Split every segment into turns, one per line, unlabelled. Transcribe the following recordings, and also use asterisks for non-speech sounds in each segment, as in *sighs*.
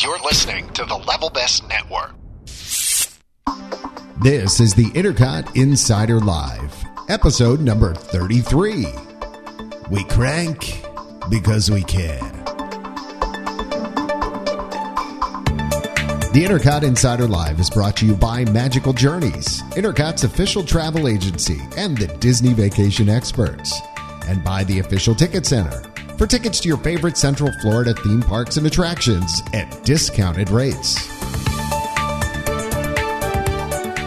You're listening to the Level Best Network.
This is the Intercot Insider Live, episode number 33. We crank because we can. The Intercot Insider Live is brought to you by Magical Journeys, Intercot's official travel agency and the Disney vacation experts, and by the Official Ticket Center for tickets to your favorite Central Florida theme parks and attractions at discounted rates.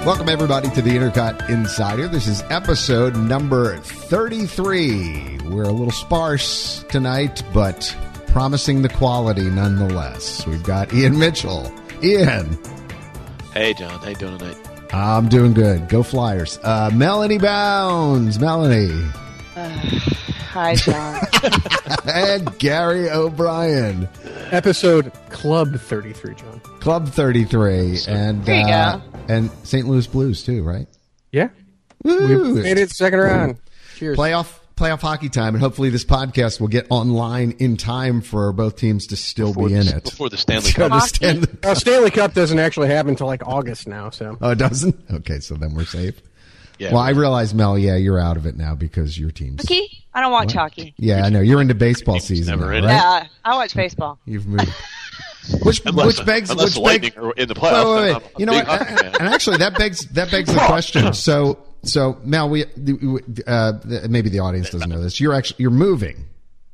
Welcome, everybody, to the Intercot Insider. This is episode number 33. We're a little sparse tonight, but promising the quality nonetheless. We've got Ian Mitchell. Ian,
Hey, John. How you doing tonight?
I'm doing good. Go Flyers. Uh, Melanie Bounds. Melanie.
Hi, John.
and Gary O'Brien.
Episode Club 33, John.
Club 33. And,
There you
uh,
go.
and St. Louis Blues, too, right?
Yeah.
Woo!
Made it second round. Cheers.
playoff playoff hockey time, and hopefully this podcast will get online in time for both teams to still be in it.
Before the Stanley
I
Cup.
understand. The,
Uh, Stanley Cup doesn't actually happen until like August now, so.
oh, it doesn't. Okay, so then we're safe.
Yeah.
well, I realize, Mel. Yeah, you're out of it now because your team's.
hockey? I don't watch hockey.
Yeah, I know you're into baseball
team's
season,
never
now,
in it.
right?
Yeah, I watch baseball.
You've
*laughs*
moved. Which
Unless-
which begs
unless
which
the Lightning
begs,
are in the
Wait,
playoffs,
wait, wait.
then I'm a
You know
big
what?
hockey fan.
And actually, that begs that begs the question. So so Mel, we uh, maybe the audience doesn't know this. You're actually you're moving,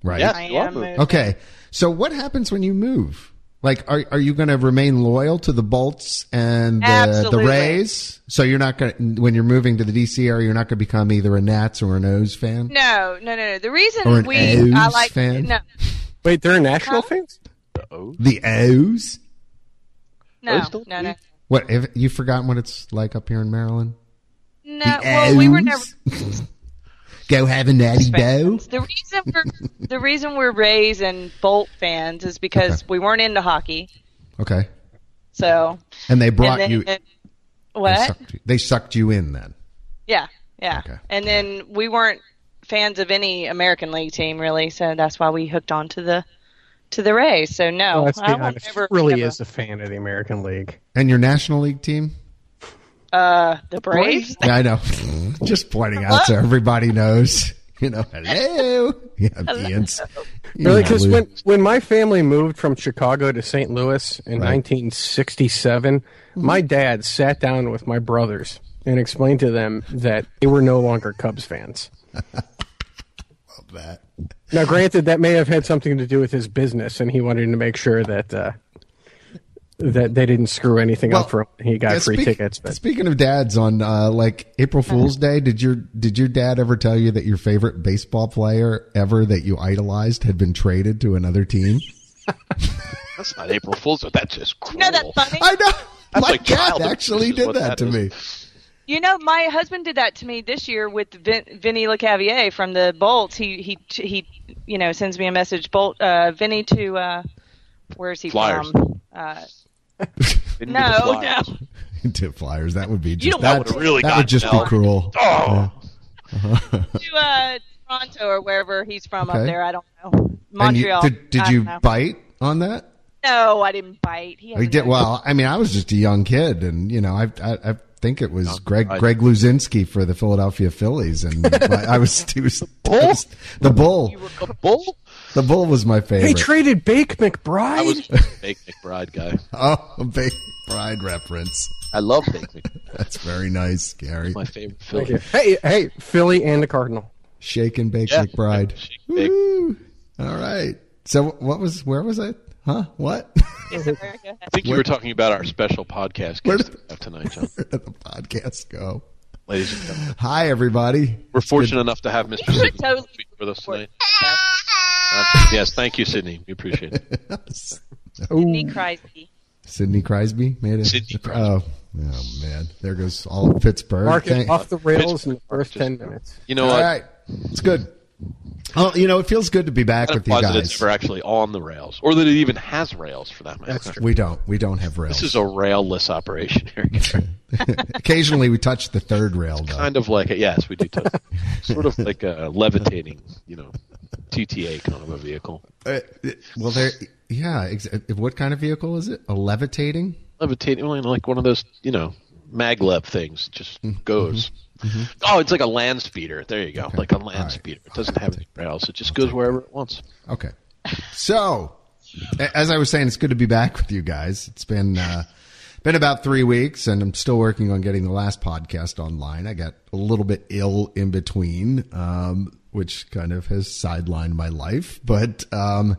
right?
Yeah.
I
You are
am.
moving.
moving.
Okay. So what happens when you move? Like, are are you going to remain loyal to the Bolts and the, the
Absolutely.
Rays? So you're not going to when you're moving to the DC area, you're not going to become either a Nats or an O's fan.
No, no, no, no. The reason
Or an
we
O's
I like
fan?
no,
Wait, they're national fans?
The O's.
no,
O's don't
no, no,
leave?
What? If you forgotten what it's like up here in Maryland?
no.
The
Uh, Well, we were
O's?
never
*laughs* Go have a natty dough.
fans. The reason we're the reason we're Rays and Bolt fans is because we weren't into hockey.
Okay.
So
And they brought
and
you.
then,
They
what?
sucked, you- they sucked you in then.
Yeah, yeah.
Okay.
And then we weren't fans of any American League team really, so that's why we hooked on to the to the Rays. So no,
Let's
I
be
won't
honest.
ever-
really
never-
is a fan of the American League.
And your National League team?
Uh, the Braves.
Yeah, I know. *laughs* Just pointing out so everybody knows. You know, hello. Yeah, Ian's. you
Really,
know,
because
Lou.
when, when my family moved from Chicago to St. Louis in
Right.
1967, my dad sat down with my brothers and explained to them that they were no longer
*laughs*
Cubs fans.
that.
Now, granted, that may have had something to do with his business, and he wanted to make sure that uh, that they didn't screw anything
Well,
up for him. He got
Yeah,
free
speak-
tickets, but
Speaking of dads, on uh, like April
Uh-huh.
Fool's Day, did your did your dad ever tell you that your favorite baseball player ever that you idolized had been traded to another
*laughs*
team?
That's not April Fool's. But that's just cruel.
No, that's funny.
I know. My
like
dad
child abuse
actually
is
did
what
that,
that
to
is.
me. *laughs*
You know, my husband did that to me this year with Vin- Vinny LeCavier from the Bolts. He he he, you know, sends me a message. Bolt uh, Vinny to uh, where is he
Flyers.
from? Uh,
Didn't do the
no, no.
Flyers.
to Flyers, that would be just,
don't
that,
want
would-
to really
that
got
would just
Mel.
be cruel.
Oh,
to uh, Toronto or wherever he's from
Okay.
up there. I don't know.
And you,
Montreal.
did
I
did
don't
you
know.
bite on that?
No, I didn't bite. He
We
hasn't
did
done-
well. I mean, I was just a young kid, and you know, I I, I think it was Greg
I-
Greg Luzinski for the Philadelphia Phillies,
*laughs*
and my, I was he was I was- the bull.
the bull.
The bull was my
they
favorite.
traded Bake
I was
McBride.
*laughs* a Big McBride guy.
oh, *laughs* a big pride reference.
I love Big McBride.
That's very nice, Gary.
My favorite
Thank
Philly.
you. Hey, hey, Philly and the Cardinal.
Shake and bake
Yeah.
McBride.
Shake and bake.
Woo. All right. So what was where was I? Huh? What? *laughs*
Yes, America.
I think you were talking about our special podcast
Where-
guest we have
*laughs*
tonight, John.
Where did the podcast go?
Ladies and gentlemen,
Hi, everybody. *laughs*
we're fortunate enough to have Mr.
You
Sidney
should totally
with us tonight.
Okay.
Uh, yes, thank you, Sydney. We appreciate it.
Sydney Crosby.
Sydney Crosby made it.
Sidney Crosby.
Oh, oh man, there goes all of Pittsburgh.
Mark
Thank-
it
Uh,
off the rails in the first
Just-
ten minutes.
You know
All
what?
right, it's good. Oh, you know, it feels good to be back
That
with you
implies that
guys.
it's never actually on the rails, or that it even has rails for that matter.
That's true.
We don't, we don't have rails.
This is a railless operation here.
*laughs* Occasionally, we touch the third rail. Though.
kind of like a, yes, we do. Touch, sort of like a levitating, you know, TTA kind of a vehicle.
Uh, it- well, there. Yeah. Ex- uh, what kind of vehicle is it? A levitating?
Levitating, well, you know, like one of those, you know, maglev things, just
Mm-hmm.
goes. Oh, it's like a land speeder. There you go, like a land
right.
speeder. It doesn't have anything else. It just goes wherever it wants.
Okay. So, a- as I was saying, it's good to be back with you guys. It's been uh, been about three weeks, and I'm still working on getting the last podcast online. I got a little bit ill in between, um, which kind of has sidelined my life. But um,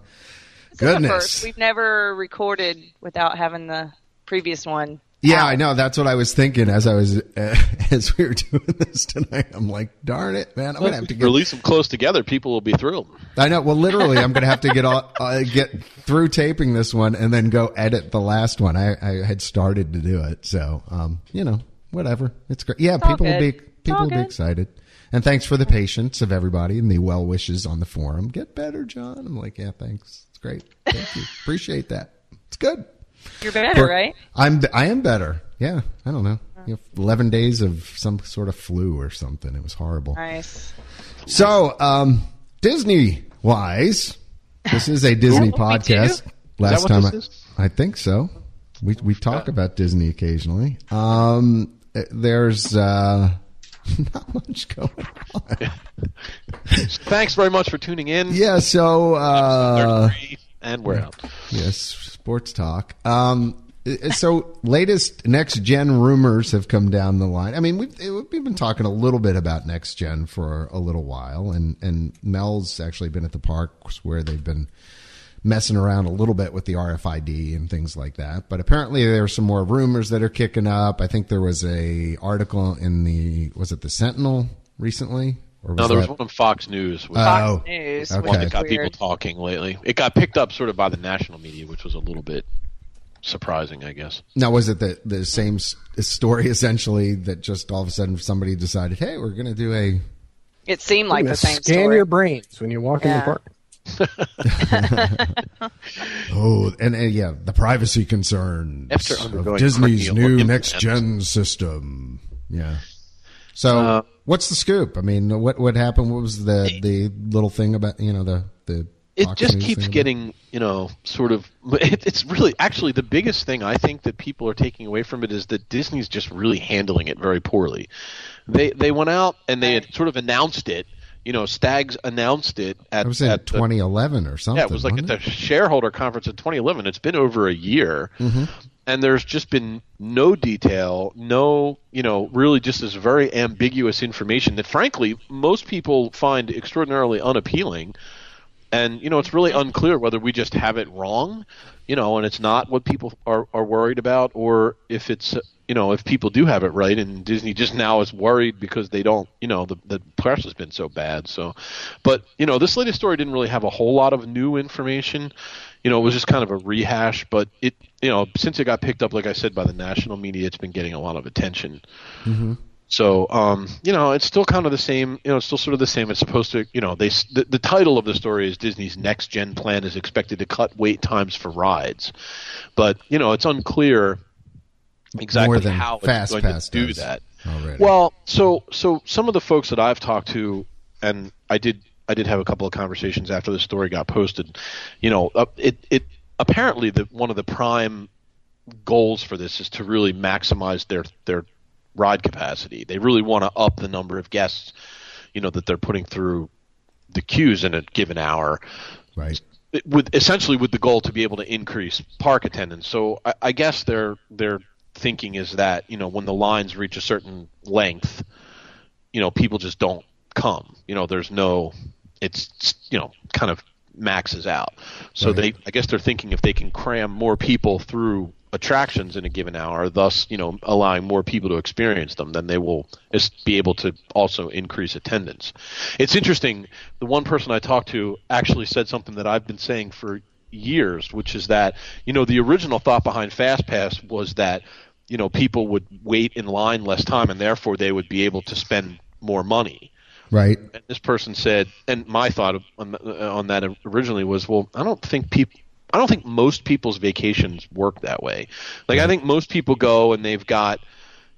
This is a
goodness,
first. We've never recorded without having the previous one.
Yeah, I know. That's what I was thinking as I was *laughs* uh, as we were doing this tonight. I'm like, darn it, man! I'm gonna have to get.
Release them close together. People will be thrilled.
I know. Well, literally, I'm gonna have to get all, uh, get through taping this one and then go edit the last one. I, I had started to do it, so um, you know, whatever. It's great. Yeah,
all
people will be
good. It's
people
all
will be
good.
excited. And thanks for the patience of everybody and the well wishes on the forum. Get better, John. I'm like, yeah, thanks. It's great. Thank you. Appreciate that. It's good.
You're better,
But
right?
I'm I am better. Yeah, I don't know. You know, Eleven days of some sort of flu or something. It was horrible.
Nice.
So, um, Disney wise, this
*laughs*
is a Disney podcast. Last
what
time,
this
I,
is?
I think so. We we talk about Disney occasionally. Um, uh, there's uh, *laughs* not much going
*laughs*
on.
Thanks very much for tuning in.
Yeah. So. Uh,
and we're out.
Yes, sports talk. Um, uh, so latest next gen rumors have come down the line. I mean, we've we've been talking a little bit about next gen for a little while, and and Mel's actually been at the parks where they've been messing around a little bit with the RFID and things like that. But apparently there are some more rumors that are kicking up. I think there was a article in the was it the Sentinel recently or was
No, there was
that-
one on Fox News. Which
Uh,
uh,
Oh,
Fox News,
okay.
which
one
is
that got people
weird.
talking lately. It got picked up sort of by the national media, which was a little bit surprising, I guess.
Now, was it the, the same s- story *laughs* essentially that just all of a sudden somebody decided, hey, we're going to do a.
It seemed like
Gonna
the same
scan
story.
your brains when you walk in the
Yeah.
park.
Oh, and, and yeah, the privacy concerns
After
of
undergoing
Disney's
corneal
new
implants.
next gen system. Yeah. So,
Uh,
what's the scoop? I mean, what what happened? What was the the little thing about you know the the
it
Fox
just
News
keeps
thing?
getting you know sort of it, it's really actually the biggest thing i think that people are taking away from it is that disney's just really handling it very poorly they they went out and they had sort of announced it you know stags announced it at,
I was in
at the-
2011 or something.
yeah it was like at
wasn't
the shareholder conference in 2011 it's been over a year
Mm-hmm.
and there's just been no detail no you know really just this very ambiguous information that frankly most people find extraordinarily unappealing and you know it's really unclear whether we just have it wrong you know and it's not what people are, are worried about or if it's uh, you know if people do have it right and disney just now is worried because they don't you know the, the press has been so bad so but you know this latest story didn't really have a whole lot of new information you know it was just kind of a rehash but it you know since it got picked up like i said by the national media it's been getting a lot of attention so, um, you know, it's still kind of the same. You know, it's still sort of the same. It's supposed to, you know, they s- the, the title of the story is Disney's next gen plan is expected to cut wait times for rides, but you know, it's unclear exactly
More than
how it's
Fast
going
Pass
to do
does.
that.
Already.
Well, so so some of the folks that I've talked to, and I did I did have a couple of conversations after the story got posted. You know, uh, it it apparently the one of the prime goals for this is to really maximize their their ride capacity. They really want to up the number of guests, you know, that they're putting through the queues in a given hour
right?
with essentially with the goal to be able to increase park attendance. So I, I guess their their thinking is that you know when the lines reach a certain length, you know people just don't come. You know there's no, it's you know kind of maxes out. So
Right.
they I guess they're thinking if they can cram more people through attractions in a given hour, thus you know allowing more people to experience them, then they will is- be able to also increase attendance. It's interesting. The one person I talked to actually said something that I've been saying for years, which is that you know the original thought behind FastPass was that you know people would wait in line less time and therefore they would be able to spend more money
Right.
and this person said, and my thought on, on that originally was, well, I don't think people. I don't think most people's vacations work that way. Like I think most people go and they've got,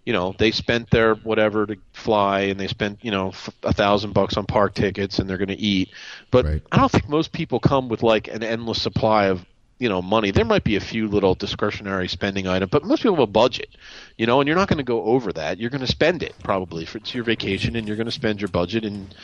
you know they spent their whatever to fly and they spent you know f- a thousand bucks on park tickets and they're going to eat but
Right.
i don't think most people come with like an endless supply of you know money there might be a few little discretionary spending item but most people have a budget you know and you're not going to go over that you're going to spend it probably for it's your vacation and you're going to spend your budget and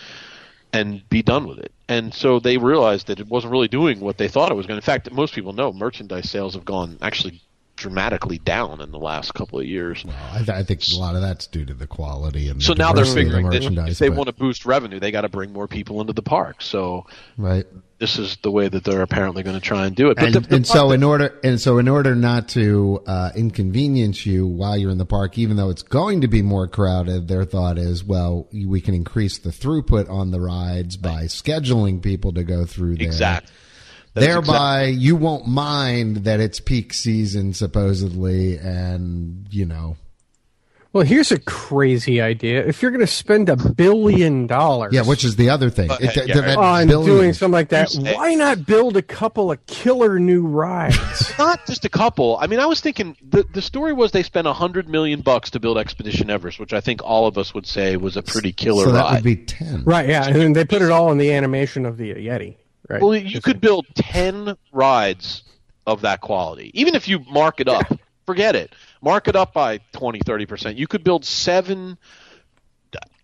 and be done with it. And so they realized that it wasn't really doing what they thought it was going to. In fact, most people know merchandise sales have gone actually dramatically down in the last couple of years.
I, th- I think a lot of that's due to the quality and the
So now they're
diversity of the
figuring that if
merchandise,
they
but-
want to boost revenue, they got to bring more people into the park. So
right.
this is the way that they're apparently going to try and do it. But
and,
the, the
and so in order and so in order not to uh, inconvenience you while you're in the park, even though it's going to be more crowded, their thought is, well, we can increase the throughput on the rides by scheduling people to go through there.
exact That's
Thereby, you won't mind that it's peak season supposedly, and you know,
Well, here's a crazy idea. If you're going to spend a billion dollars
yeah, which is the other thing.
But,
It-
yeah,
that- that
on
billion-
doing something like that,
Who's-
why not build a couple of killer new rides?
not just a couple. I mean, I was thinking the the story was they spent a hundred million bucks to build Expedition Everest, which I think all of us would say was a pretty killer
so that
ride.
would be ten.
*laughs* right, yeah. And then they put it all in the animation of the Yeti. Right.
Well, you could build ten rides of that quality, even if you mark it up. Forget it. Mark it up by 20, 30 percent. You could build seven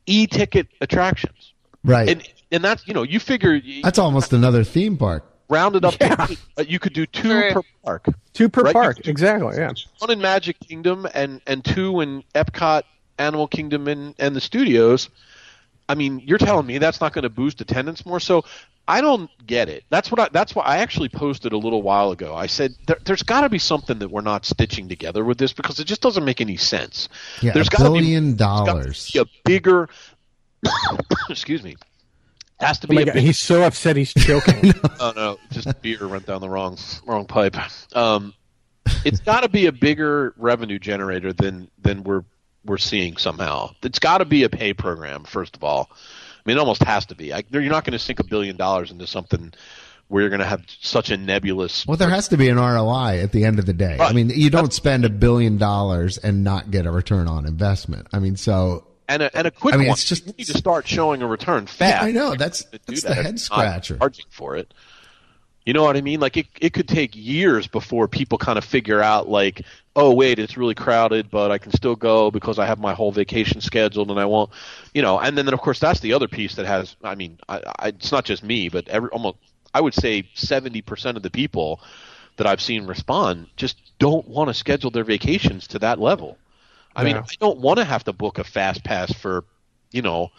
e-ticket attractions,
right.
and and that's you know you figure you
That's almost another theme park.
round it up. To, uh, you could do two
True.
per park,
Two per
right, you
park.
could-
Exactly, yeah.
one in Magic Kingdom and and two in Epcot, Animal Kingdom, and and the studios. I mean, you're telling me that's not going to boost attendance more. So I don't get it. That's what I, that's why I actually posted a little while ago. I said there, there's got to be something that we're not stitching together with this because it just doesn't make any sense.
Yeah,
There's
a
gotta be-
billion
It's got
dollars.
to be a bigger. *coughs* excuse me. Has to
Oh
be
my
a
God,
big,
he's so upset *laughs* he's choking.
Oh no, just beer went down the wrong wrong pipe. Um, it's got to be a bigger revenue generator than than we're we're seeing somehow. It's got to be a pay program first of all. I mean, it almost has to be. I, you're not going to sink a billion dollars into something where you're going to have such a nebulous.
Well, there has to be an ROI at the end of the day. I mean, you don't spend a billion dollars and not get a return on investment. I mean, so
and a, and a quick
I mean,
one.
it's just-
you need to start showing a return
yeah,
fast.
I know that's
to do
that's
that
the
if
head
not
scratcher.
Charging for it. You know what I mean? Like it, it could take years before people kind of figure out like, oh wait, it's really crowded, but I can still go because I have my whole vacation scheduled and I won't, you know. And then, then of course that's the other piece that has. I mean, I, I, it's not just me, but every almost I would say seventy percent of the people that I've seen respond just don't want to schedule their vacations to that level. I mean,
Yeah.
I don't want to have to book a fast pass for, you know,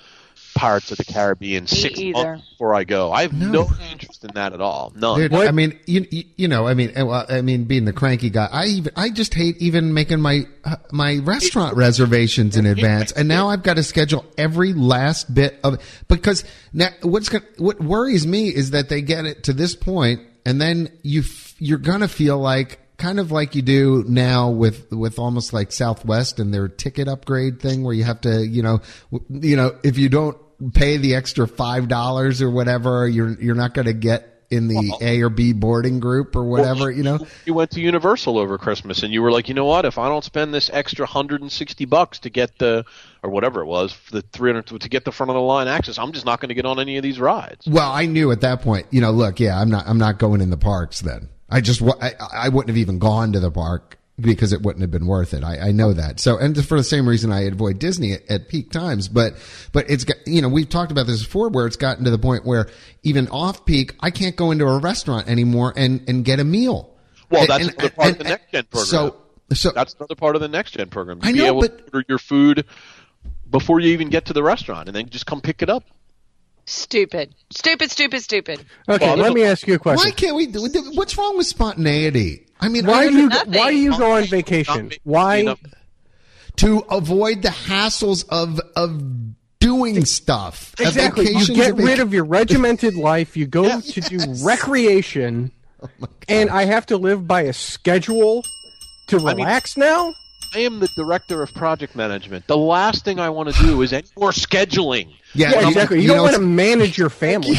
Pirates of the Caribbean six
either.
months before I go. I have no, interest in that at all. None.
Dude,
What-
I mean, you you you know, I mean, and, well, I mean, being the cranky guy, I even I just hate even making my uh, my restaurant reservations in advance, and now I've got to schedule every last bit of because now what's going what worries me is that they get it to this point, and then you f- you're gonna feel like kind of like you do now with with almost like Southwest and their ticket upgrade thing, where you have to you know w- you know if you don't pay the extra five dollars or whatever, you're you're not gonna get in the A or B boarding group or whatever, you
*laughs*
know?
You went to Universal over Christmas and you were like, you know what? If I don't spend this extra hundred and sixty bucks to get the or whatever it was, the three hundred to get the front of the line access, I'm just not going to get on any of these rides.
Well, I knew at that point, you know, look, yeah, I'm not, I'm not going in the parks then. I just, wa- I, I wouldn't have even gone to the park because it wouldn't have been worth it. I, I know that. So, and for the same reason I avoid Disney at, at peak times, but, but it's, got- you know, we've talked about this before where it's gotten to the point where even off peak, I can't go into a restaurant anymore and, and get a meal.
Well,
And-
that's
and-
another part of
and-
the next gen program.
So, so
That's another part of the next gen program. You
I
be
know,
able
but-
to order your food before you even get to the restaurant and then just come pick it up.
Stupid. Stupid, stupid, stupid.
Okay,
Well,
let me ask you a
why
question.
can't we do, what's wrong with spontaneity? I mean,
Why,
I
do you
nothing.
why do you go on vacation?
Not making
Why
up-
to avoid the hassles of of doing stuff. A
Exactly. You
vacation's a
get
vac- *laughs*
rid of your regimented life. You go to do recreation,
Oh
and I have to live by a schedule to
mean-
relax now.
I am the director of project management. The last thing I want to do is any more scheduling.
Yeah,
Yeah,
you-
exactly. You,
you
don't
know,
want to
it's-
manage your family.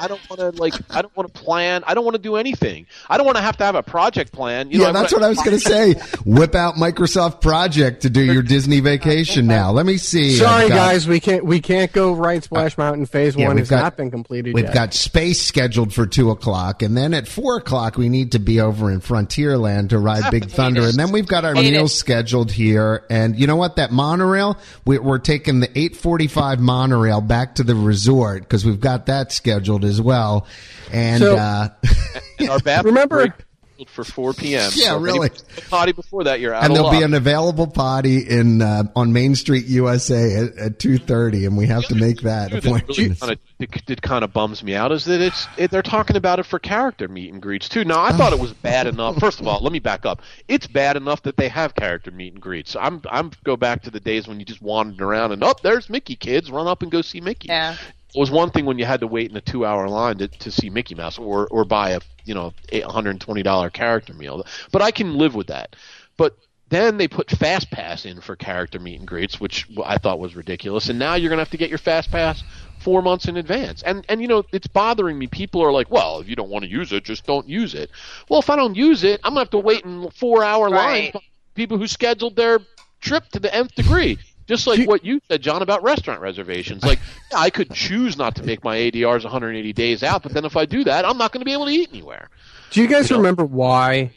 I don't want to like. I don't want to plan. I don't want to do anything. I don't want to have to have a project plan. You know,
yeah, that's what I was
*laughs*
going to say. Whip out Microsoft Project to do your Disney vacation now. Let me see.
Sorry,
I've got- Uh,
guys, we can't we can't go right. Splash Mountain Phase
yeah,
One
we've
has
got-
not been completed
We've
yet.
got space scheduled for two o'clock, and then at four o'clock we need to be over in Frontierland to ride Big Thunder, and then we've got our
Hate it.
meals scheduled here. And you know what? That monorail, we, we're taking the eight forty-five monorail back to the resort because we've got that scheduled as well. And
So-
uh, *laughs*
And our bathroom
Remember-
break scheduled for 4 p.m.
Yeah,
so if
really.
anybody's a Potty before that, you're out.
and
of
there'll
luck.
be an available potty in uh, on Main Street USA at, at two thirty, and we have to make that
Too, that really
appointment.
kinda, it, it kind of bums me out is that it's it, they're talking about it for character meet and greets too. Now I thought it was bad enough. First of all, let me back up. It's bad enough that they have character meet and greets. I'm I'm go back to the days when you just wandered around and up oh, there's Mickey kids run up and go see Mickey.
Yeah.
It was one thing when you had to wait in a two hour line to, to see Mickey Mouse or or buy a you know eight hundred and twenty dollar character meal. But I can live with that. But then they put Fast Pass in for character meet and greets, which I thought was ridiculous. And now you're going to have to get your Fast Pass four months in advance. And and you know it's bothering me. People are like, well, if you don't want to use it, just don't use it. Well, if I don't use it, I'm going to have to wait in four hour lines.
Right.
for People who scheduled their trip to the nth degree. Just like what you said, John, about restaurant reservations. Like, yeah, I could choose not to make my ADRs 180 days out, but then if I do that, I'm not going to be able to eat anywhere.
Do you guys remember why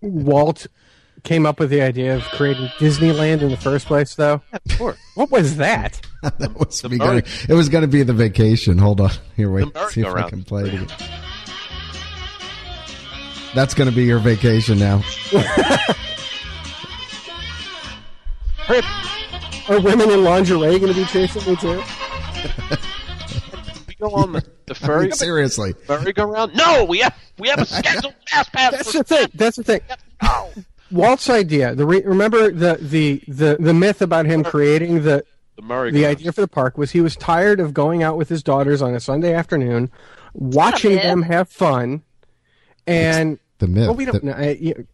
Walt came up with the idea of creating Disneyland in the first place, though?
Sure.
What was that?
*laughs* That was
The
be gonna-
Murray-
it was going to be the vacation. Hold on. *laughs* Here, wait.
The Murray
See if
go
I
round.
can play it. again. That's going to be your vacation now. *laughs*
Are women in lingerie going to be chasing me too?
We go on the,
I mean,
the ferry,
seriously.
ferry go round. No, we have we have a scheduled fast pass.
That's
for-
the thing. That's the thing.
No.
Walt's idea. The re- remember the, the the the myth about him creating the
The Murray
the
go
idea for the park was he was tired of going out with his daughters on a Sunday afternoon, watching
myth.
them have fun, and
The myth.
well, we don't
The-
know. I- you-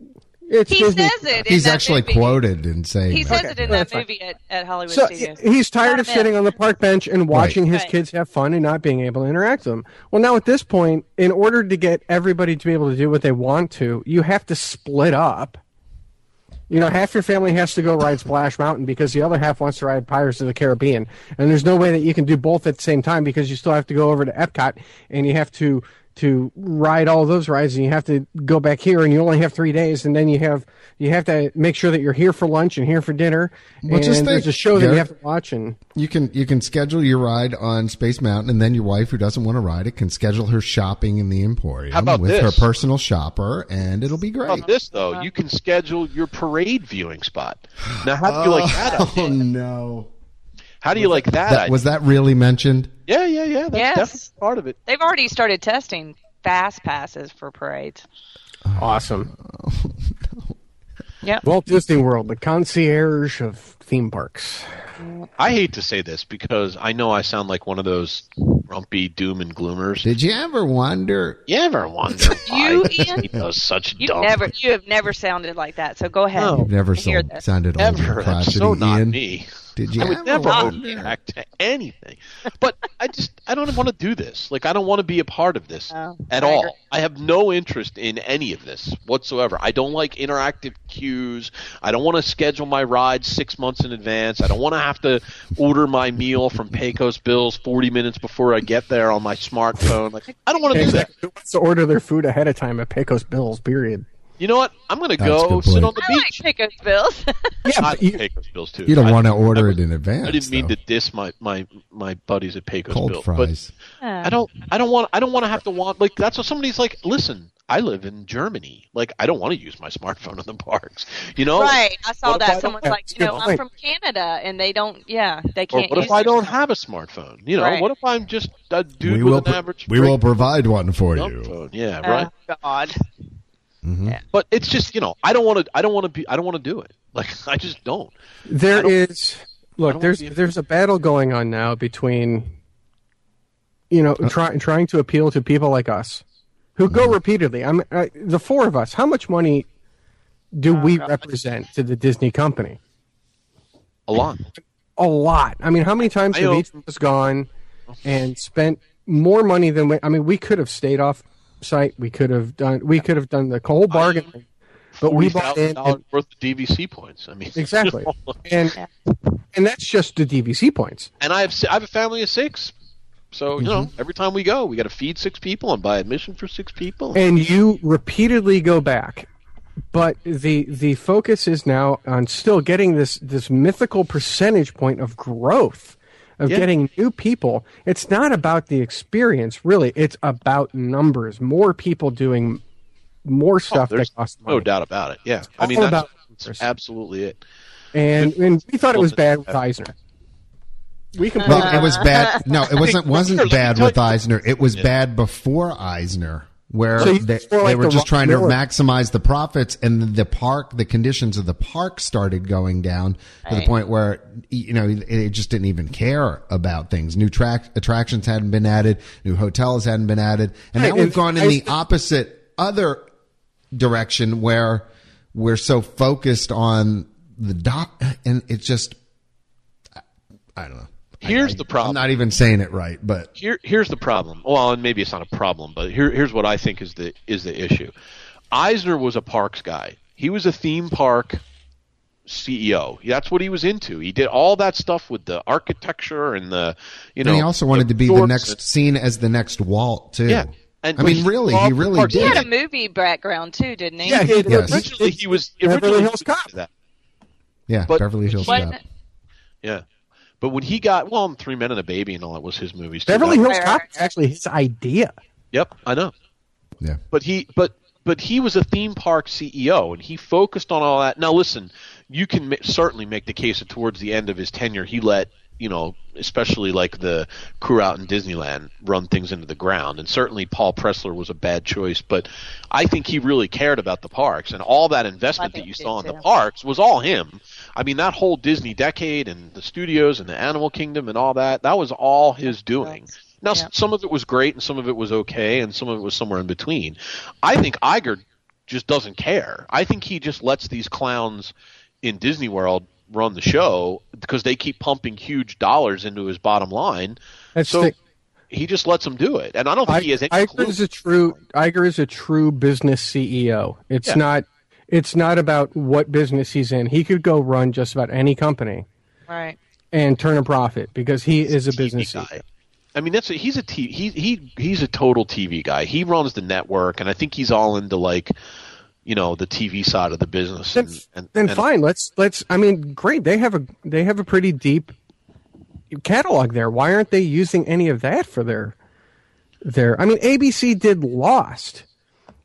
It's
He
Disney.
says it. in
He's
that
actually
movie.
quoted in saying
He
that.
says it in
Okay.
that
That's fine.
movie at, at Hollywood
So
Studios.
he- he's tired
Not
of
a myth.
sitting on the park bench and watching his
Right.
kids have fun and not being able to interact with them. Well, now at this point, in order to get everybody to be able to do what they want to, you have to split up. You know, half your family has to go ride Splash Mountain because the other half wants to ride Pirates of the Caribbean. And there's no way that you can do both at the same time because you still have to go over to Epcot and you have to to ride all those rides and you have to go back here and you only have three days and then you have you have to make sure that you're here for lunch and here for dinner
Well,
and
just
there's
think,
a show that you
Garrett.
have to watch and
You can you can schedule your ride on Space Mountain, and then your wife, who doesn't want to ride it, can schedule her shopping in the Emporium
How about
with
this?
her personal shopper, and it'll be
How
great.
about this though? You can schedule your parade viewing spot. Now, how do you like that? idea?
Oh no!
How do you like that?
That,
idea?
was that really mentioned?
yeah, yeah, yeah. That's
Yes.
definitely part of it.
They've already started testing fast passes for parades.
awesome.
Yep.
Walt Disney World, the concierge of theme parks.
I hate to say this because I know I sound like one of those grumpy doom and gloomers.
Did you ever wonder?
You ever wonder why
*laughs* You,
Disney
Ian?
does such
You
dumb
never, you have never sounded like that. So go ahead.
No.
You've never
I hear
sold,
that.
sounded old and
ever? That's
crotchety,
so not
Ian.
me.
Did you
I would
ever
never
wonder?
overreact to anything. But I just I don't want to do this. Like I don't want to be a part of this
No,
at
I
all.
agree.
I have no interest in any of this whatsoever. I don't like interactive cues. I don't want to schedule my ride six months in advance. I don't want to have to order my meal from Pecos Bills forty minutes before I get there on my smartphone. Like I don't want to do that.
Who wants to order their food ahead of time at Pecos Bills? Period.
You know what? I'm gonna
That's a
go
good
sit
point.
on the
I like
beach.
Pecos Bills. *laughs*
Yeah,
I
but you,
Pecos Bills too.
You don't
I-
want to
I
order
was-
it in advance.
I didn't mean
though.
to diss my, my, my buddies at Pecos
Cold
Bill,
fries.
but I don't I don't want I don't want to have to want like that's what somebody's like. Listen, I live in Germany. Like I don't want to use my smartphone in the parks. You know,
right. I saw
What if I
that.
don't
Someone's
have-
like,
That's a
you know,
good
I'm
point.
from Canada, and they don't. Yeah, they
Or
can't.
what if
use
I
their
don't
cell
have a smartphone? You know,
Right.
what if I'm just a dude
we
with
will.
an
pro-
average
we will
freaking
provide one for
dumb
you.
phone? Yeah,
phone.
right.
Oh, God.
But it's just you know I don't want to I don't want to be I don't want to do it. *laughs* Like I just don't.
there is. Look,
don't
there's
wanna be-
there's a battle going on now between, you know, try, trying to appeal to people like us, who go repeatedly. I'm I, the four of us. How much money do
Uh,
we represent to the Disney company?
A lot.
a lot. I mean, how many times
I
have
owe- Oh.
each of us gone and spent more money than we. I mean, we could have stayed off site. We could have done. We could have done the whole bargain. thing, but we bought in.
$40,000
and-
worth of DVC points. I mean, *laughs*
exactly, and and that's just the DVC points.
and I have si- I have a family of six, so you know every time we go, we got to feed six people and buy admission for six people.
and you repeatedly go back but the the focus is now on still getting this this mythical percentage point of growth of
Yeah.
getting new people it's not about the experience really it's about numbers more people doing more stuff that
Oh, There's
costs money
no doubt about it. Yeah, I
all
mean that's,
about-
that's absolutely it.
and and we thought it was bad with eisner we complained
Well, it
*laughs*
was bad. No, it wasn't. Wasn't bad with Eisner. It was bad before Eisner, where
So you-
they,
more like
they were
the
just trying
Ron
to
Miller.
maximize the profits, and the park, the conditions of the park started going down to the point where you know it just didn't even care about things. New track attractions hadn't been added, new hotels hadn't been added, and now
Right,
we've
and
gone in
I
the
still-
opposite other direction where we're so focused on the doc, and it's just I don't know.
Here's the problem.
I'm not even saying it right, but
here here's the problem. Well, and maybe it's not a problem, but here here's what I think is the is the issue. Eisner was a parks guy. He was a theme park CEO. That's what he was into. He did all that stuff with the architecture and the you know.
and he also wanted to be
resorts
the
and-
next seen as the next Walt too.
Yeah, and-
I mean, really, he really
He had
did.
a movie background too, didn't he?
Yeah, he did.
Yes.
Originally, he was
Beverly
originally he
Hills
was
Cop.
into That.
Yeah,
but-
Beverly Hills
Wasn't
Cop.
it-
Yeah, but when he got well, Three Men and a Baby and all that was his movies. too.
beverly
That-
hills
Right,
cop
right,
is actually his idea
Yep, I know.
Yeah,
but he but but he was a theme park CEO and he focused on all that. Now listen, you can ma- certainly make the case that towards the end of his tenure he let you know especially like the crew out in Disneyland run things into the ground and certainly Paul Pressler was a bad choice but I think he really cared about the parks and all that investment
I
that you
think he
saw in
did,
the
too.
parks was all him. I mean that whole Disney decade and the studios and the Animal Kingdom and all that that was all his doing. Now, s
Yeah.
some of it was great, and some of it was okay, and some of it was somewhere in between. I think Iger just doesn't care. I think he just lets these clowns in Disney World run the show because they keep pumping huge dollars into his bottom line.
That's
so
the-
he just lets them do it, and I don't think he has any clue.
Iger is a true Iger is a true business CEO. It's
Yeah.
not it's not about what business he's in. He could go run just about any company
Right.
and turn a profit because he is a
TV
business E
guy.
CEO.
I mean, that's a, he's a t- he he he's a total TV guy. He runs the network, and I think he's all into like, you know, the TV side of the business.
Then,
and, and,
then
and
fine, let's let's I mean great, they have a they have a pretty deep catalog there. Why aren't they using any of that for their their I mean ABC did Lost.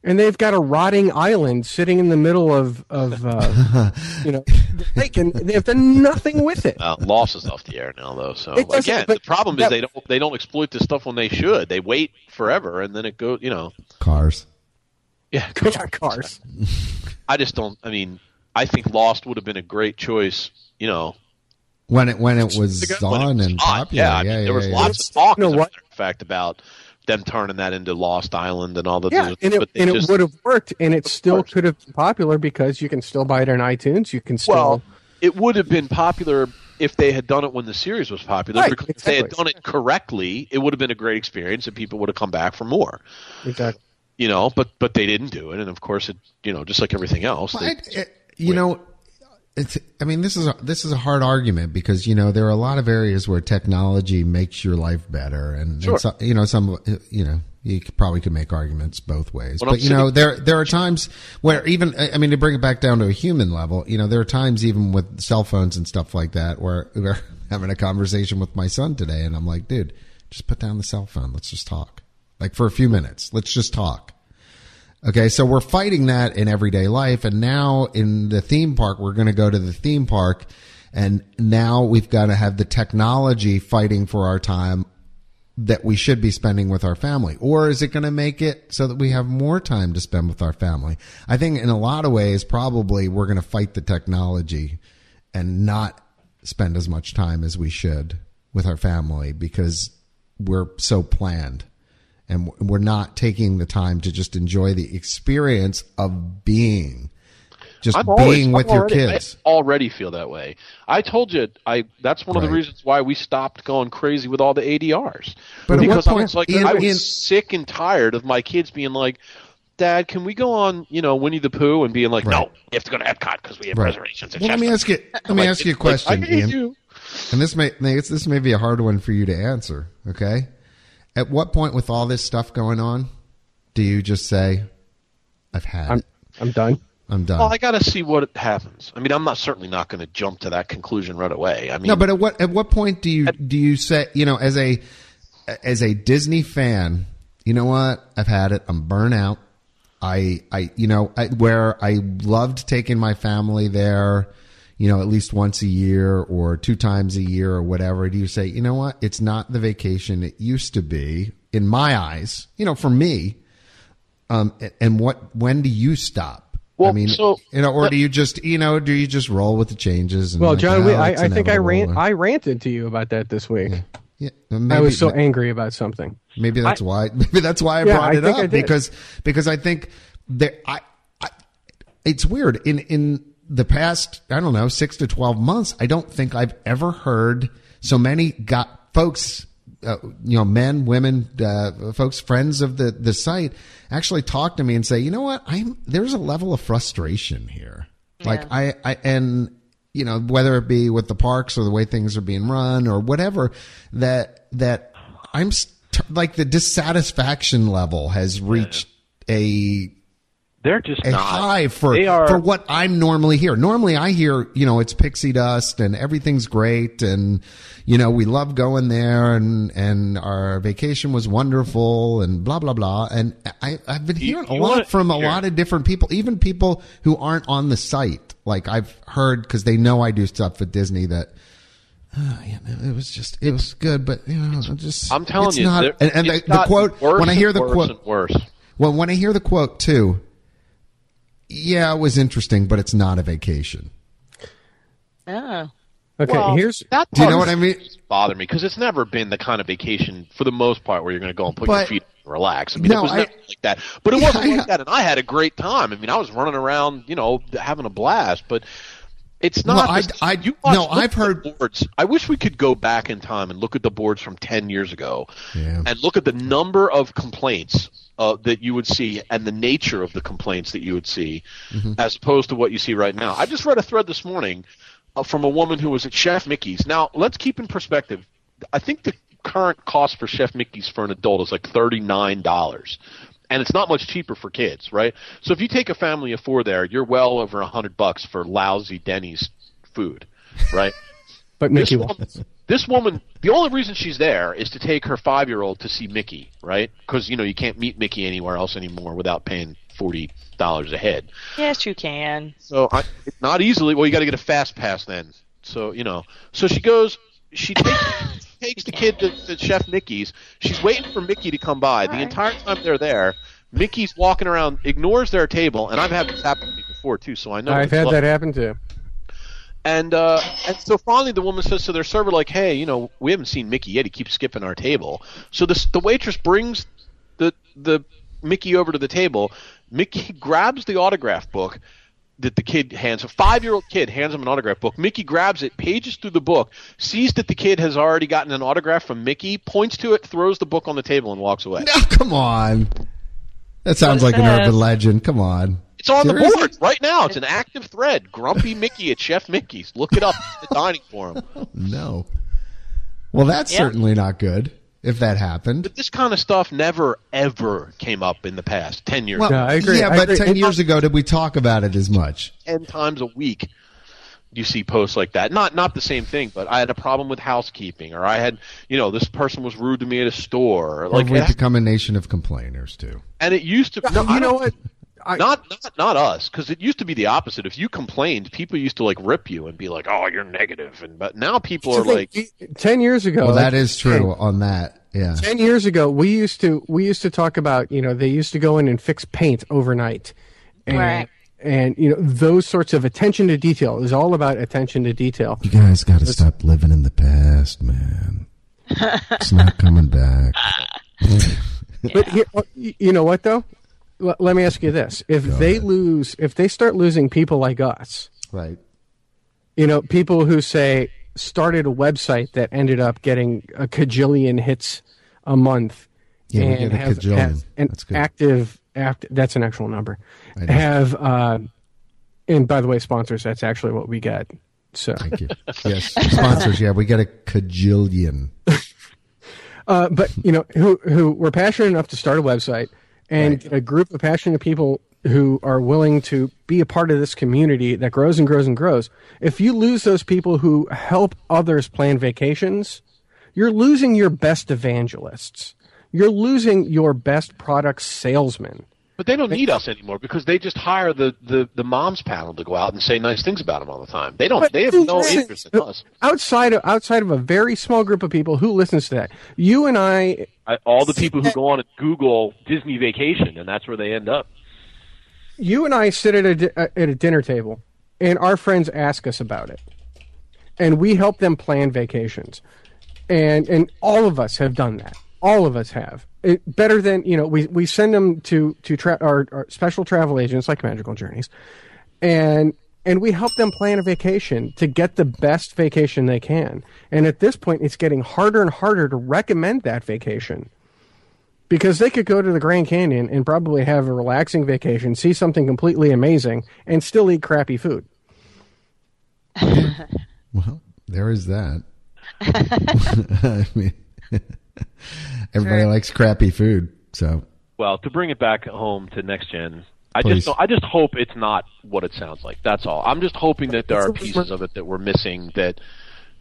And they've got a rotting island sitting in the middle of,
*laughs*
of uh, you know, the lake, and they've done nothing with it.
Uh, loss is off the air now, though. So
It doesn't-
again,
but
the problem is
that-
they don't they don't exploit this stuff when they should. They wait forever, and then it goes. You know,
cars.
yeah.
Yeah, cars.
I just don't. I mean, I think Lost would have been a great choice. You know,
When it when it was
to go when it
on
was
and
on.
popular,
Yeah, I
yeah,
mean,
yeah,
there was
yeah.
lots of talk.
You know
as a
what?
matter of fact about them turning that into Lost Island and all the.
Yeah, and it,
but they
and it
just-
would have worked, and it still could have been popular because you can still buy it on iTunes. You can still.
Well, it would have been popular if they had done it when the series was popular.
Right,
because if they had
exactly.
done it correctly, it would have been a great experience, and people would have come back for more.
exactly.
You know, but but they didn't do it, and of course, it you know, just like everything else,
Well,
they-
I- it- you know, it's. I mean, this is a, this is a hard argument because you know there are a lot of areas where technology makes your life better, and, and
Sure.
so, you know some you know you could, probably could make arguments both ways.
But I'm
but you know
sitting-
there there are times where even I I mean to bring it back down to a human level, you know there are times even with cell phones and stuff like that where *laughs* we're having a conversation with my son today, and I'm like, dude, just put down the cell phone. Let's just talk, like for a few minutes. Let's just talk. Okay, so we're fighting that in everyday life, and now in the theme park, we're going to go to the theme park, and now we've got to have the technology fighting for our time that we should be spending with our family, or is it going to make it so that we have more time to spend with our family? I think in a lot of ways, probably we're going to fight the technology and not spend as much time as we should with our family because we're so planned and w- we're not taking the time to just enjoy the experience of being Just
I'm always-
being with
I'm
your
already-
kids.
I already feel that way. I told you, I that's one of the
Right.
reasons why we stopped going crazy with all the ADRs.
But at
because
what
I
point-
was like,
Ian-
I was
Ian-
sick and tired of my kids being like, "Dad, can we go on, you know, Winnie the Pooh?" and being like,
Right.
"No, you have to go to Epcot because we have
Right.
reservations." at
Well, let me
Chester."
ask you. Let me
Like,
ask you a
like, I
question,
hate
Ian.
you.
And this may this this may be a hard one for you to answer. Okay, at what point with all this stuff going on, do you just say, "I've had,
I'm
it.
I'm done.
I'm done"?
Well, I got to see what happens. I mean, I'm not certainly not going to jump to that conclusion right away. I mean,
no, but at what at what point do you do you say you know as a as a Disney fan, you know what? I've had it. I'm burnt out. I I you know I, where I loved taking my family there, you know, at least once a year or two times a year or whatever. Do you say, you know what? It's not the vacation it used to be in my eyes. You know, for me. Um, a- and what when do you stop? I
Well,
mean,
so-
you know, or do you just you know do you just roll with the changes? And
Well,
like,
John,
"Oh,
we, I,
it's
I think I
inevitable,"
rant,
or-
I ranted to you about that this week.
yeah, maybe,
I was so angry about something.
maybe that's why. *laughs* Maybe that's why I
Yeah,
brought
I
it
think I
up
did.
because because I think that I, I it's weird in in the past I don't know six to twelve months I don't think I've ever heard so many got folks. Uh, you know, men, women, uh, folks, friends of the, the site actually talk to me and say, you know what? I'm, there's a level of frustration here. Like I, I, and you know, whether it be with the parks or the way things are being run or whatever, that that I'm st- like the dissatisfaction level has reached a
They're just
a
not.
high for
They are-
for what I'm normally hear. Normally, I hear you know it's pixie dust and everything's great and you know we love going there and and our vacation was wonderful and blah blah blah. And I I've been hearing a
you
lot
wanna-
from a
here.
lot of different people, even people who aren't on the site. Like I've heard because they know I do stuff with Disney that. "Ah, yeah, man, it was just, it was good, but you know, just.
I'm telling
it's
you,
not-
there-
and, and
it's
the, the
gotten
quote
worse
when I hear
and
the
worse
quote,
and worse.
well, when I hear the quote too, yeah, it was interesting, but it's not a vacation.
Oh.
Okay,
Well,
here's
that
Do you know
part
what I mean?
Bother me because it's never been the kind of vacation for the most part where you're going to go and put your
But-
feet up and relax. I mean,
No,
it was
I-
never like that, but it wasn't
Yeah, I-
like that, and I had a great time. I mean, I was running around, you know, having a blast, but. It's
No,
not.
I-
the-
I-
you watch-
no,
look
I've
at the
heard-
Boards. I wish we could go back in time and look at the boards from ten years ago,
Yeah.
and look at the number of complaints uh, that you would see and the nature of the complaints that you would see, as opposed to what you see right now. I just read a thread this morning uh, from a woman who was at Chef Mickey's. Now, let's keep in perspective. I think the current cost for Chef Mickey's for an adult is like thirty nine dollars. And it's not much cheaper for kids, right? So if you take a family of four there, you're well over a hundred bucks for lousy Denny's food, right?
but Mickey.
this,
Wall.
woman, this woman, the only reason she's there is to take her five year old to see Mickey, right? Because, you know, you can't meet Mickey anywhere else anymore without paying $40 a head.
Yes, you can.
So I, not easily. Well, you got to get a fast pass then. So, you know. So she goes, she takes, takes the kid to, to Chef Mickey's. She's waiting for Mickey to come by. The entire time they're there, Mickey's walking around, ignores their table, and I've had this happen to me before, too, so I know.
I've
what it's
had
like.
that happen too.
And uh, and so finally, the woman says to their server, like, "Hey, you know, we haven't seen Mickey yet. He keeps skipping our table." So this the waitress brings the the Mickey over to the table. Mickey *laughs* grabs the autograph book that the kid hands a five year old kid hands him an autograph book. Mickey grabs it, pages through the book, sees that the kid has already gotten an autograph from Mickey, points to it, throws the book on the table, and walks away.
No, come on. That sounds
What
like an
the-
urban legend. Come on.
It's on the
Seriously?
board right now. It's an active thread. Grumpy Mickey at Chef Mickey's. Look it up. It's the dining forum.
No. Well, that's
Yeah.
certainly not good if that happened.
But this kind of stuff never ever came up in the past ten years,
Well,
No, I agree.
Yeah,
I
but
agree.
10 years ago, did we talk about it as much?
ten times a week. You see posts like that. Not not the same thing, but I had a problem with housekeeping, or I had, you know, this person was rude to me at a store, or
Or
like,
have we
it-
become a nation of complainers, too?
and it used to. No, I
you know
don't-
what? I,
Not not not us, because it used to be the opposite. If you complained, people used to like rip you and be like, "Oh, you're negative," and but now people are
to
like,
think, ten years ago.
Well, that
like,
is true on that. Yeah.
Ten years ago, we used to we used to talk about you know they used to go in and fix paint overnight, and
Right.
and you know those sorts of attention to detail is all about attention to detail.
You guys got to stop living in the past,
*laughs*
man. It's not coming back.
But here, you oh, know what though? l- let me ask you this: if they lose, if they start losing people like us,
Right.
you know, people who say started a website that ended up getting a cajillion hits a month
Yeah, we
and
get a
has,
cajillion.
has an
That's good.
active act that's an actual number
I know.
have uh and by the way sponsors that's actually what we get so
Thank
*laughs*
you. Yes. Sponsors. Yeah, we got a cajillion.
uh, but you know who who were passionate enough to start a website and get a group of passionate people who are willing to be a part of this community that grows and grows and grows if you lose those people who help others plan vacations you're losing your best evangelists you're losing your best product salesman
But they don't need us anymore because they just hire the, the, the moms panel to go out and say nice things about them all the time. They don't.
But
they have
who
no
listens?
interest in us.
outside of outside of a very small group of people who listens to that you and i
I, all the people who go on and Google Disney vacation, and that's where they end up.
you and I sit at a di- uh, at a dinner table, and our friends ask us about it, and we help them plan vacations, and and all of us have done that. All of us have it better than you know. We we send them to to tra- our, our special travel agents like Magical Journeys, and and we help them plan a vacation to get the best vacation they can. And at this point, it's getting harder and harder to recommend that vacation because they could go to the Grand Canyon and probably have a relaxing vacation, see something completely amazing, and still eat crappy food.
Well, there is that. *laughs* I mean, *laughs* everybody likes crappy food. So,
Well, to bring it back home to next gen, I
Please.
just don't- I just hope it's not what it sounds like. That's all. I'm just hoping that there are pieces of it that we're missing that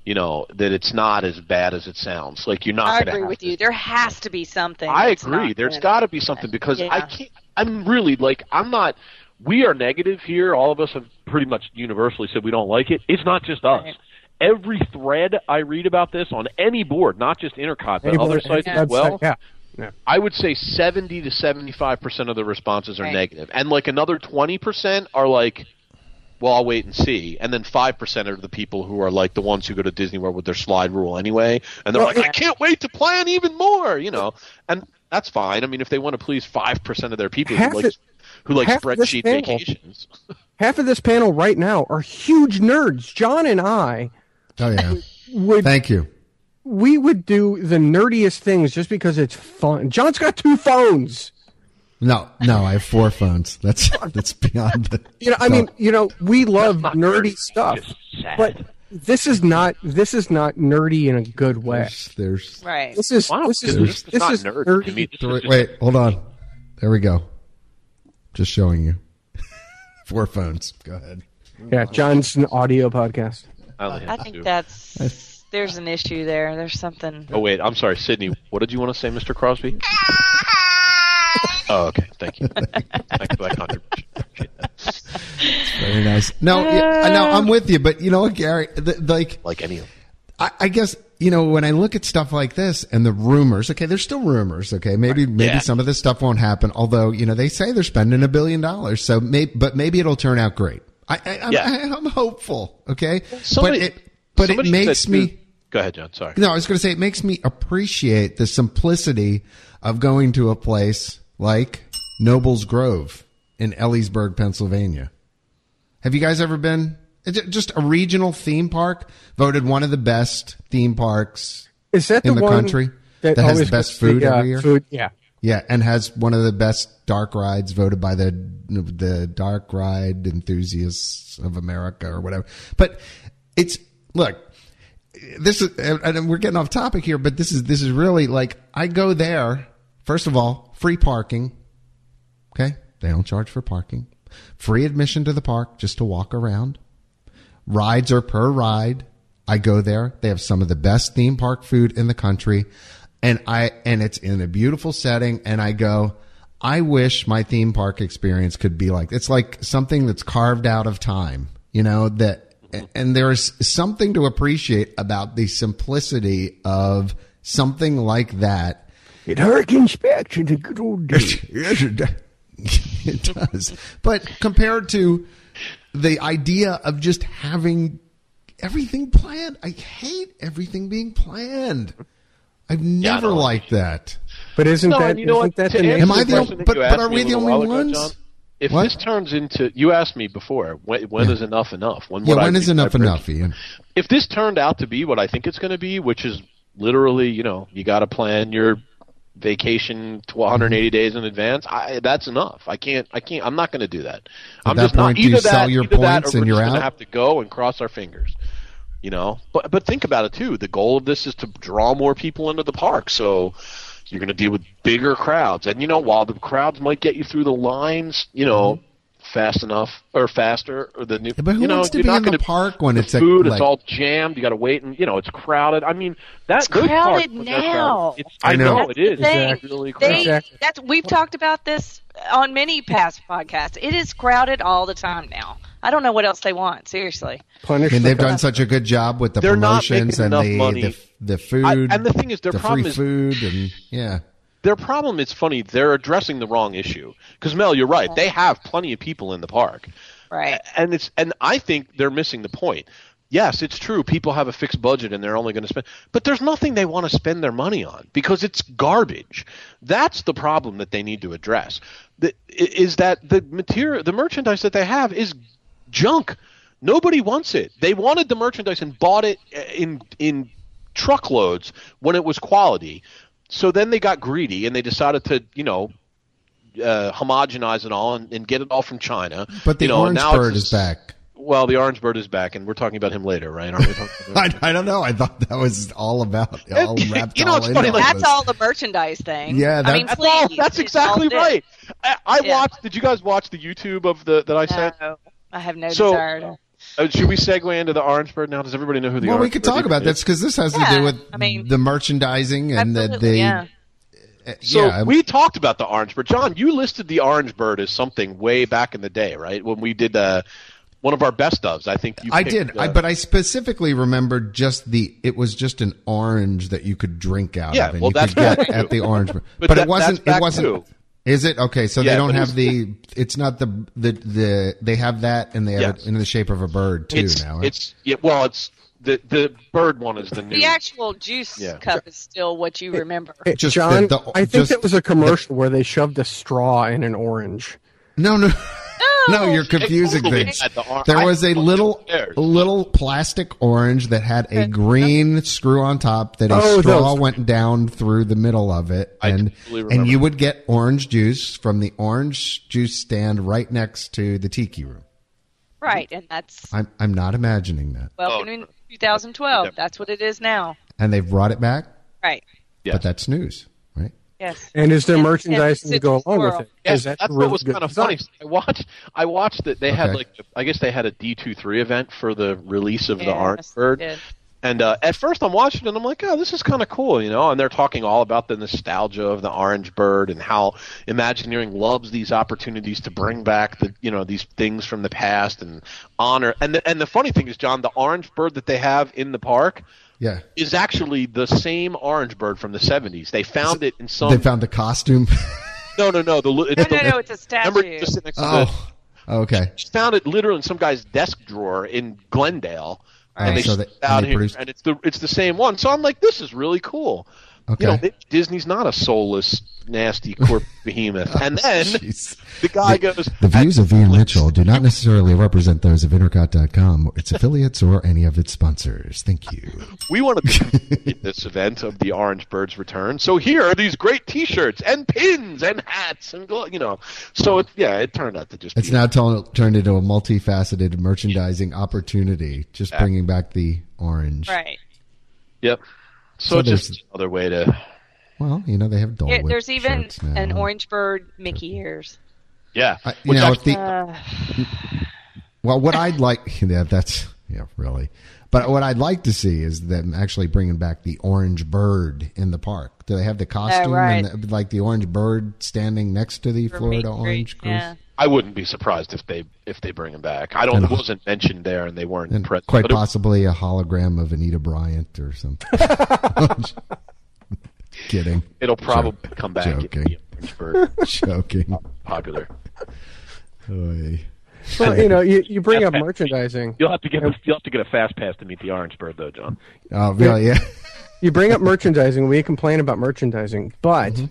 you know that it's not as bad as it sounds. Like you're not.
I
gonna
agree
have
with
to-
you. There has to be something.
I
that's
agree.
not
There's
good.
got to be something because I
Yeah.
can't. I'm really like I'm not. We are negative here. All of us have pretty much universally said we don't like it. It's not just us.
Right.
Every thread I read about this on any board, not just Intercot, but
Anybody-
other sites
Yeah.
as well,
yeah.
I would say 70 to 75% of the responses are
Right.
negative. And like another 20% are like, well, I'll wait and see. And then 5% are the people who are like the ones who go to Disney World with their slide rule anyway. And they're
Well,
like, I can't wait to plan even more, you know. And that's fine. I mean, if they want to please 5% of their people
Half
who like,
it-
who like
half this
spreadsheet
panel.
vacations.
Half of this panel right now are huge nerds. John and I
oh yeah.
*laughs* would
Thank you.
we would do the nerdiest things just because it's fun. John's got two phones.
No, no, I have four phones.
*laughs*
That's that's beyond the.
You know, I mean, you know, we love nerdy stuff, but this is not this is not nerdy in a good way.
there's, there's
right.
This is
Wow,
this is
this is
this
not
is
nerdy.
nerdy.
I mean, this is
wait,
just-
wait, hold on. There we go. Just showing you *laughs* four phones. Go ahead.
yeah, John's an audio podcast.
I only
I
have two.
think that's there's an issue there. There's something.
Oh, wait. I'm sorry, Sydney. What did you want to say, Mr. Crosby? oh, okay. Thank you. Thank you for that contribution.
Very nice. No, yeah, no, I'm with you, but you know what, Gary? The, like,
Like any of them.
I, I guess you know when I look at stuff like this and the rumors. Okay, there's still rumors. Okay, maybe maybe
Yeah.
some of this stuff won't happen. Although you know they say they're spending a billion dollars, so may, but maybe it'll turn out great. I, I, I'm,
Yeah.
I, am hopeful. Okay,
Somebody-
but it but it
somebody
makes
said-
me.
Go ahead, John. Sorry.
No, I was going to say it makes me appreciate the simplicity of going to a place like Noble's Grove in Elliesburg, Pennsylvania. Have you guys ever been? It's ju- just a regional theme park, voted one of the best theme parks.
Is that
in
the,
the
one
country that has
always
the best
gets the,
food
uh,
every year?
Food, yeah.
Yeah, and has one of the best dark rides voted by the the dark ride enthusiasts of America or whatever. But it's look, this is and and we're getting off topic here, but this is this is really like I go there first of all, free parking. Okay? They don't charge for parking. Free admission to the park just to walk around. Rides are per ride. I go there. They have some of the best theme park food in the country. And I and it's in a beautiful setting and I go I wish my theme park experience could be like it's like something that's carved out of time, you know, that and there's something to appreciate about the simplicity of something like that
It harkens back to the
*laughs*
good old days.
Yes, it does. *laughs* It does. But compared to the idea of just having everything planned, I hate everything being planned. I've
I
never
don't like
liked that.
But isn't
No,
that
and you know
isn't
what?
that
To
the
answer
Am
nature
I
of
the
it?
question
only-
that
but-
you
but
asked
are
me
we
a
the
little
only
while ago,
ones?
John, if
What?
this turns into you asked me before, when, when is enough enough? When
Yeah,
would I
when is
be
enough
divergent?
enough, Ian?
If this turned out to be what I think it's going to be, which is literally, you know, you got to plan your vacation to 180 days in advance. I, that's enough. I can't. I can't. I'm not going to do that. I'm
that
just
point, do
not
you
either that.
sell your
either that,
points
or
and
we're
you're
just gonna
out?
Have to go and cross our fingers. You know, but but think about it too. The goal of this is to draw more people into the park. So you're going to deal with bigger crowds. And you know, while the crowds might get you through the lines, you know, fast enough or faster or the new.
Mm-hmm. But who
you know,
wants to
you're
be
not
in the
gonna-
park when
the
it's, like-
food?
like-
it's all jammed. You got to wait, and you know, it's crowded. I mean, that's
crowded now.
uh, It's, I,
I know.
know,
That's
it is.
the thing.
It's really crowded.
They,
Exactly.
that's we've talked about this on many past podcasts. It is crowded all the time now. I don't know what else they want. Seriously,
Punish
I mean,
the
they've done
cops.
such a good job with the
They're not
promotions
making
and
enough
the,
money.
the the food.
I- and the thing is, their
the
problem
free
is-
food and yeah.
their problem is funny. They're addressing the wrong issue. Because Mel, you're right. They have plenty of people in the park,
right?
and it's and I think they're missing the point. Yes, it's true. People have a fixed budget and they're only going to spend, but there's nothing they want to spend their money on because it's garbage. That's the problem that they need to address. The, i- is that the material, the merchandise that they have is junk. Nobody wants it. They wanted the merchandise and bought it eh, in in truckloads when it was quality. So then they got greedy and they decided to, you know, uh, homogenize it all and, and get it all from China.
But the
you know,
orange
now it's
bird
a-
is back. *laughs*
Well, the orange bird is back, and we're talking about him later, right? Aren't we talking
*laughs*
*laughs* about
I, I don't know. I thought that was all about all
*laughs* You
wrapped
know,
all
it's
in
funny,
all
like-
of
That's
us.
all the merchandise thing.
Yeah,
I
that-
mean,
That's all.
please,
That's
it's
exactly
all this.
right. I, I
Yeah.
watched. Did you guys watch the YouTube of the that I sent?
No, I have no
So-
desire. To,
Uh, should we segue into the orange bird now? Does everybody know who the
Well, we
orange
could
bird
talk
even
about
is?
this because this has to
Yeah,
do with
I mean-
the merchandising and the,
Absolutely,
the
yeah.
So
yeah,
we talked about the orange bird. John, you listed the orange bird as something way back in the day, right? When we did uh, one of our best ofs. I think you
I
picked,
did, I,
uh,
but I specifically remembered just the. It was just an orange that you could drink out
Yeah,
of, and
well,
you
that's
could get
back
at the orange. But,
But
it
that-
wasn't.
that's back
It wasn't.
too.
Is it okay? So
Yeah,
they don't
but
have
it's-
the. It's not the the the. They have that, and they have
Yes.
it in the shape of a bird too.
it's,
now
it's yeah, well, it's the the bird one is the new.
the actual juice
Yeah.
cup is still what you remember.
Hey,
just
John,
the- the-
I think
just
that was a commercial where they shoved a straw in an orange.
no, *laughs* no. No,
No,
you're
*laughs*
confusing
totally
things.
had the or-
there
I-
was a little,
upstairs.
little plastic orange that had a green screw on top that a
Oh,
straw
those.
went down through the middle of it,
I
and
totally remember.
and you would get orange juice from the orange juice stand right next to the tiki room.
Right, and that's
I'm I'm not imagining that,
Oh,
welcome in 2012. That's what it is now.
and they've brought it back,
Right.
Yes.
but that's news, right?
Yes.
And is there
And-
merchandise
and
to go along with
squirrel.
it?
Yes,
'Cause
that's
really
what was
good
kind of
design.
funny. I watched. I watched that they had
Okay.
like. I guess they had a D two three event for the release of the
Yes,
Orange
they
Bird.
did.
*laughs*
And uh, at first, I'm watching it, and I'm like, "Oh, this is kind of cool," you know. And they're talking all about the nostalgia of the Orange Bird and how Imagineering loves these opportunities to bring back the, you know, these things from the past and honor. And the, and the funny thing is, John, the Orange Bird that they have in the park
Yeah,
is actually the same Orange Bird from the '70s. They found it in some.
they found a costume. *laughs*
no, no, no. The, li- it's
No,
the-
no, no. It's a statue.
Remember, just sitting next to the,
oh, okay.
*laughs* just found it literally in some guy's desk drawer in Glendale,
Oh,
and they
so
shipped
they-
it out
and they
here,
produced-
and it's the it's the same one. So I'm like, this is really cool.
Okay.
You know, it- Disney's not a soulless,
*laughs*
nasty corp behemoth. And then
Jeez.
the guy goes,
Oh, The views of Ian Mitchell do not necessarily represent those of Intercot.com, its affiliates, or any of its sponsors. Thank you. *laughs*
"We wanted to complete this event of the Orange Bird's return, so here are these great T-shirts and pins and hats and glo- you know." So it, yeah, it turned out to just
It's
be
now t- turned into a multifaceted merchandising opportunity, just bringing back the orange.
Right.
Oh,
yep. So,
So
it's
there's-
just another way to
Well, you know, they have Dole
Yeah,
Whip
there's even
shirts now.
an orange bird Mickey ears.
yeah.
I, you
Which
know,
actually-
if the,
uh,
well, what I'd like, *laughs* yeah, that's, yeah, really. But what I'd like to see is them actually bringing back the orange bird in the park. Do they
Oh,
have the costume
right.
and the, like the orange bird standing next to the
for
Florida
meat
orange
grease.
cruise?
Yeah.
I wouldn't be surprised if they if they bring him back. I don't. It wasn't mentioned there, and they weren't
And
present.
quite
but it-
possibly a hologram of Anita Bryant or something. *laughs* Kidding. *laughs*
it'll probably
Joke-
come back. and
joking.
be a
*laughs*
Pittsburgh
Joking.
popular.
Oy.
Well, you know, you, you bring
*laughs*
up merchandising.
You'll have to get a, you'll have to get a fast pass to meet the Orange Bird, though, John.
Oh, really? Yeah. *laughs* Mm-hmm.
You bring up merchandising. We complain about merchandising, but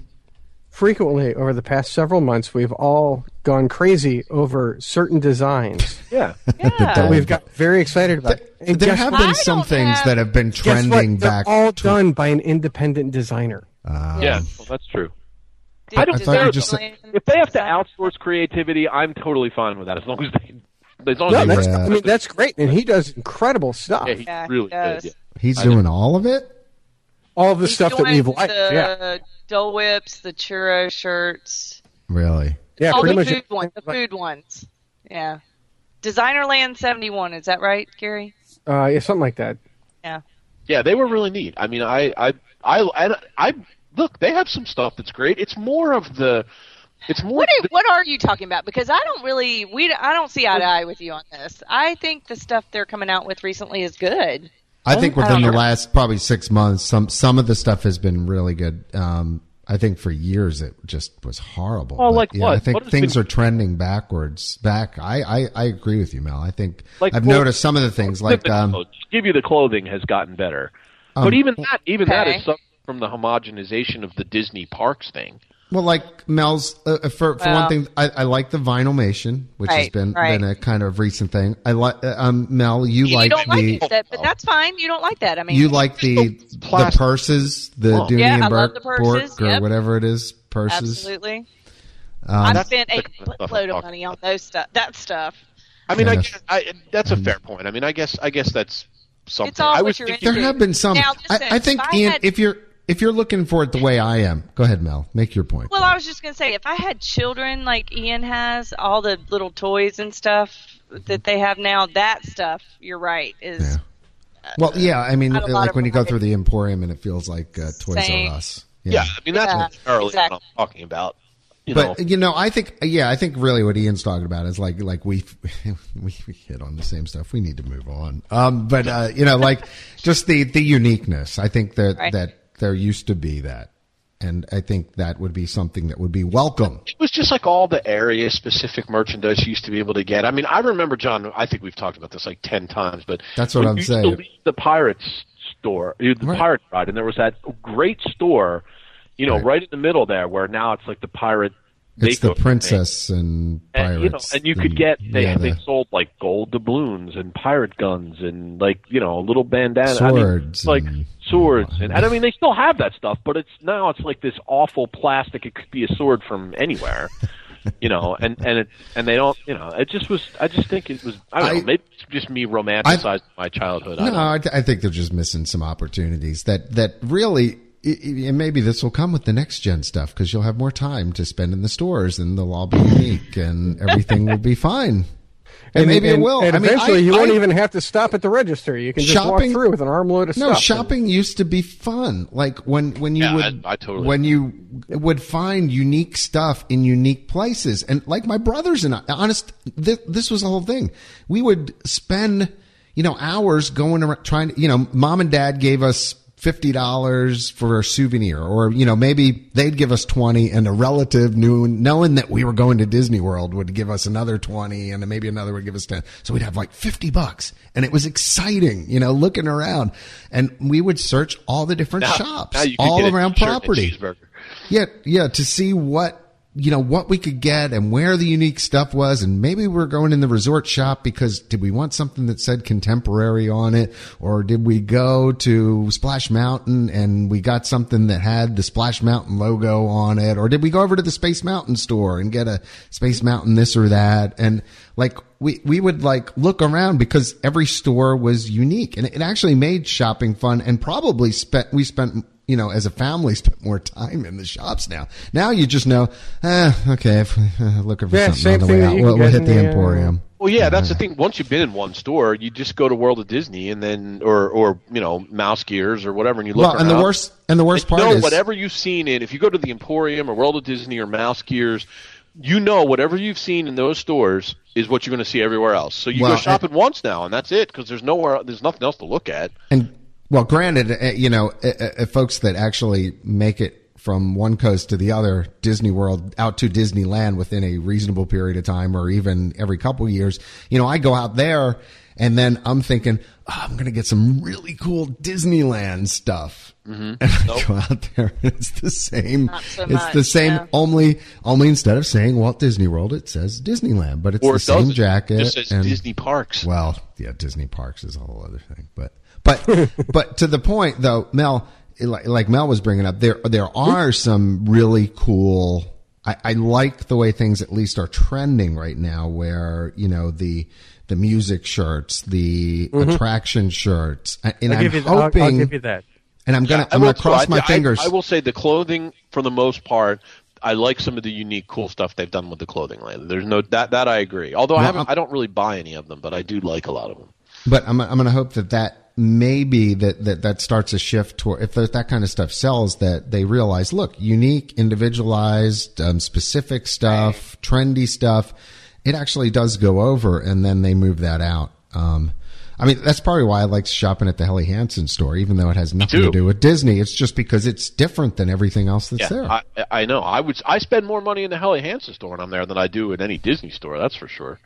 frequently over the past several months, we've all gone crazy over certain designs
Yeah.
that we've got very excited about. And
there
guess
have
what?
I
been some
don't
things
have-
that have been
Guess what?
trending
They're
back.
all
to- uh,
done by an independent designer.
yeah. Well, that's true.
I don't- I thought you just said-
If they have to outsource creativity, I'm totally fine with that as long as they as long
No,
as they
that's,
Yeah.
I mean, that's great, and he does incredible stuff.
Oh, yeah, he
Yeah, he
really
does.
did. Yeah.
He's doing all of it.
All the stuff that we've liked. Yeah,
The Dole Whips, the churro shirts,
Really?
yeah,
all
pretty
the
much.
food ones, the food ones. Yeah, Designerland seventy one. Is that right, Gary?
Uh, yeah, something like that.
Yeah.
Yeah, they were really neat. I mean, I, I, I, I, I look. They have some stuff that's great. It's more of the, it's more.
What are, what are you talking about? Because I don't really we I don't see eye to eye with you on this. I think the stuff they're coming out with recently is good.
I think
I
within
don't
the
know.
last probably six months, some some of the stuff has been really good. Um, I think for years it just was horrible.
Oh, like
yeah,
what?
I think
What has
things
been-
are trending backwards. Back, I, I, I agree with you, Mel. I think
Like
I've
what-
noticed some of the things like
the
um,
clothes. give you the clothing has gotten better, but even that, even that
okay.
is something from the homogenization of the Disney parks thing.
Well, like Mel's, uh, uh, for for one
Well-
thing, I, I like the vinylmation, which has
Right,
been
right.
been a kind of recent thing. I like uh, um, Mel, you,
You
like
don't like
the
it, that, but that's fine. You don't like that. I mean,
you like
*laughs*
the the
Plastic.
purses, the
Oh.
Dooney
Yeah, I
and
love
Burke,
the purses,
or
yep.
whatever it is, purses.
absolutely. I spent a
That's the stuff I'm
buttload of
talking
money on those stuff. That stuff.
I mean, I,
Yeah.
guess, I that's a
Mm-hmm.
fair point. I mean, I guess I guess that's something.
It's all
I
what
was
you're
thinking-
There
into.
have been some.
Now,
I,
listen,
I think
if I
Ian,
had-
if you're if you're looking for it the way I am, go ahead, Mel, make your point.
Well, I was just gonna say, if I had children like Ian has, all the little toys and stuff that they have now, that stuff, you're right, is
well, yeah, I mean,
had uh, a lot
like
of
when you go
variety.
through the Emporium and it feels like uh, Toys
Same.
R Us.
yeah, I mean that's
Yeah,
necessarily
exactly.
what I'm talking about. You
but
know,
you know, I think yeah, I think really what Ian's talking about is like like we *laughs* we hit on the same stuff. We need to move on. Um, but uh, you know, like *laughs* just the the uniqueness. I think that
Right.
that there used to be that, and I think that would be something that would be welcome.
it was just like all the area specific merchandise you used to be able to get. I mean, I remember John. I think we've talked about this like ten times, but
That's what
when
I'm
you used
saying.
To leave the pirates store, you- the
Right.
pirate ride, and there was that great store, you know,
Right.
right, in the middle there, where now it's like the pirate.
It's
Mako
the
thing.
princess and pirates,
And, Eh, you know, and you could get they
yeah,
they
the
sold like gold doubloons and pirate guns and like you know little bandanas,
Swords
I mean,
and-
like swords,
*laughs*
and, and I mean they still have that stuff, but it's now it's like this awful plastic. It could be a sword from anywhere, you know, and and it and they don't, you know, it just was. I just think it was. I don't
I-
know. Maybe it's just me romanticizing my childhood.
No,
I don't know.
I, th- I think they're just missing some opportunities that that really. i- i- And maybe this will come with the next gen stuff because you'll have more time to spend in the stores, and they'll
*laughs*
all be unique, and everything will be fine. And, maybe it will.
And
I mean,
eventually,
I-
you won't
I-
even have to stop at the register. You can just
Shopping-
walk through with an armload of
No,
stuff.
shopping used to be fun. Like when when you
Yeah,
would
I- I totally
when you would find unique stuff in unique places, and like my brothers and I, honest, this, this was the whole thing. We would spend you know hours going around trying. to- You know, mom and dad gave us. Fifty dollars for a souvenir, or you know, maybe they'd give us twenty, and a relative knew, knowing that we were going to Disney World, would give us another twenty, and then maybe another would give us ten. So we'd have like fifty bucks, and it was exciting, you know, looking around, and we would search all the different
Now-
shops
now you could
all
get a
around
t-shirt and a
property.
cheeseburger.
Yeah, yeah, to see what you know what we could get and where the unique stuff was, and maybe we were going in the resort shop because did we want something that said contemporary on it, or did we go to Splash Mountain and we got something that had the Splash Mountain logo on it, or did we go over to the Space Mountain store and get a Space Mountain this or that, and like we we would like look around because every store was unique and it actually made shopping fun and probably spent we spent you know as a family spent more time in the shops now now you just know eh, okay if uh, *laughs* looking for
Yeah,
something on
same
the
thing
way
that
out
you
we'll,
can
we'll
get
hit
in
the,
the, uh,
emporium
Well, yeah, that's the thing. Once you've been in one store, you just go to World of Disney and then, or or you know, Mouse Gears or whatever, and you look.
well and the
around.
worst and the worst
Like,
part
no,
is
whatever you've seen in, if you go to the Emporium or World of Disney or Mouse Gears, you know whatever you've seen in those stores is what you're going to see everywhere else. So you
Well,
go shopping once now, and that's it because there's nowhere, there's nothing else to look at.
And well, granted, uh, you know, uh, uh, folks that uh, actually make it from one coast to the other, Disney World out to Disneyland within a reasonable period of time or even every couple years. You know, I go out there and then I'm thinking, oh, I'm going to get some really cool Disneyland stuff. Mm-hmm. And I go out there and it's the same.
so
it's
much,
the same
yeah.
only only instead of saying Walt Disney World, it says Disneyland, but it's
Or
the
it
same
doesn't. It
jacket.
just says
and-
Disney Parks.
well, yeah, Disney parks is a whole other thing, but but *laughs* but to the point though, Mel, like, like Mel was bringing up, there there are some really cool. I, I like the way things at least are trending right now, where you know the the music shirts, the attraction shirts, and and
Mm-hmm. I'll
I'm
give, you, I'll,
hoping,
I'll give you that.
and I'm gonna
I
I'm
will
gonna
too.
cross
I-
my
I-
fingers.
I will say the clothing, for the most part, I like some of the unique, cool stuff they've done with the clothing line. There's no that that I agree. Although I haven't,
I'm-
I don't really buy any of them, but I do like a lot of them.
But I'm I'm going to hope that that maybe that that that starts a shift toward if that that kind of stuff sells that they realize look unique individualized um, specific stuff trendy stuff it actually does go over and then they move that out. Um, I mean that's probably why I like shopping at the Helly Hansen store even though it has nothing
too.
to do with Disney. It's just because it's different than everything else that's there.
I, I know. I would. I spend more money in the Helly Hansen store when I'm there than I do in any Disney store. That's for sure.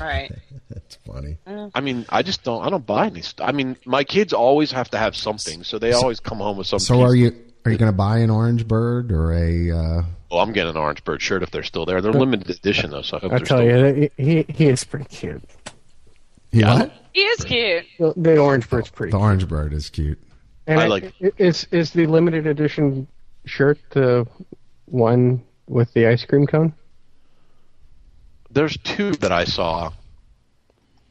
Right.
*laughs* that's funny.
I mean, I just don't. I don't buy any. St- I mean, my kids always have to have something, so they always come home with something.
So are you are you going to buy an orange bird or a uh,
Oh, I'm getting an Orange Bird shirt if they're still there. They're limited edition though, so I hope
I
they're
tell
still.
you, that he, he he is pretty cute.
yeah. what?
He is cute.
The, the orange bird's pretty.
The orange bird is cute.
And
I
I-
like-
i- is is the limited edition shirt the one with the ice cream cone?
There's two that I saw.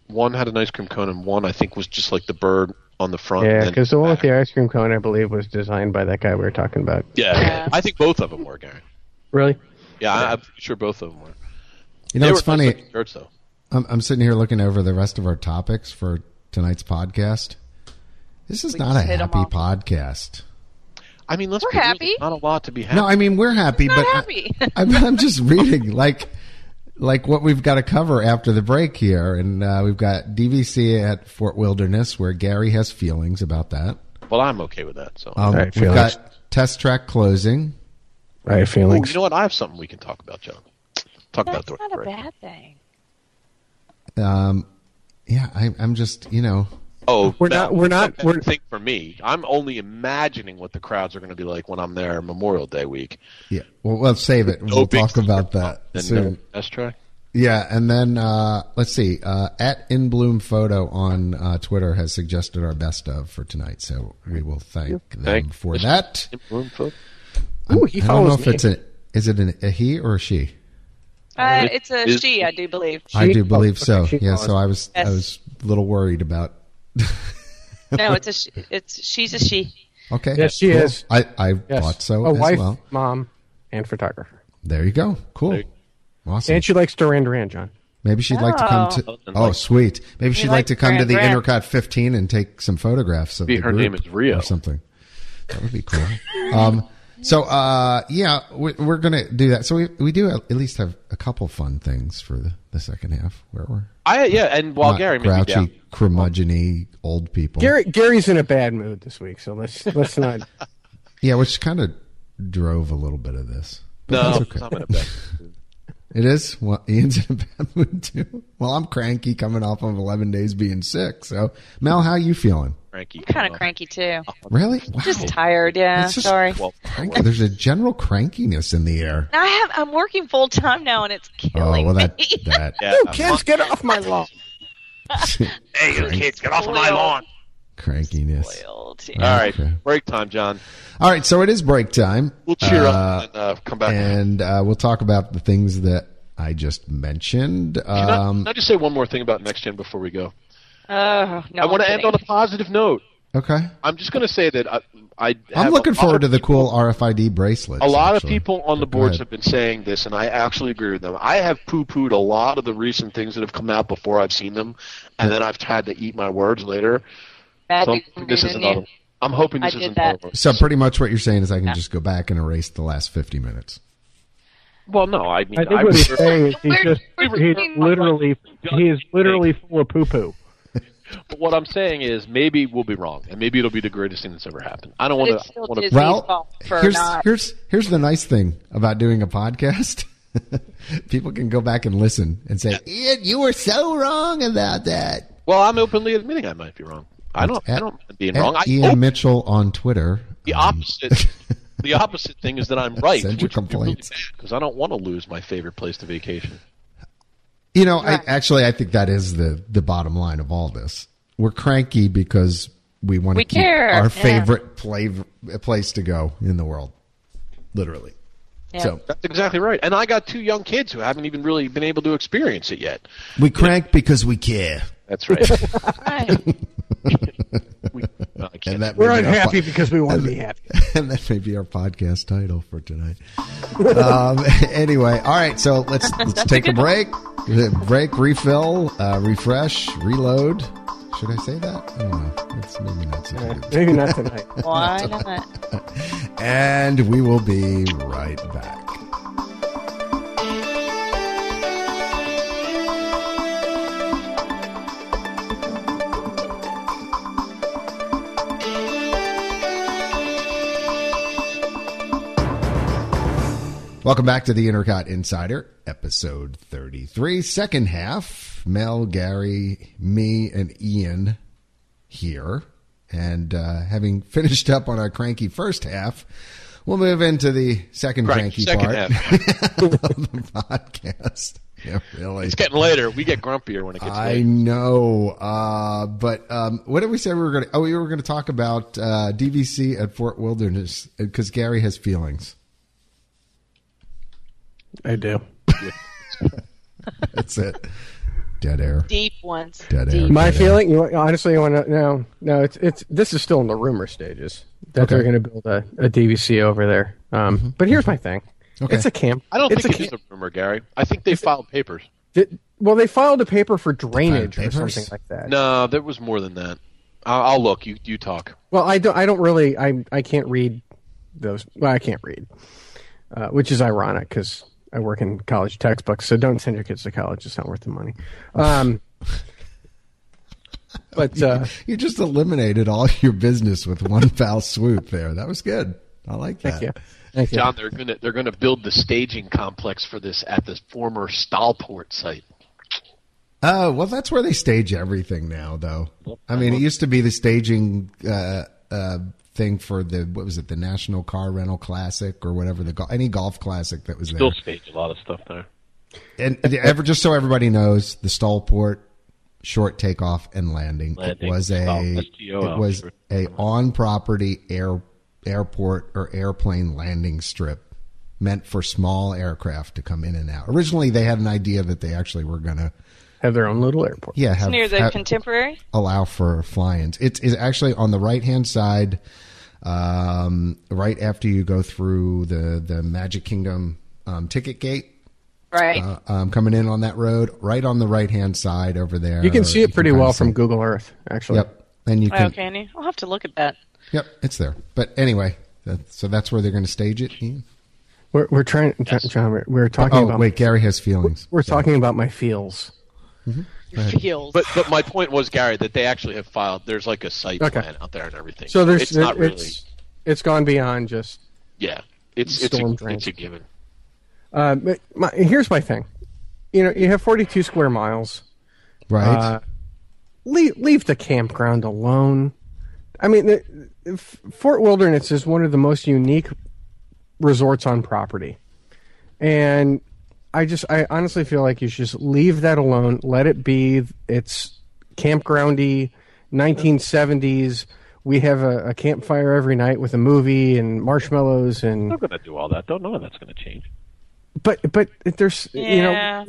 One had an ice cream cone, and one I think was just like the bird on the front.
Yeah,
and
because the one with
back.
the ice cream cone, I believe, was designed by that guy we were talking about.
yeah,
Yeah.
*laughs* I think both of them were Gary.
Really?
Yeah, I, I'm pretty sure both of them were.
You know,
They
it's
were nice
funny.
looking shirts though.
I'm, I'm sitting here looking over the rest of our topics for tonight's podcast. This is not a
just hit 'em
happy
all.
podcast.
I mean, let's
We're
be real,
happy.
Not a lot to be happy.
No, I mean we're happy,
Not
but *laughs*
happy.
I, I'm, I'm just reading like like what we've got to cover after the break here, and uh, we've got DVC at Fort Wilderness, where Gary has feelings about that.
well, I'm okay with that. So,
Um,
right,
we've
feelings.
got test track closing.
I have
Ooh,
feelings.
you know what? I have something we can talk about, John. Talk about the
That's not a
break.
bad thing.
Um, yeah, I, I'm just you know
Oh,
We're
no,
not- we're not-
that's the
we're-
thing for me. I'm only imagining what the crowds are going to be like when I'm there Memorial Day week.
yeah. Well, let's save it.
No
We'll
big
talk about
secret.
that
Then
soon.
the Test track.
Yeah, and then uh, let's see. Uh, at In Bloom Photo on uh, Twitter has suggested our best of for tonight, so we will thank them
Thank-
for that.
Room for-
Ooh, he
I don't know
follows
if
me.
it's a is it an, a he or a she?
Uh, it's a
Is-
she, I do believe.
I do
follows-
believe so.
she
Yeah,
follows-
so I was I
Yes.
was a little worried about. *laughs*
No, it's a she, it's she's a she.
Okay.
Yes, she is.
I I
Yes.
thought so
A
as
wife,
well.
mom, and photographer.
There you go. Cool.
There you-
Awesome.
And she likes Duran Duran, John.
Maybe she'd like to come to.
Oh.
Oh, sweet. Maybe she'd like,
like
to come to
Brad
the
Brad.
Intercot 15 and take some photographs of
Maybe
the
her
group
name is Rio.
or something. That would be cool. um, so uh, yeah, we, we're gonna do that. So we we do at least have a couple fun things for the, the second half where we're
I yeah, and while
not
Oh, Gary may be down,
grouchy, curmudgeony old people.
Gary Gary's in a bad mood this week, so let's let's *laughs* not.
Yeah, which kind of drove a little bit of this. But
no,
that's
I'm in a bed.
It is. Well, Ian's in a bad mood too. Well, I'm cranky coming off of 11 days being sick. So, Mel, how you feeling?
Cranky.
I'm kind of cranky too.
Really? Wow.
Just tired. Yeah.
oh. It's just-
Sorry.
Well,
Crank- There's a general crankiness in the air.
I have. I'm working full time now, and it's
Oh
killing
well, that
me. *laughs*
that.
yeah,
you
I'm
kids, get off my lawn!
Hey, you kids, get off of my lawn.
crankiness.
Spoiled.
All right,
Okay.
break time, John.
All right, so it is break time.
We'll cheer
Uh,
up and uh, come back.
and uh, we'll talk about the things that I just mentioned.
Can I- can
Um,
I just say one more thing about next gen before we go?
Oh no.
I want to end on a positive note.
okay,
I'm just going to say that I, I
I'm
have
looking
a lot
forward to
of
the
people-
cool RFID bracelets.
A lot
actually.
of people on the
Go
boards
ahead.
have been saying this, and I actually agree with them. I have poo pooed a lot of the recent things that have come out before I've seen them, and then I've had to eat my words later. So I'm hoping this is another. I'm hoping this
I
is
did
another.
that.
one.
So pretty much what you're saying is I can just go back and erase the last 50 minutes.
Well, no, I mean,
I
I,
think what he's
was,
saying is he's
We're-
just
we're
he's
doing-
literally he is literally full of poo poo.
But what I'm saying is maybe we'll be wrong, and maybe it'll be the greatest thing that's ever happened. I don't
But
want
it's
to.
still
want to
Disney's
well,
fault for
here's
not.
here's here's the nice thing about doing a podcast. *laughs* People can go back and listen and say, "Ian, you were so wrong about that."
well, I'm openly admitting I might be wrong. I don't. I
At-
don't mind being
at E
wrong. I
Ian
hope
Mitchell on Twitter.
the
Um,
opposite. the opposite thing is that I'm right,
Send your
which would be really
complaints.
because I don't want to lose my favorite place to vacation.
You know, I, actually, I think that is the the bottom line of all this. We're cranky because we want to
We
keep
care,
our
yeah.
favorite play, place to go in the world, literally.
Yeah.
So
That's exactly right. And I got two young kids who haven't even really been able to experience it yet.
we crank because we care,
That's *laughs* right.
*laughs*
Right.
we, no, I can't.
and that
We're
may be our
unhappy
po-
because we want to be happy.
*laughs* and that may be our podcast title for tonight. um, *laughs* anyway, all right, so let's let's take a break, break, refill, uh, refresh, reload. Should I say that? I don't know. It's maybe not so good.
Maybe not tonight.
Why not?
And we will be right back. Welcome back to the Intercot Insider, episode 33, second half. Mel, Gary, me, and Ian here. And uh, having *laughs* finished up on our cranky first half, we'll move into the second cranky,
Cranky second
part *laughs*
half.
of the podcast. Yeah, really.
It's getting later. We get grumpier when it gets
I
late.
know, uh, but um, what did we say we were going to? Oh, we were going to talk about uh, DVC at Fort Wilderness because Gary has feelings.
I do.
That's it.
*laughs*
Dead air.
Deep ones.
Dead air.
My
Dead air.
feeling, you want- honestly, you want to no, no. It's it's this is still in the rumor stages that they're going to build a, a DVC over there. Um, but here's my thing.
Mm-hmm. Okay.
It's a camp.
I don't
it's
think
a
it is
camp-
a rumor, Gary. I think they filed papers.
Did- well, they filed a paper for drainage or
papers?
something like that.
No, there was more than that. I'll, I'll look. You you talk.
Well, I don't. I don't really. I I can't read those. Well, I can't read, uh, which is ironic because I work in college textbooks. So don't send your kids to college. It's not worth the money.
*laughs*
Um, but uh,
You just eliminated all your business with one *laughs* foul swoop there. That was good. I like that.
thank you, thank you.
John, they're gonna they're gonna build the staging complex for this at this former Stahlport site.
Oh, well, that's where they stage everything now, though. I mean, it used to be the staging uh, uh, thing for the, what was it, the National Car Rental Classic or whatever, the go- any golf classic that was there.
They'll stage a lot of stuff there.
And the- ever, just so everybody knows, the Stallport short takeoff and landing, it
Landing,
was
stall,
a
STOL,
it was
short
a on property air airport or airplane landing strip meant for small aircraft to come in and out. Originally, they had an idea that they actually were going to
Have their own little airport.
yeah have,
Near the
have-
contemporary.
allow for fly-ins. It is actually on the right-hand side, um, right after you go through the the Magic Kingdom um, ticket gate.
Right.
Uh, um, coming in on that road, right on the right-hand side over there.
Uh, You can see it pretty
kinda
well from
see-
Google Earth, actually.
Yep, and you
Oh,
can.
can you? I'll have to look at that.
Yep, it's there. But anyway, that, so that's where they're going to stage it. Ian?
We're, we're trying, John. John, we're, we're talking
Oh
about.
wait, Gary has feelings.
We're talking about my feels.
Your feels.
But but my point was, Gary, that they actually have filed. There's like a site
Okay.
plan out there and everything.
So there's
it's not
there-
really.
it's, it's gone beyond just.
yeah, it's it's
storm
a,
drain.
it's a given.
Uh, but my, here's my thing. You know, you have 42 square miles.
Right?
Uh, leave, leave the campground alone. I mean, the, the F- Fort Wilderness is one of the most unique resorts on property, and I just, I honestly feel like you should just leave that alone. Let it be. It's campgroundy, 1970s. We have a, a campfire every night with a movie and marshmallows and
They're gonna do all that. Don't know that's gonna change.
but but if there's
Yeah.
you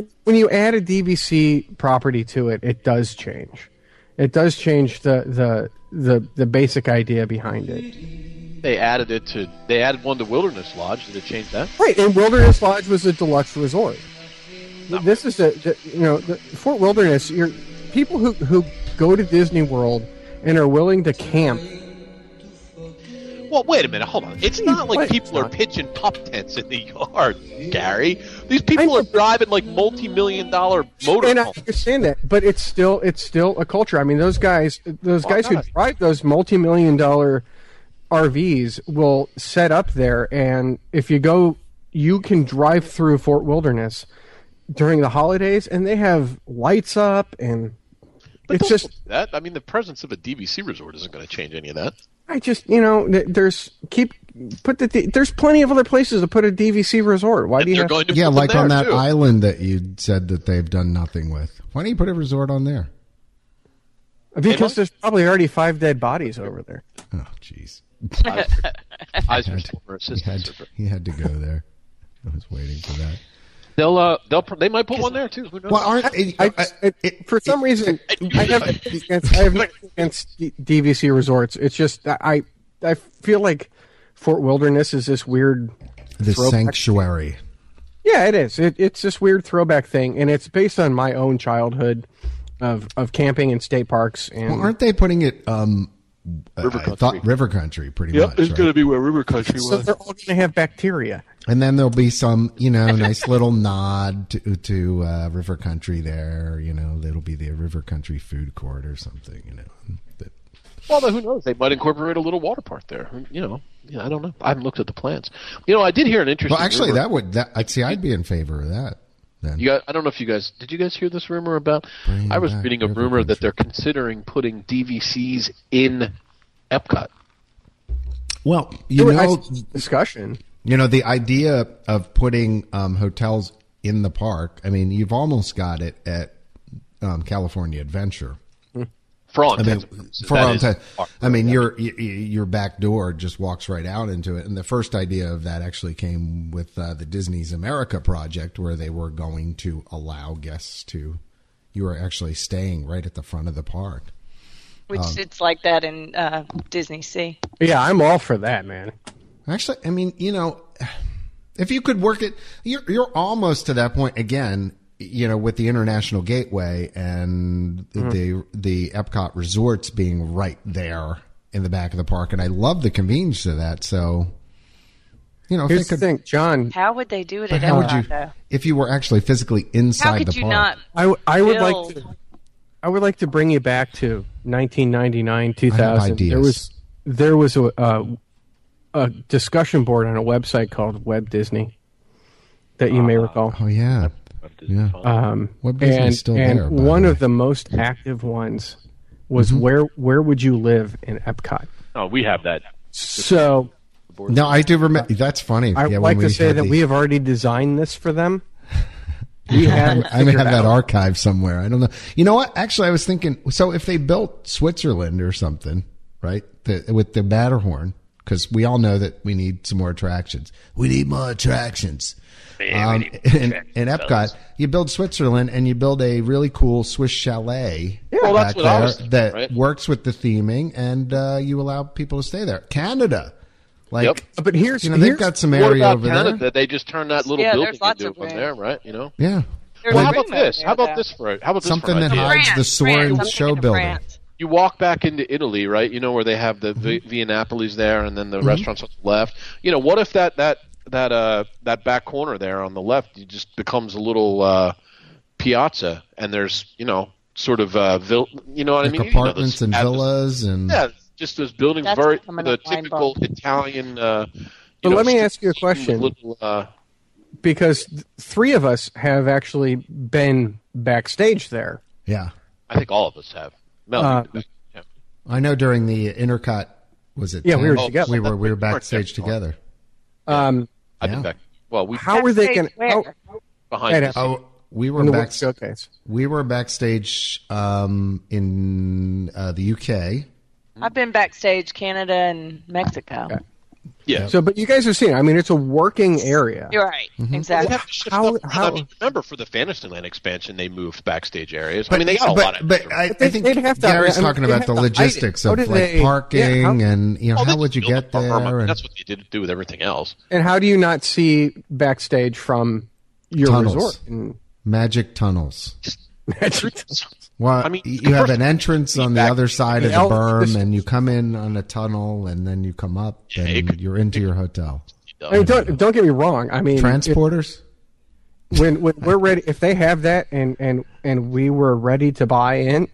know when you add a DVC property to it, it does change. It does change the the the, the basic idea behind it.
They added it to. They added one to Wilderness Lodge. Did it change that?
Right, and Wilderness Lodge was a deluxe resort. This is a the, you know the Fort Wilderness. You're people who who go to Disney World and are willing to camp
Well, wait a minute. Hold on. It's not like
Wait,
people are
it's not.
pitching pup tents in the yard, Gary. These people are driving like multi-million dollar motor
and I
homes.
understand that, but it's still it's still a culture. I mean, those guys, those
Why
guys who
not?
drive those multi-million dollar RVs will set up there, and if you go, you can drive through Fort Wilderness during the holidays, and they have lights up, and
But
it's
don't
just
do that. I mean, the presence of a DVC resort isn't going to change any of that.
I just you know th- there's keep put the there's plenty of other places to put a DVC resort. Why do
And
you
they're
have
going to
Yeah,
put them
like on
there,
that
too.
island that you said that they've done nothing with. Why don't you put a resort on there?
because there's probably already five dead bodies over there.
Oh, jeez.
Eyes are still for assistance.
He had to go there. I was waiting for
*laughs*
that.
They'll uh, they'll pr- they might put one there too. Who knows?
Well, aren't uh, it,
I, I- for some reason,
*laughs*
I have nothing against, I have nothing against D- DVC resorts. It's just I I feel like Fort Wilderness is this weird.
the
throwback-
sanctuary?
Yeah, it is. It, it's this weird throwback thing, and it's based on my own childhood of of camping in state parks. And
Well, aren't they putting it? Um,
River
I
country.
thought River Country, pretty much. right?
be where River Country
so they're all going to have bacteria.
and then there'll be some, you know, nice little *laughs* nod to, to uh, River Country there. You know, that'll be the River Country food court or something. You know, that,
Well, who knows? They might incorporate a little water park there. You know, yeah, I don't know. I haven't looked at the plans. You know, I did hear an interesting.
well, actually,
rumor.
that would that I'd see. I'd be in favor of that. Then
You guys, I don't know if you guys did. You guys hear this rumor about?
Bring
I was
back
reading a
River
rumor that
Country.
they're considering putting DVCs in Epcot.
well, you
I-
know,
discussion.
You know, the idea of putting um, hotels in the park, I mean, you've almost got it at um, California Adventure.
For all
I mean,
intents, and purposes,
for
that
all
is
time.
Park.
I mean, your your- your back door just walks right out into it. And the first idea of that actually came with uh, the Disney's America project, where they were going to allow guests to. You were actually staying right at the front of the park.
which
um,
it's like that in uh, Disney Sea.
Yeah, I'm all for that, man.
Actually, I mean, you know, if you could work it, you're you're almost to that point again. You know, with the international gateway and
Mm-hmm.
the the Epcot resorts being right there in the back of the park, and I love the convenience of that. So, you know, if
Here's
they
the
could,
thing, John.
How would they do it at
how would
Epcot,
you,
though?
if you were actually physically inside
How could
the
you
park?
not?
I, w- I would
Bill.
like to I would like to bring you back to 1999 2000
ideas.
there was there was a, uh, a discussion board on a website called Web Disney that you
Ah.
may recall
Oh yeah, yeah. Web Disney's
Um, and,
still
and
there. by
one
the way.
of
Mm-hmm.
the most active ones was where where would you live in Epcot
No, we have that.
so
no, I do remember. That's funny.
I
yeah,
would like
when
to say
had
that
the-
we have already designed this
*laughs*
for them we have
*laughs*
I may have
figured
that
out-
archive somewhere. I don't know. You know what? Actually, I was thinking. So if they built Switzerland or something, right, the, with the Matterhorn, because we all know that we need some more attractions. We need more attractions. um, in, in Epcot, you build Switzerland and you build a really cool Swiss chalet
Well, that's
back
what I was
there
thinking,
that
right?
works with the theming, and uh, you allow people to stay there. Canada, like,
Yep.
but here's
you know, they've
here's-
got some
What
area
about
over
Canada?
there.
They just turned that little
Yeah,
building
there's lots
into
of
one
room.
there, right? You know.
Yeah.
There's
Well,
a
how
room
about
How about this?
over
How
there,
about
though.
this for how about this
Something
for an
that
idea?
hides the
France,
Soarin'
France, I'm
show
thinking of
building.
France.
you walk back into Italy, right? You know where they have the
Mm-hmm.
v- Viannapoli's there, and then the restaurants on the left. You know, what if that that that uh that back corner there on the left it just becomes a little uh, piazza, and there's you know sort of uh, vil- you know what I
Like
mean? You know,
apartments
those-
and
at the-
villas and
Yeah, just those buildings,
That's
very
becoming
the
a wine
typical
bar.
Italian. Uh, you
But
know,
let me
street-
ask you a
street with
question.
Little, uh,
because th- three of us have actually been backstage there.
yeah.
I think all of us have. Mel,
Uh,
yeah.
I know during the intercut was it?
Yeah, we were
10?
together.
We were we were
We weren't
backstage
there.
together.
Um,
I've been
yeah.
back. Well, we
how were they going?
Backstage
How,
where?
behind.
Ed,
us.
Oh, we were
in the
back.
World showcase.
We were backstage um, in uh, the UK.
I've been backstage Canada and Mexico.
yeah.
So, but you guys have seen. it. I mean, it's a working area.
You're right.
Mm-hmm.
They'd
Exactly.
have to shift
How-
up-
how-
I mean, remember for the Fantasyland expansion, they moved backstage areas. I mean, they got a
but,
lot of.
But I,
But they-
I think
they'd have to-
Gary's
I mean,
talking
they'd
about
have
the
to hide it.
logistics
How
of
did
like
they- yeah,
parking
how-
and you know
Oh, they
how would you
just built
get
up a
there?
Irma.
and
That's what they did do with everything else.
And how do you not see backstage from
*laughs*
your
Tunnels.
resort? And
magic tunnels.
Magic-
Well,
I mean,
you have an entrance on the
back-
other side of the
Yeah,
berm,
this-
and you come in on a tunnel, and then you come up,
it
and
could-
you're into your hotel.
*laughs* I mean, don't don't get me wrong. I mean, if-
Transporters.
when, when we're ready, if they have that and and and we were ready to buy in,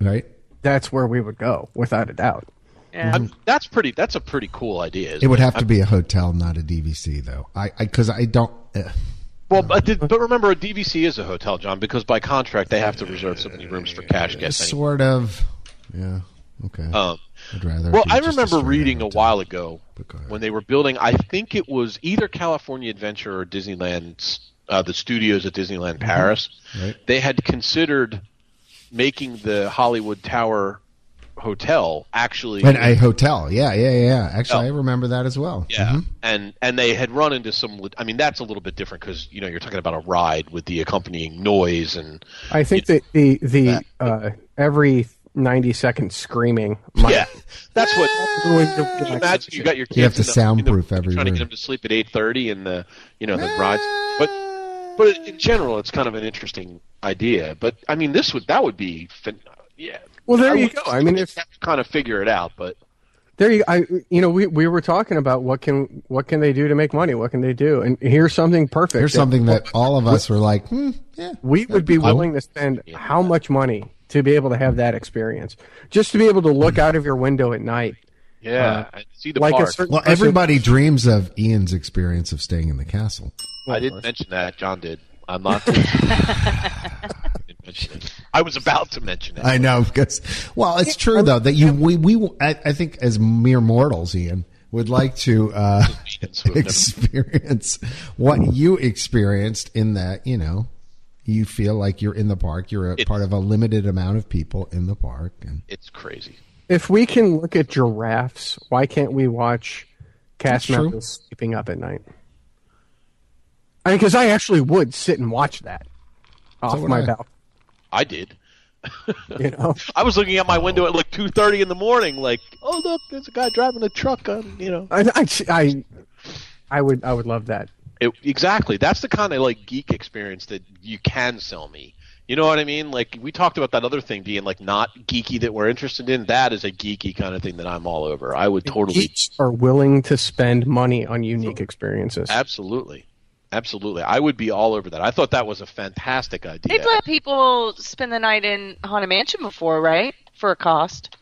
right?
that's where we would go without a doubt.
Yeah.
I'm- that's pretty. That's a pretty cool idea. isn't
It would have to be a hotel, not a DVC, though. I because I, don't. Uh,
Well, but, did, but remember, a DVC is a hotel, John, because by contract they have to reserve so many rooms for cash guests. anyway.
sort of. Yeah. Okay.
Um,
I'd rather.
well,
it be
I
just
remember
straight
reading a
hotel.
while ago
go ahead.
when they were building. I think it was either California Adventure or Disneyland, uh, the studios at Disneyland Paris.
Mm-hmm. Right.
They had considered making the Hollywood Tower hotel actually
And a hotel. Yeah, yeah, yeah. Actually, I remember that as well.
Oh. Yeah,
Mhm.
and and they had run into some. le- I mean, that's a little bit different because you know you're talking about a ride with the accompanying noise and
I think that the the uh, every ninety second screaming. Might,
yeah, that's what.
Imagine
Imagine you got your kids.
You have to
in the-
soundproof
in the,
every
Trying to
room.
get them to sleep at eight thirty, and the you know the rides. But but in general, it's kind of an interesting idea. But I mean, this would that would be. Fin- yeah.
Well, there
I
you
would-
go. I mean, if
have to kind of figure it out, but
there you, I, you know, we, we were talking about what can what can they do to make money? What can they do? And here's something perfect.
Here's something that all of us were like, hmm, yeah.
we would be
Cool.
willing to spend how much money to be able to have that experience, just to be able to look out of your window at night,
yeah, I see the
Uh, like
park.
a certain
Well,
person-
everybody dreams of Ian's experience of staying in the castle.
I didn't mention that. John did. I'm
*laughs*
not. *laughs* I didn't mention it. I was about to mention
*laughs*
it.
I know because well, it's true though that you we we I, I think as mere mortals, Ian would like to
*laughs*
uh, *laughs*
It's who have never-
experience what you experienced in that you know you feel like you're in the park you're a part of a limited amount of people in the park and
It's crazy.
If we can look at giraffes, why can't we watch cast
That's true.
members sleeping up at night? I mean, because I actually would sit and watch that off
would
my
I.
balcony.
I did.
You know, *laughs*
I was looking out my window at like two thirty in the morning, like, oh look, there's a guy driving a truck. On you know,
I, I, I, I would, I would love that.
it, exactly. That's the kind of like geek experience that you can sell me. You know what I mean? Like we talked about that other thing being like not geeky that we're interested in. That is a geeky kind of thing that I'm all over. I would totally,
Geeks are willing to spend money on unique experiences.
absolutely, absolutely. I would be all over that. I thought that was a fantastic idea.
They've let people spend the night in Haunted Mansion before, right? For a cost.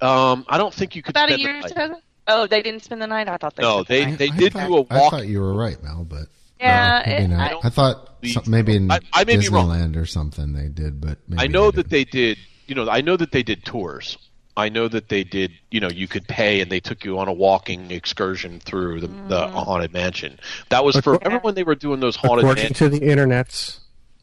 Um, I don't think you could
About a
spend the
year or
night-
so. Oh, they didn't spend the night. I thought they.
No,
spent the
they
night.
they
I
did
thought-
do a
I
walk.
thought you were right Mel but
Yeah,
no, maybe
it-
not.
I-
I, thought
believe
some, maybe in
I- I may be wrong.
Disneyland or something they did but maybe
I know that
didn't.
they did. You know, I know that they did tours. I know that they did. You know, you could pay, and they took you on a walking excursion through the, the haunted mansion. That was for remember when they were doing those haunted
According
mansions.
to the internets,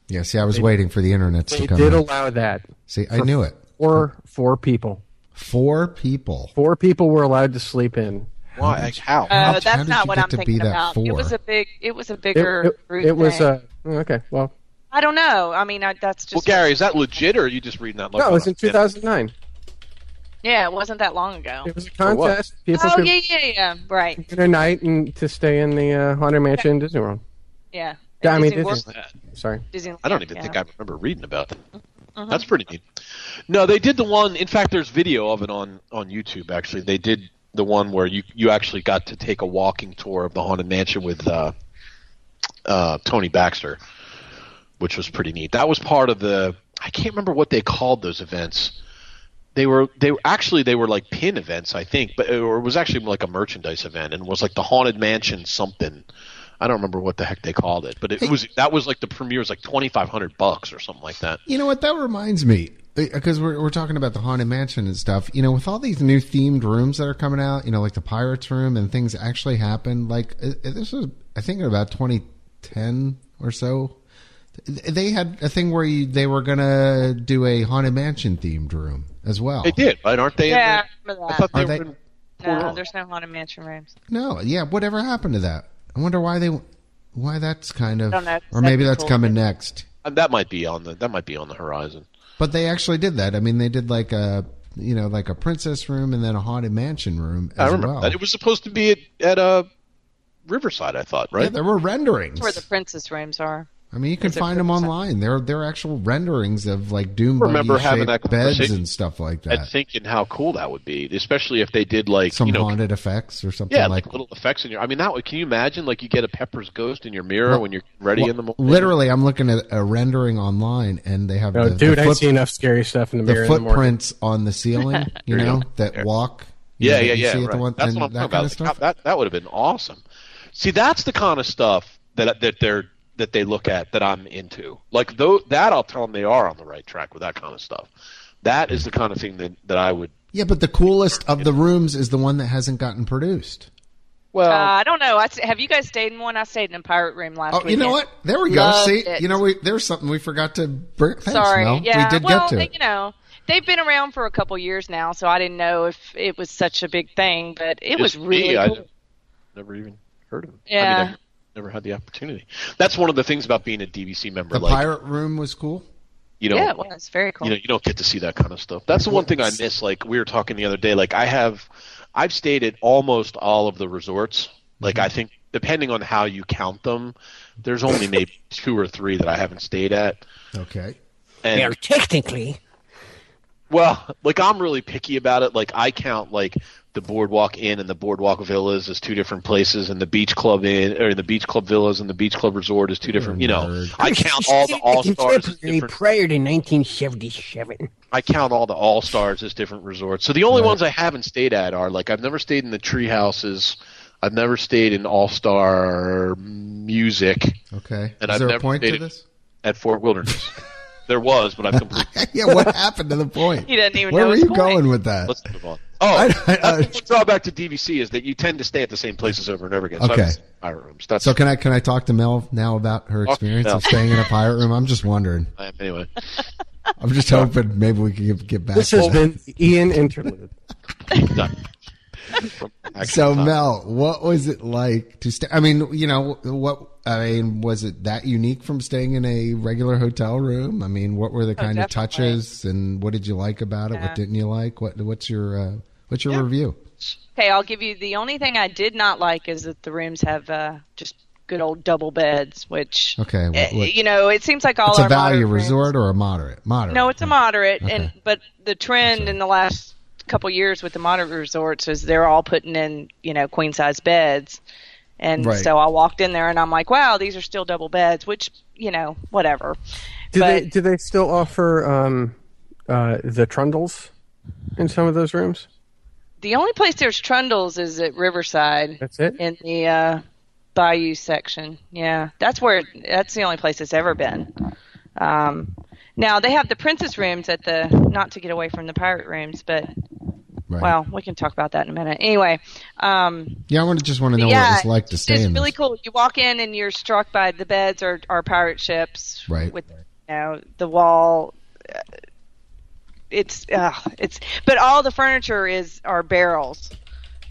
yeah see I was waiting for the internet to
they
come in.
did allow that
see I knew it
for four people.
four people
Four people were allowed to sleep in.
Why? Like,
How
how?
Uh,
did- how
that's
did
not
you
what
get
I'm
to be
thinking
that
about. It
four?
was a big. It was a
It,
bigger
it,
group.
it was
thing.
uh, okay. Well,
I don't know. I mean, I, that's
well,
just.
Gary, is that legit, or are you just reading that?
no, it was in 2009.
yeah, it wasn't that long
Oh.
ago.
It was a contest. People
Oh
could
yeah, yeah, yeah. Right.
in a night and to stay in the uh, haunted mansion in Disney World.
Yeah.
Yeah, I mean,
Disney World-
Disney- Sorry,
Disneyland,
I don't even
yeah.
think I remember reading about them. That's pretty neat. No, they did the one. In fact, there's video of it on on YouTube. Actually, they did the one where you you actually got to take a walking tour of the haunted mansion with uh, uh, Tony Baxter, which was pretty neat. That was part of the. I can't remember what they called those events. They were they were actually they were like pin events, I think, but or it was actually like a merchandise event, and it was like the haunted mansion something. I don't remember what the heck they called it, but it was that was like the premiere was like twenty five hundred bucks or something like that.
You know what? That reminds me because we're, we're talking about the haunted mansion and stuff. You know, with all these new themed rooms that are coming out, you know, like the pirates room and things actually happen. Like uh, uh, this was, I think, in about 2010 or so. Th- They had a thing where you, they were gonna do a haunted mansion themed room as well.
They did, right? Aren't they? in there?
Yeah, I remember
I
that.
thought they
Are
were.
they-
in
No,
Cool.
there's no haunted mansion rooms.
No, yeah. Whatever happened to that? I wonder why they why that's kind of
Don't know.
or maybe that's
Cool.
coming next.
And that might be on the that might be on the horizon.
But they actually did that. I mean, they did like a you know like a princess room and then a haunted mansion room. As
I remember
well.
that it was supposed to be at, at uh, Riverside. I thought,
Yeah,
right?
there were renderings.
That's where the princess rooms are.
I mean, you can find them online. They're they're actual renderings of like Doom
Remember
Buggy shaped
having that
beds
conversation
and stuff like
And
that.
thinking how cool that would be, especially if they did like
Some
you know
haunted effects or something
Yeah,
like.
like, little effects in your. I mean, that would- can you imagine? Like you get a Pepper's ghost in your mirror when you're ready in the morning.
Literally, I'm looking at a rendering online, and they have
No,
the,
Oh, dude,
the,
I
flip-
see enough scary stuff in the
the
mirror in the morning.
footprints on the ceiling. You know that walk. you
Yeah,
know, that
yeah,
you
yeah.
See at the
right.
one,
that's
and
what I'm
that kind
talking about.
of
Like,
stuff.
That that would have been awesome. See, that's the kind of stuff that that they're that they look at that I'm into. Like though that I'll tell them they are on the right track with that kind of stuff. That is the kind of thing that that I would.
Yeah, but the coolest of the rooms is the one that hasn't gotten produced.
Well,
Uh, I don't know. I, s- have you guys stayed in one? I stayed in a pirate room last
Oh,
week.
you know what? There we go.
Loved
See,
it.
you know, we, there's something we forgot to bring. Thanks,
Sorry.
Mel.
Yeah.
we did
well,
get to
they-
it.
you know, they've been around for a couple years now, so I didn't know if it was such a big thing, but it was
just
really
me, I
cool.
nev- never even heard of it. I
Yeah.
mean, I never had the opportunity. That's one of the things about being a DVC member.
The
like
pirate room was cool.
you know,
yeah, it was very cool.
you know you don't get to see that kind of stuff that's the one thing i miss like we were talking the other day like i have i've stayed at almost all of the resorts like i think depending on how you count them there's only maybe two or three that i haven't stayed at
Okay.
and
They're technically
well like i'm really picky about it like i count like the boardwalk inn and the boardwalk villas as two different places and the beach club inn or the beach club villas and the beach club resort is two different you know i count all the all stars as
Contemporary
different
prior to 1977.
I count all the All Stars as different resorts. So the only ones I haven't stayed at are like I've never stayed in the tree houses. I've never stayed in All Star Music
Okay.
And
is
I've
there a
never
point to
dated-
this? *laughs*
at Fort *laughs* Wilderness. there was, but I've *laughs* completely.
yeah. What happened to the point?
He doesn't even
Where
know
were
his
you
point.
going with that?
Let's move on. Oh,
I- I-
that's the one drawback to DVC is that you tend to stay at the same places over and over again. So
Okay.
I've stayed in pirate rooms. That's
So can I can I talk to Mel now about her
Talk to
experience
Mel.
of staying in a pirate room? I'm just wondering.
I am anyway.
I'm just hoping maybe we can get, get back.
This
to
has
that.
been Ian Interlude.
Done.
*laughs* So Mel, what was it like to stay? I mean, you know, what I mean, was it that unique from staying in a regular hotel room? I mean, what were the kind of
Oh, definitely.
touches, and what did you like about it? What didn't you like? What What's your uh, What's your review?
Okay, I'll give you the only thing I did not like is that the rooms have uh, just good old double beds, which
Okay, what-
eh,
what-
you know, it seems like all
It's
our
a value
modern rooms-
resort or a moderate? Moderate.
No, it's a moderate,
Okay.
and but the trend in the last couple years with the moderate resorts is they're all putting in you know queen size beds, and
Right.
so I walked in there and I'm like, wow, these are still double beds, which you know whatever.
Do
but
they do they still offer um, uh, the trundles in some of those rooms?
the only place there's trundles is at Riverside.
That's it.
in the uh, bayou section. Yeah, that's where that's the only place it's ever been. Um, now they have the princess rooms at the not to get away from the pirate rooms, but
Right.
well, we can talk about that in a minute. Anyway, um,
Yeah, I want to just want to know
yeah,
what it's like to stay
it's
in.
really
this.
cool. You walk in and you're struck by the beds are are pirate ships,
Right.
With you know the wall. uh, It's uh, it's but all the furniture is are barrels.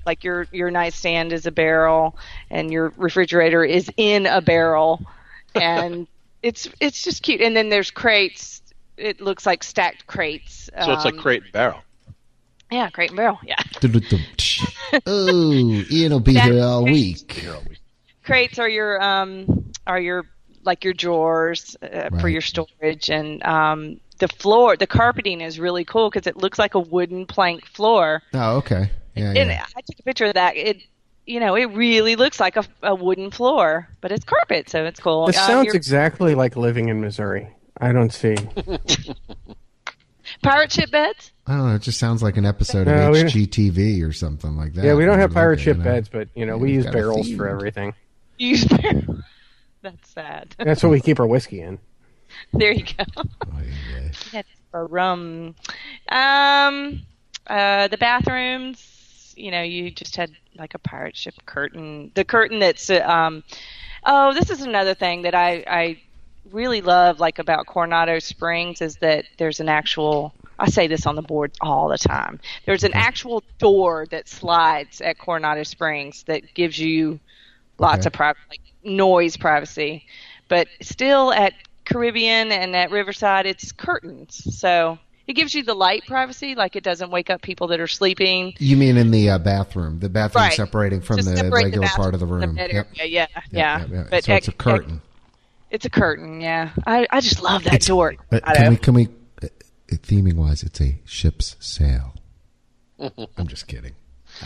Like your your nightstand is a barrel, and your refrigerator is in a barrel,
*laughs*
and it's it's just cute. And then there's crates. It looks like stacked crates.
So it's like
um,
crate and barrel.
yeah, crate and barrel. Yeah. *laughs*
oh, Ian will be here all week.
crates are your um are your like your drawers uh, for
Right.
your storage and um the floor the carpeting is really cool because it looks like a wooden plank floor
Oh, okay. Yeah,
and
yeah.
i took a picture of that it you know it really looks like a, a wooden floor but it's carpet so it's cool
This
Um,
sounds
your
exactly like living in Missouri. I don't see.
pirate ship beds *laughs*
I don't know. Oh, It just sounds like an episode of
No, we don't-
HGTV or something like that.
Yeah, we don't have
Overlooking,
pirate ship
you know?
beds, but you know we
We've
use
got a
barrels
theme.
for everything.
You use their- that's sad *laughs*
That's what we keep our whiskey in.
there you go
Oh, yeah.
or rum. Um, uh, the bathrooms, you know, you just had like a pirate ship curtain. The curtain that's, uh, um, oh, this is another thing that I, I really love, like about Coronado Springs, is that there's an actual. I say this on the board all the time. There's an actual door that slides at Coronado Springs that gives you
Okay.
lots of pri- like noise privacy, but still at Caribbean and at Riverside, it's curtains. So it gives you the light privacy, like it doesn't wake up people that are sleeping.
You mean in the uh, bathroom, the bathroom separating from
Just
the
separate
regular
bathroom
part of the
from
room.
bed
Yep.
area. Yeah, yeah.
Yep, yep, yep.
But
so
at-
it's a curtain.
at- It's a curtain, yeah. I, I just love that door.
Uh,
I
can
know.
we? Can we? Uh, uh, theming wise, it's a ship's
*laughs*
sail. I'm just kidding.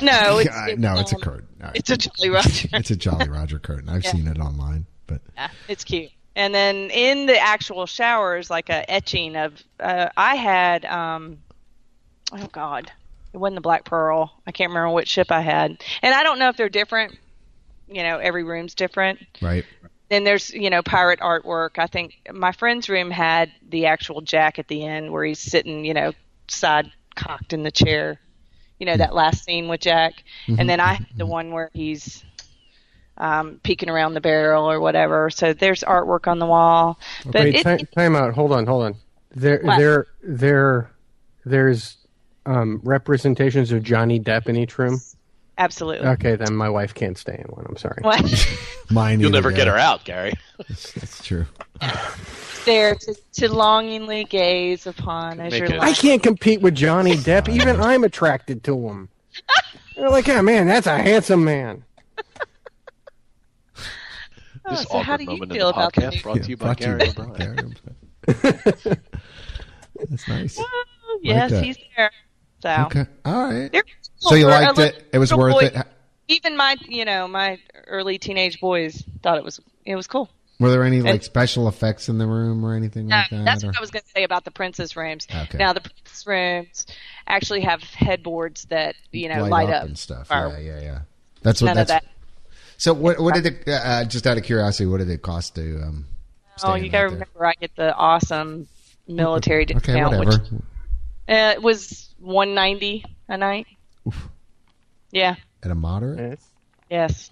no, it's,
God, no, it's a
um,
curtain. All right.
It's a Jolly Roger.
*laughs* It's a Jolly Roger curtain. I've seen it online, but
Yeah, it's cute. And then in the actual shower is like a etching of. Uh, I had, um, oh God, it wasn't the Black Pearl. I can't remember which ship I had, and I don't know if they're different. You know, every room's different.
right.
Then there's you know pirate artwork. I think my friend's room had the actual Jack at the end where he's sitting, you know, side cocked in the chair. You know that last scene with Jack,
Mm-hmm.
and then I had the one where he's um, peeking around the barrel or whatever. So there's artwork on the wall, but
Wait,
it,
ti- time out. Hold on, hold on. There,
What?
there, there, there's um, representations of Johnny Depp in each room.
absolutely.
Okay, then my wife can't stay in one. I'm
*laughs*
sorry.
What
Mine.
You'll
either,
never
yeah.
get her out, Gary.
That's true.
there to, to longingly gaze upon as
Make
you're
it-
I
lying.
can't compete with Johnny Depp. Even I'm attracted to
*laughs*
him. They're like, oh man, that's a handsome man.
Oh,
This
so how
awkward
do you
moment
feel
in the
about
podcast
that?
brought to you by
Fuck you,
Gary O'Brien.
Gary O'Brien.
*laughs*
That's nice.
Oh, Yes,
that.
he's there. So
Okay. All right.
They're cool
So you
for a
liked
little
it? It was
girl
worth
boy.
it.
Even my, you know, my early teenage boys thought it was it was cool.
Were there any like special effects in the room or anything like that?
that's
or-
what I was going to say about the princess rooms.
Okay.
Now the princess rooms actually have headboards that you know
light,
light,
up, and stuff.
Or
Yeah, yeah, yeah. That's what.
None of
That's
that.
so. What? What did it? Uh, just out of curiosity, what did it cost to? Um,
Oh,
stay in out
you got to
there?
remember, I get the awesome military
Okay,
discount,
whatever.
which uh, it was one ninety a night. Yeah.
At a moderate.
Yes.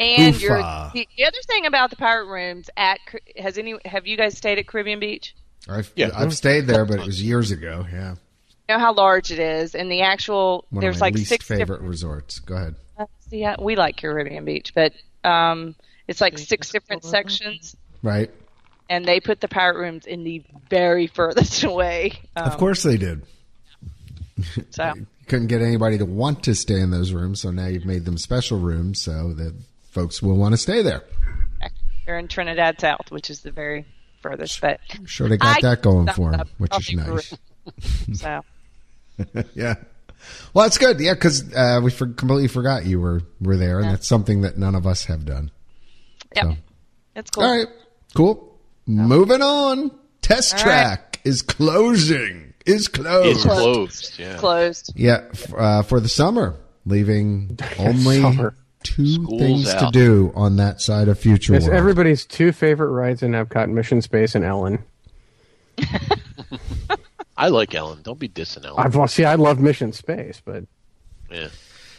And your,
Oofa.
the, the other thing about the pirate rooms at Car- has any have you guys stayed at Caribbean Beach?
I've,
Yeah.
I've stayed there, but it was years ago. Yeah,
You know how large it is, and the actual
one
there's
of my
like
least
six
favorite
different.
resorts. Go ahead.
See, yeah, we like Caribbean Beach, but um, it's like six different sections,
Right.
and they put the pirate rooms in the very furthest *laughs* away. Um,
of course they did.
so
Couldn't get anybody to want to stay in those rooms, so now you've made them special rooms, so that folks will want to stay there.
they're in Trinidad South, which is the very furthest. But
I'm sure they got
I-
that going for them, which
I'll
is
be
nice.
so
yeah. Well, that's good. Yeah, because uh, we for- completely forgot you were were there, and that's something that none of us have done.
yeah,
So.
it's cool.
All right, cool. Moving on. Test
All right.
track is closing. Is closed.
It's closed. Yeah.
Closed.
Yeah, f- uh, for the summer,
*laughs*
leaving only
Summer.
two
School's
things to
out.
do on that side of future
It's
world.
everybody's two favorite rides in Epcot: Mission Space and Ellen.
I like Ellen. Don't be dissing Ellen.
I've well, see, I love Mission Space, but
Yeah.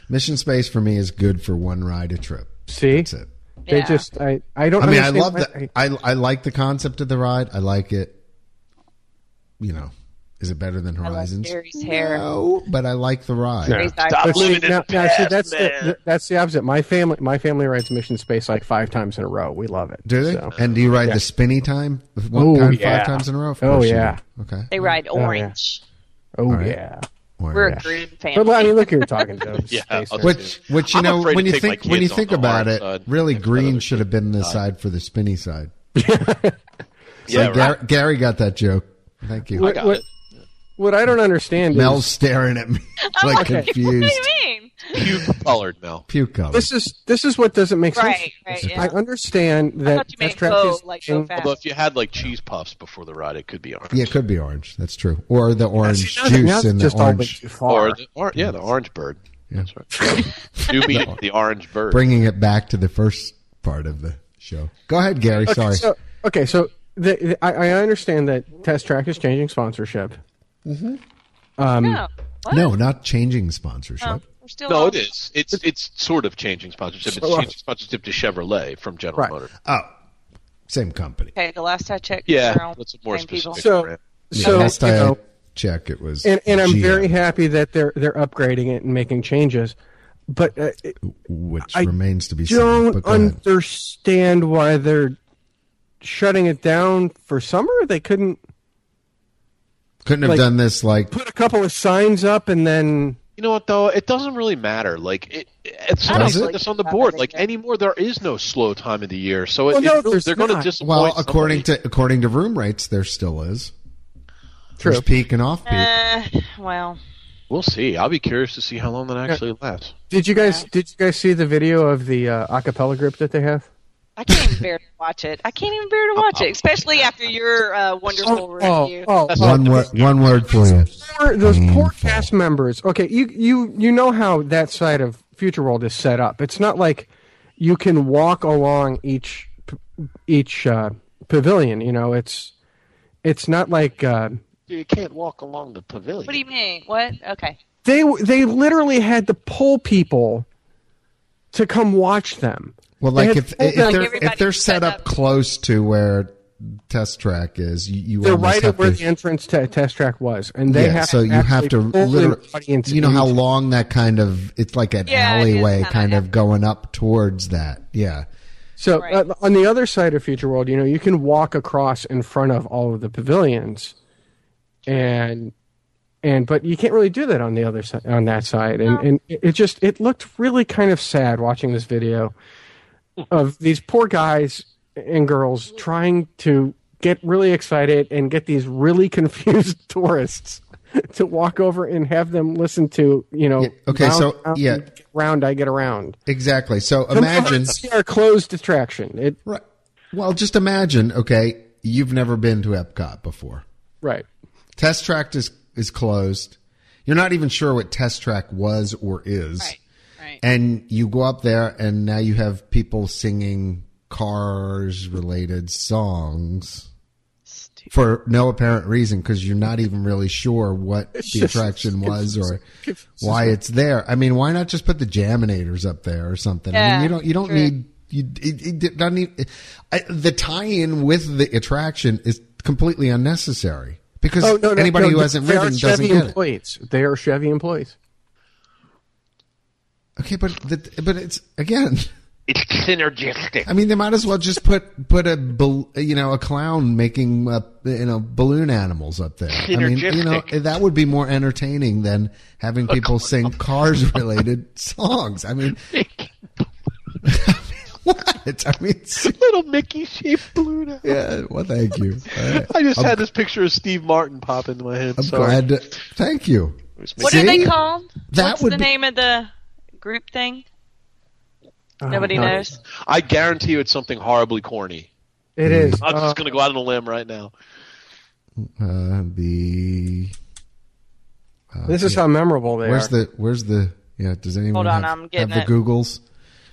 Mission Space for me is good for one ride a trip.
see,
That's it.
they
Yeah.
just I I don't.
I mean, I
understand
love
why-
that. I I like the concept of the ride. I like it. You know, is it better than
I love
Horizons?
Barry's hair.
No, but I like the ride.
No.
Barry's eyes.
But see,
living in
now-
the
now, see,
past,
that's
man.
The, that's the opposite. My family, my family rides Mission Space like five times in a row. We love it.
Do they?
So-
And do you ride the spinny time one
Oh,
time,
yeah.
five times in a row? Of
Oh,
course you
yeah.
do. Okay.
They ride
yeah.
orange.
Oh
right.
yeah.
Or-
We're a green family.
But I mean, look, you're talking to
Yeah,
Space
I'll
Nerd.
Which, which you
I'm
know,
afraid
when
to
you
take my
think when you
kids on
think
the
about it,
orange side
really
instead of the
green
green
should have been the side for the spinny side.
Yeah, right.
Gar- Gary got that joke. Thank you.
I got
What-
it.
What I don't understand
Mel's
is
staring at me *laughs* like
Oh, *laughs* What do
confused.
you mean?
Puke colored Mel.
Puke color.
this is this is what doesn't make sense.
Right, right. Yeah.
I understand that
thought you meant
Death Trap
go,
is
like, go
in-
fast.
Although if you had like cheese puffs before the ride, it could be orange.
yeah, it could be orange. That's true. Or the orange
Now that- now
juice
it's
in the
just all been
orange,
too
Or
far.
the or, yeah, the orange bird. That's right. you mean the orange bird.
bringing it back to the first part of the show. Go ahead, Gary. Sorry.
So, okay, so the, the, I, I understand that Test Track is changing sponsorship.
No. What?
no, not changing sponsorship.
We're still
no,
on-
it is. It's it's sort of changing sponsorship. It's changing sponsorship to Chevrolet from General
Right.
Motors.
Oh, Same company.
Okay, the last I checked,
Yeah,
they're all
that's
the
more
same people.
specific.
So,
Right.
so
Last
you
I
know,
check, it was.
and, and I'm
GM,
very happy that they're they're upgrading it and making changes. But uh, it-
which
I
remains to be seen.
don't
but go ahead.
understand why they're shutting it down for summer. They couldn't
Couldn't have
like-
done this like
put a couple of signs up and then
You know what though? It doesn't really matter. Like it, it's not
Does it?
putting this on the board. Like anymore, there is no slow time of the year. So it,
Well,
it
no,
really-
there's
they're going to
not.
disappoint.
Well, according
somebody.
to according to room rates, there still is.
True.
There's peak and off peak.
Uh, well,
we'll see. I'll be curious to see how long that actually lasts.
Did you guys did you guys see the video of the uh, acapella group that they have?
I can't even bear to watch it. I can't even bear to watch it, especially after your uh, wonderful
Oh,
review.
oh, oh,
one word, one word for you.
poor- those
Painful.
poor cast members. Okay, you you you know how that side of Future World is set up. It's not like you can walk along each p- each uh, pavilion. You know, it's it's not like uh,
You can't walk along the pavilion.
What do you mean? What? Okay.
they they literally had to pull people to come watch them.
Well,
They
like
had
if
pulled
if
them-
they're if
everybody
they're
set
set up
up-
close to where test track is, you, you
they're
almost
right at
have
where
to,
the entrance to test track was, and they
yeah,
have
so
to
you have
actually
to
pull the
literally,
audience
you know how
in.
long that kind of it's like an
Yeah, it is
alleyway
kinda,
kind
yeah.
of going up towards that. Yeah,
So
Right.
uh, on the other side of Future World, you know, you can walk across in front of all of the pavilions, and and but you can't really do that on the other side on that side, and and it it just it looked really kind of sad watching this video of these poor guys and girls trying to get really excited and get these really *laughs* confused tourists *laughs* to walk over and have them listen to you know
okay,
round,
so,
round,
yeah.
round I get around
exactly. So
Come over and
imagine
see our closed attraction it
Right. Well, just imagine, okay, you've never been to Epcot before.
right.
Test track is is closed. You're not even sure what test track was or is.
Right. Right.
And you go up there and now you have people singing cars related songs
Stupid.
for no apparent reason because you're not even really sure
*laughs*
what the
just-
attraction was or
it's
why it's there. I mean, why not just put the Jaminators up there or something? I mean,
Yeah,
you don't you don't
true.
need you it, it doesn't even, I, the tie-in with the attraction is completely unnecessary because
Oh,
anybody who hasn't
they are
ridden doesn't
Chevy
get it.
employees. They are Chevy employees.
Okay, but the, but it's again.
It's synergistic.
I mean, they might as well just put put a bal- you know a clown making uh, you know balloon animals up there. I mean, you know
Synergistic.
that would be more entertaining than having people sing cars related *laughs* songs. I mean, *laughs* what? I mean, *laughs* s-
Little Mickey shaped balloon. animal.
yeah. Well, thank you. All right.
I just
I'm-
had this picture of Steve Martin pop into my head.
I'm
Sorry.
glad. To, thank you.
What are they
See?
called?
That
What's
would
the
be-
name of the group thing? Oh,
Oh,
Nobody knows.
I guarantee you, it's something horribly corny.
It is.
I'm
Uh,
just going to go out on a limb right now.
Uh, the
Uh, this is how memorable they
where's
are.
the where's the yeah? Does anyone
Hold on,
have,
I'm getting
have
it.
the Googles?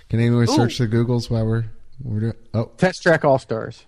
Can anyone search the Googles while we're we're doing? Oh,
Test Track All Stars.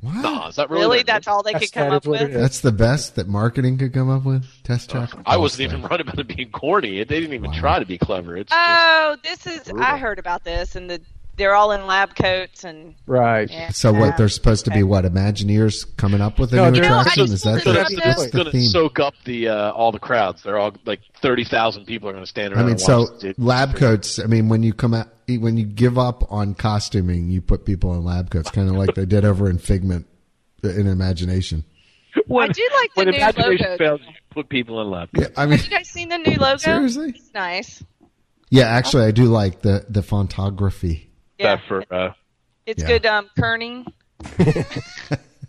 what?
Nah, is that really?
Oh, Really?
that
That's all they
That's-
could come
that
up
is what it
with?
is.
That's the best that marketing could come up with. Test Oh, track.
good? I wasn't even right about it being corny. They didn't even try to be clever. It's just,
Oh, this is. I heard about this, and the they're all in lab coats and.
Right.
Yeah.
So what? They're supposed to be what? Imagineers coming up with a
No,
new
they're-
attraction?
No, I
Is that
just-
the,
that's
that's,
that's the
going to
theme?
soak up the uh, all the crowds. They're all like thirty thousand people are going to stand
I
around.
mean,
and
so
watch the-
lab coats. I mean, when you come out, when you give up on costuming, you put people in lab coats, kind of like they did over in Figment uh, in Imagination.
I do like the
When
new
imagination
logo.
fails, you put people in lab.
Yeah, I mean,
You guys seen the new logo?
Seriously?
It's nice.
yeah. Actually, I do like the the fontography.
Yeah,
That for uh,
it's
yeah.
good. Um, kerning.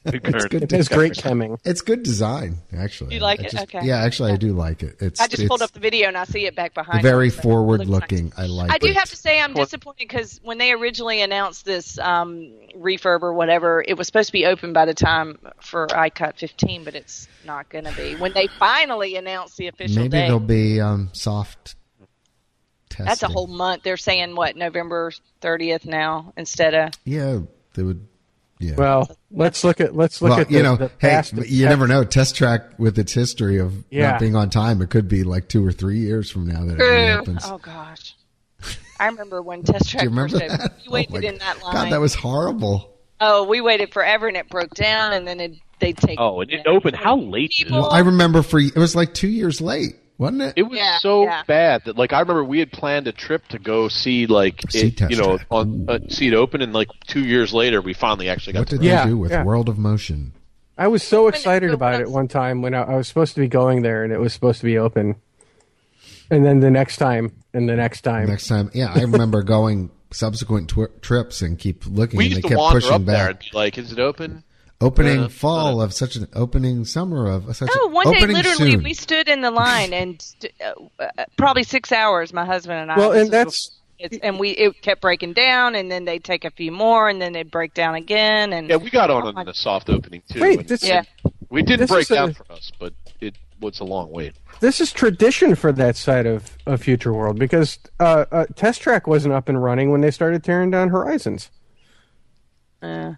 It's good.
It is great chemming.
It's good design, actually.
You like
I
it?
just-
Okay.
Yeah, actually, I do like it. It's
I just
it's
pulled up the video and I see it back behind.
very
us, but it
forward
looks
looking.
nice.
I like.
I do
it.
have to say I'm disappointed because when they originally announced this um, refurb or whatever, it was supposed to be open by the time for iCut 15, but it's not going to be. When they finally announce the official
Maybe
date,
there'll be um, soft testing.
that's a whole month. They're saying what November 30th now instead of
Yeah, they would. Yeah.
Well, let's look at let's look
Well,
at the,
you know,
the
hey,
past
but you never know. Test track with its history of
Yeah.
not being on time, it could be like two or three years from now that it reopens.
Oh gosh, I remember when Test
*laughs*
Track
Do you remember
first opened.
that?
We waited
Oh, my
in that line.
God, that was horrible.
Oh, we waited forever and it broke down, and then it, they take.
Oh, and it opened how late? dude?
People-
I remember for it was like two years late, wasn't it?
It was
Yeah,
so
yeah.
bad that like I remember we had planned a trip to go see like
See
it,
Test
you know
Track.
on uh, see it open and like two years later we finally actually got
what
to
did
Yeah,
they do with
yeah.
World of Motion?
I was so excited
open
about it
up-
one time when I, I was supposed to be going there and it was supposed to be open. and then the next time, and the next time.
Next time, yeah, I
*laughs*
remember going subsequent twi- trips and keep looking,
We
and
used
they
to
kept
wander
pushing
up there and
back.
be like, "Is it open?"
Opening
Uh,
fall of such an opening summer of uh, such.
Oh,
a,
one day
opening
literally
soon.
we stood in the line and st- uh, uh, probably six hours. My husband and I.
Well,
This
and
was
that's-
before kids, and we it kept breaking down, and then they'd take a few more, and then they'd break down again, and
Yeah, we got on
my-
in the soft opening too.
Wait,
and
this
yeah.
we didn't
this
break
is a-
down for us, but it was a long wait.
this is tradition for that side of, of Future World because uh, uh, Test Track wasn't up and running when they started tearing down Horizons.
Uh,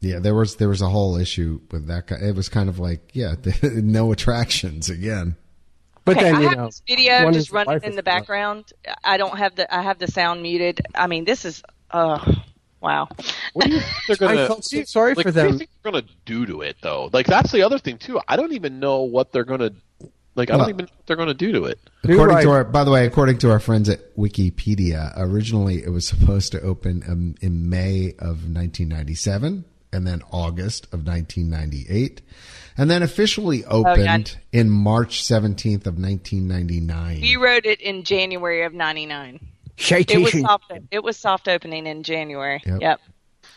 Yeah, there was there was a whole issue with that guy. It was kind of like yeah, *laughs* no attractions again.
But
okay,
then
I
you
have
know,
this video
one
just
is
running
life
in
is
the
life.
background. I don't have the I have the sound muted. I mean, this is uh wow.
What do you think they're gonna?
I felt so sorry
like,
for
What do you
them.
think they're gonna do to it though? Like that's the other thing too. I don't even know what they're gonna. Like I
Well-
don't even know what they're gonna do to it.
New
According to
ride.
our, by the way, according to our friends at Wikipedia, originally it was supposed to open um, in May of 1997 and then August of 1998, and then officially opened in March 17th of 1999.
You wrote it in January of '99. It was
Citation.
soft. It was soft opening in January.
Yep.
yep.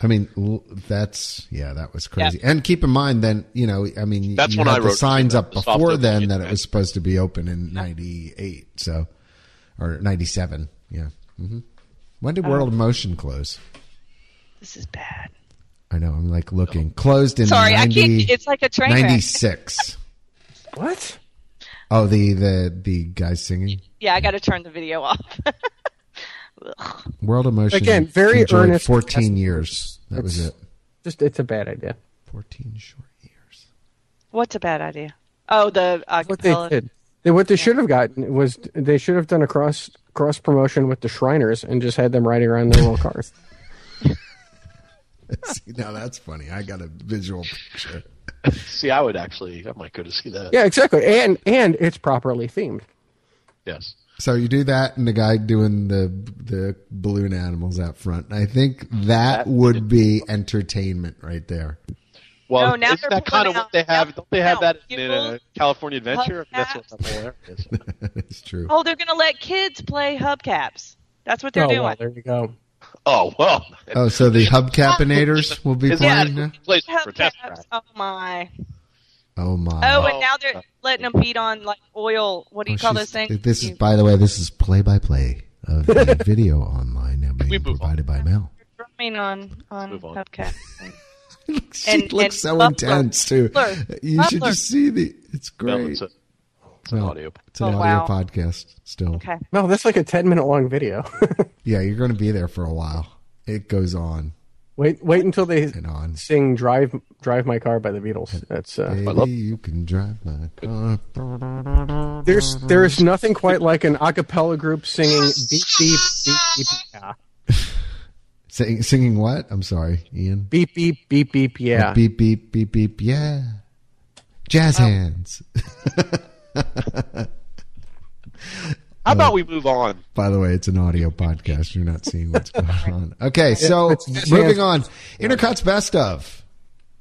I mean, l- that's yeah, that was crazy. And keep in mind, then you know, I mean,
That's
you
when
had
I
the
wrote
signs up
the soft
before
opening,
then that it
right?
was supposed to be open in '98, so or '97, yeah. hmm When did World of Motion close?
This is bad.
I know. I'm like looking. Closed in
Sorry,
90,
I can't. It's like a train wreck.
96.
What?
oh, the the the guy singing
Yeah, I got to turn the video *laughs* off. Ugh.
World of Motion
Again, very
enjoyed
earnest-
14 years. That was it.
It's- Just it's a bad idea.
14 short years.
What's a bad idea? Oh, the
What they
acapella.
did, they, what they should have gotten was they should have done a cross cross promotion with the Shriners and just had them riding around in their little
*laughs*
cars.
*laughs* See, now that's funny. I got a visual picture.
See, I would actually. I might go to see that.
Yeah, exactly. And and it's properly themed.
Yes.
So you do that, and the guy doing the the balloon animals out front. I think that would be entertainment right there. *laughs*
Well,
No, now
isn't
they're
that kind
pulling
of what
out-
they have?
now-
Don't they have
now
that in
people-
uh, California Adventure? I mean, that's what
hubcaps.
that whole area is.
*laughs*
it's true.
Oh, they're gonna let kids play hubcaps. That's what they're
oh,
doing.
well, there you go.
Oh well.
Oh, so
*laughs*
the hubcapinators will be
Is that
playing. now?
a place for test
hubcaps.
drive?
Oh my.
Oh my!
Oh,
Oh,
and now they're letting them beat on like oil. What do you
Oh,
call those
she's-
things?
This is,
You-
by the way, this is play by play of
*laughs*
the video online now
We
being
move on.
provided by Mel. *laughs*
drumming on on
Move on.
hubcaps.
she
And-
looks
and
so
muffler.
intense too.
Muffler.
You should
Muffler.
just see the. It's great.
No, it's, a, it's an
Well,
audio.
It's an
Oh,
audio
wow.
podcast still.
Okay.
No, that's like a ten minute long video. *laughs*
Yeah, you're going to be there for a while. It goes on
wait wait until they
and on.
sing "Drive Drive My Car" by the Beatles. That's uh,
Maybe
love-
you can drive my car.
There's
Mm-hmm.
there is nothing quite like an a cappella group singing beep beep beep beep yeah.
Sing, singing what? I'm sorry, Ian.
Beep beep beep beep yeah.
Beep beep beep beep. Yeah, jazz hands.
*laughs* How about we move on?
By the way, it's an audio podcast. You're not seeing
*laughs*
what's going on. Okay, so
it's just
moving
hands-
on. Intercut's best of.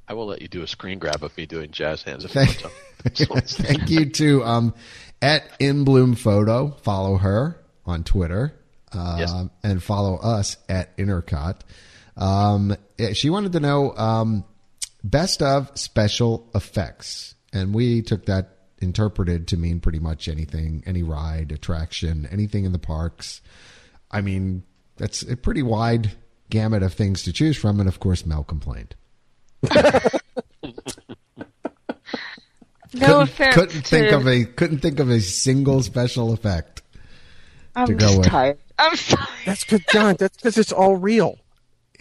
I will let you do a screen grab of me doing jazz hands if
Thank-
you
*laughs*
want to.
Thank you to um, at In Bloom Photo. Follow her on Twitter um,
Yes.
and follow us at Intercot. Um, yeah, she wanted to know um, best of special effects, and we took that interpreted to mean pretty much anything, any ride, attraction, anything in the parks. I mean, that's a pretty wide gamut of things to choose from, and of course, Mel complained.
No
*laughs* couldn't,
offense.
couldn't think
to-
of a couldn't think of a single special effect.
I'm
go
just
with.
tired. I'm sorry.
That's good, John. That's because it's all real. *laughs*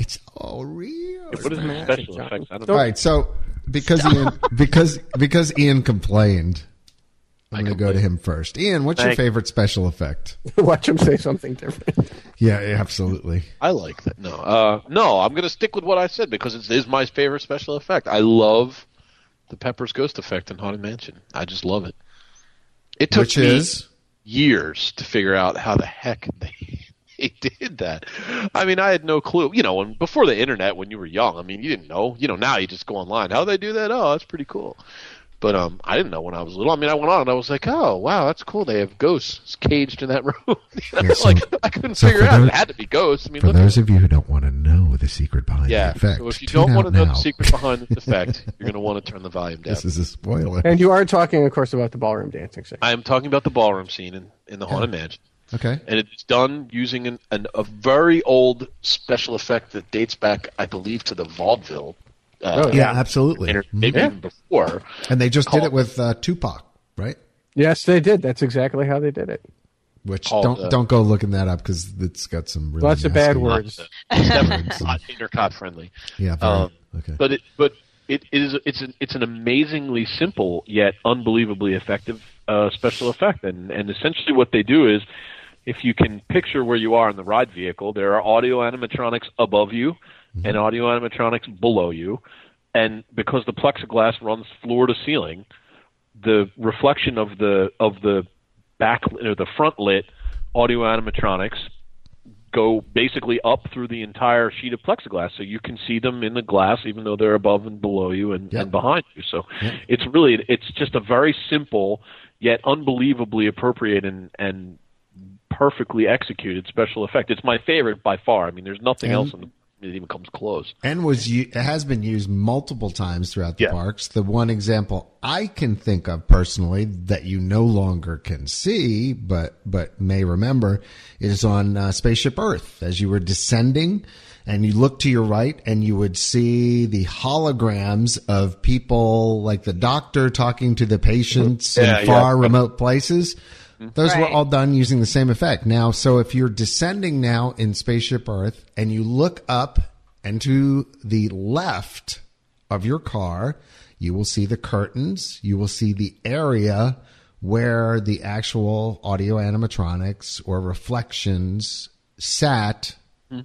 It's all real.
What is the special effects? I don't
All
know.
right, so because Ian,
*laughs*
because because Ian complained, I'm going to go to him first. Ian, what's your
Thank-
favorite special effect?
Watch him say something different.
Yeah, yeah, absolutely.
I like that. No, uh, no, I'm going to stick with what I said because it is my favorite special effect. I love the Pepper's Ghost effect in Haunted Mansion. I just love it. It took
Which
me
is
years to figure out how the heck *laughs* they, they did that. I mean, I had no clue. You know, and before the internet, when you were young, I mean, you didn't know. You know, now you just go online. How do they do that? Oh, that's pretty cool.
But um, I didn't know when I was little. I mean, I went on and I was like, oh wow, that's cool. They have ghosts caged
*laughs*
in that room. You know,
Yeah, so-
like I couldn't
so
figure
for
it out.
those-
it had to be ghosts. I mean,
For
look at
those of you who don't want to know the secret behind
yeah.
the effect,
so if you
tune
don't
out
want to know
now.
the
*laughs*
secret behind the effect, you're going to want to turn the volume down.
this is a spoiler.
And you are talking, of course, about the ballroom dancing scene.
I'm talking about the ballroom scene in, in the haunted mansion,
Okay.
and it's done using an, an, a very old special effect that dates back, I believe, to the vaudeville. Uh,
Oh,
Hmm. Yeah, absolutely. Mm-hmm.
Or maybe
Yeah.
*laughs*
even before.
And they just did
Call-
it with uh, Tupac, right?
Yes, they did. That's exactly how they did it.
Which
Called,
don't
uh,
don't go looking that up because it's got some really
Lots of bad
nasty-
words.
Definitely not intercop friendly.
Yeah. Very,
Um,
okay.
But it, but it is it's an, it's an amazingly simple yet unbelievably effective uh, special effect, and and essentially what they do is, if you can picture where you are in the ride vehicle, there are audio animatronics above you
Mm-hmm.
and audio animatronics below you, and because the plexiglass runs floor to ceiling, the reflection of the of the back or the front lit audio animatronics go basically up through the entire sheet of plexiglass so you can see them in the glass even though they're above and below you and,
Yep.
and behind you so it's really it's just a very simple yet unbelievably appropriate and and perfectly executed special effect it's my favorite by far i mean there's nothing else in the, that even comes close
and was u- it has been used multiple times throughout the
Yeah.
parks. The one example I can think of personally that you no longer can see, but but may remember, is on uh, Spaceship Earth as you were descending. And you look to your right, and you would see the holograms of people, like the doctor talking to the patients
Yeah,
in
yeah.
far remote places. Those were
Right.
all done using the same effect. Now, so if you're descending now in Spaceship Earth and you look up and to the left of your car, you will see the curtains. You will see the area where the actual audio animatronics or reflections sat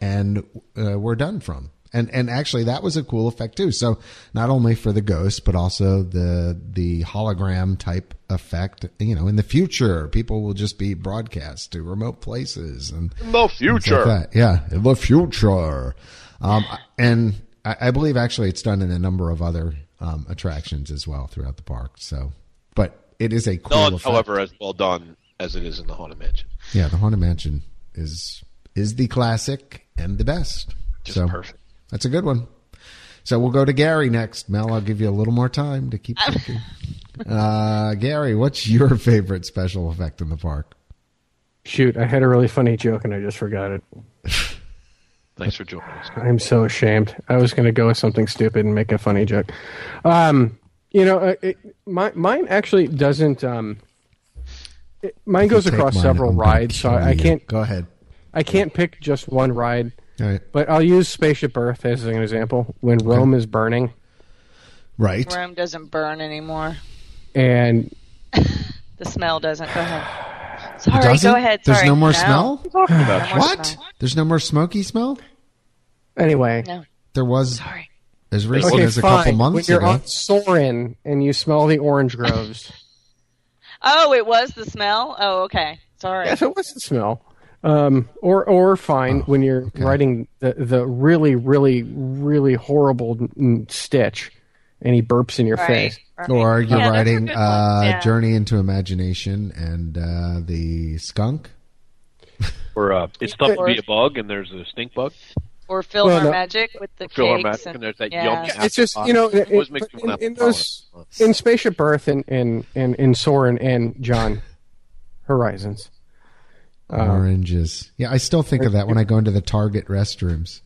and uh, were done from. And and actually, that was a cool effect too. So not only for the ghost, but also the the hologram type effect. You know, in the future, people will just be broadcast to remote places and
the
things like
future
that. Yeah, in the future. Um, and I, I believe actually it's done in a number of other um, attractions as well throughout the park. So, but it is a cool.
not
effect.
however as well done as it is in the haunted mansion
Yeah, the Haunted Mansion is is the classic and the best.
Just perfect.
That's a good one. So we'll go to Gary next. Mel, I'll give you a little more time to
*laughs*
keep thinking. uh, Gary, what's your favorite special effect in the park?
Shoot, I had a really funny joke and I just forgot it.
thanks for joining us
I'm so ashamed. I was going to go with something stupid and make a funny joke. Um, you know, uh, it, my, mine actually doesn't. Um, it, mine goes
Take
across
mine,
several
I'm gonna
rides, so
kill
I, I
you.
can't.
Go ahead.
I can't pick just one ride.
All right.
But I'll use Spaceship Earth as an example. When Rome is burning,
Right.
Rome doesn't burn anymore.
and
The smell doesn't. Go ahead. Sorry,
Doesn't?
go ahead.
There's
Sorry.
no more smell?
No more
What?
smell.
There's no more smoky smell?
anyway,
No.
There was
Sorry.
as recent
okay,
as a
fine.
couple
when
months
you're
ago.
on Soren and you smell the orange groves,
Oh, it was the smell. Oh, okay. Sorry.
yes, it was the smell. Um, or or fine when you're riding the the really really really horrible n- n- Stitch, and he burps in your face.
Right. right.
Or you're
Yeah, those are
writing
good ones.
uh,
Yeah.
Journey into Imagination and uh, the skunk.
or uh, it's tough to be a bug and there's a stink bug
Or fill
Well,
our
no.
magic with the
Fill our
cakes
magic
and,
and there's that
yeah.
yummy
Yeah, it's just you know
It always
it-
makes
but
me want
in, in
apple
those
pie.
in spaceship Earth and and and in Soren and John Horizons. Uh-huh.
Oranges. Yeah, I still think of that when I go into the Target restrooms.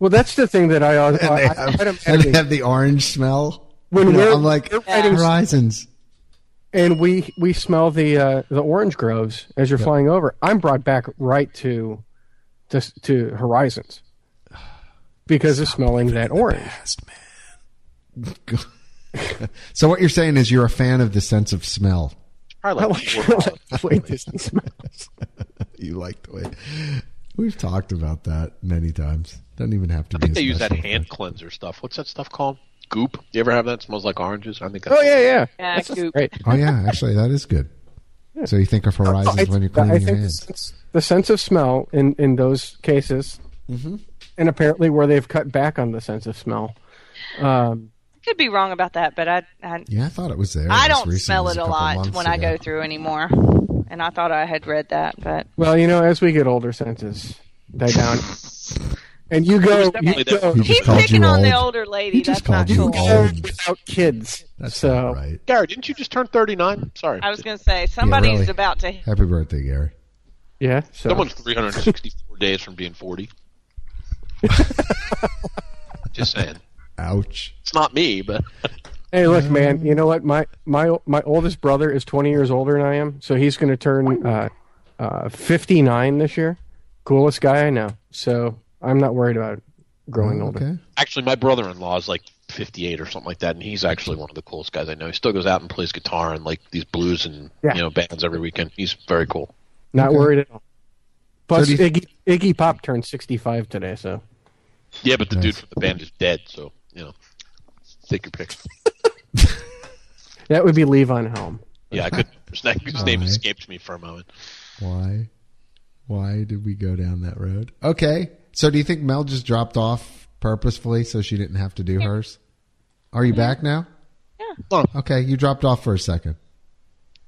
Well, that's the thing that I always
And they
*laughs* I, I,
have,
I
*laughs*
don't
and they
have
have the orange smell.
When
You know,
we're-
I'm like,
we're writing-
Horizons.
and we we smell the uh, the orange groves as you're flying over. I'm brought back right to to to Horizons because of smelling that orange. *laughs*
So what you're saying is you're a fan of the sense of smell.
Try
I
like
like *laughs*
four
I like the way Disney smells.
*laughs* You like the way we've talked about that many times. Doesn't even have to
I
be.
think
a
they use that
special
hand cleanser stuff. What's that stuff called? Goop. You ever have that? It smells like oranges. I think. That's
Oh yeah, yeah,
Yeah,
That's just
goop.
great.
effect. Oh yeah, actually that is good. So you think of horizons
I-
when you're
I
cleaning your
think the
hands.
sense, the sense of smell in, in those
Mm-hmm.
cases, and apparently where they've cut back on the sense of smell, um,
could be wrong about that, but I I,
Yeah, I thought it was there.
I
It was
don't
recent.
smell
was
it a
couple
lot
months
when I
ago.
go through anymore. And I thought I had read that, but
Well, you know, as we get older, senses die down. and you go, you
definitely there.
go,
He
he's
just called
picking
you
on the
old.
older lady.
He just called
That's
you
not cool.
go
old.
without kids.
That's
so
not right.
Gary, didn't you just turn 39? Sorry.
I was going to say somebody's
really.
about to.
Happy birthday, Gary.
yeah. So
Someone's 364 days from
*laughs*
being 40. Just saying.
Ouch.
It's not me, but
hey, look,
Mm.
man, you know what? My my my oldest brother is 20 years older than I am, so he's going to turn uh, uh, 59 this year. Coolest guy I know. So I'm not worried about growing older.
Oh, Okay.
actually, my brother in law is like 58 or something like that, and he's actually one of the coolest guys I know. He still goes out and plays guitar and like these blues and
Yeah.
you know bands every weekend. He's very cool.
Not worried at all. Plus,
So do you-
Iggy, Iggy Pop turned 65 today, so
Yeah, but the dude
Nice.
from the band is dead, so you know, take your pick.
that would be Levon Helm.
Yeah, I could. His name, his name
Alright.
escaped me for a moment.
Why? Why did we go down that road? Okay. So do you think Mel just dropped off purposefully so she didn't have to do hers? Are you back now?
No.
Okay, you dropped off for a second.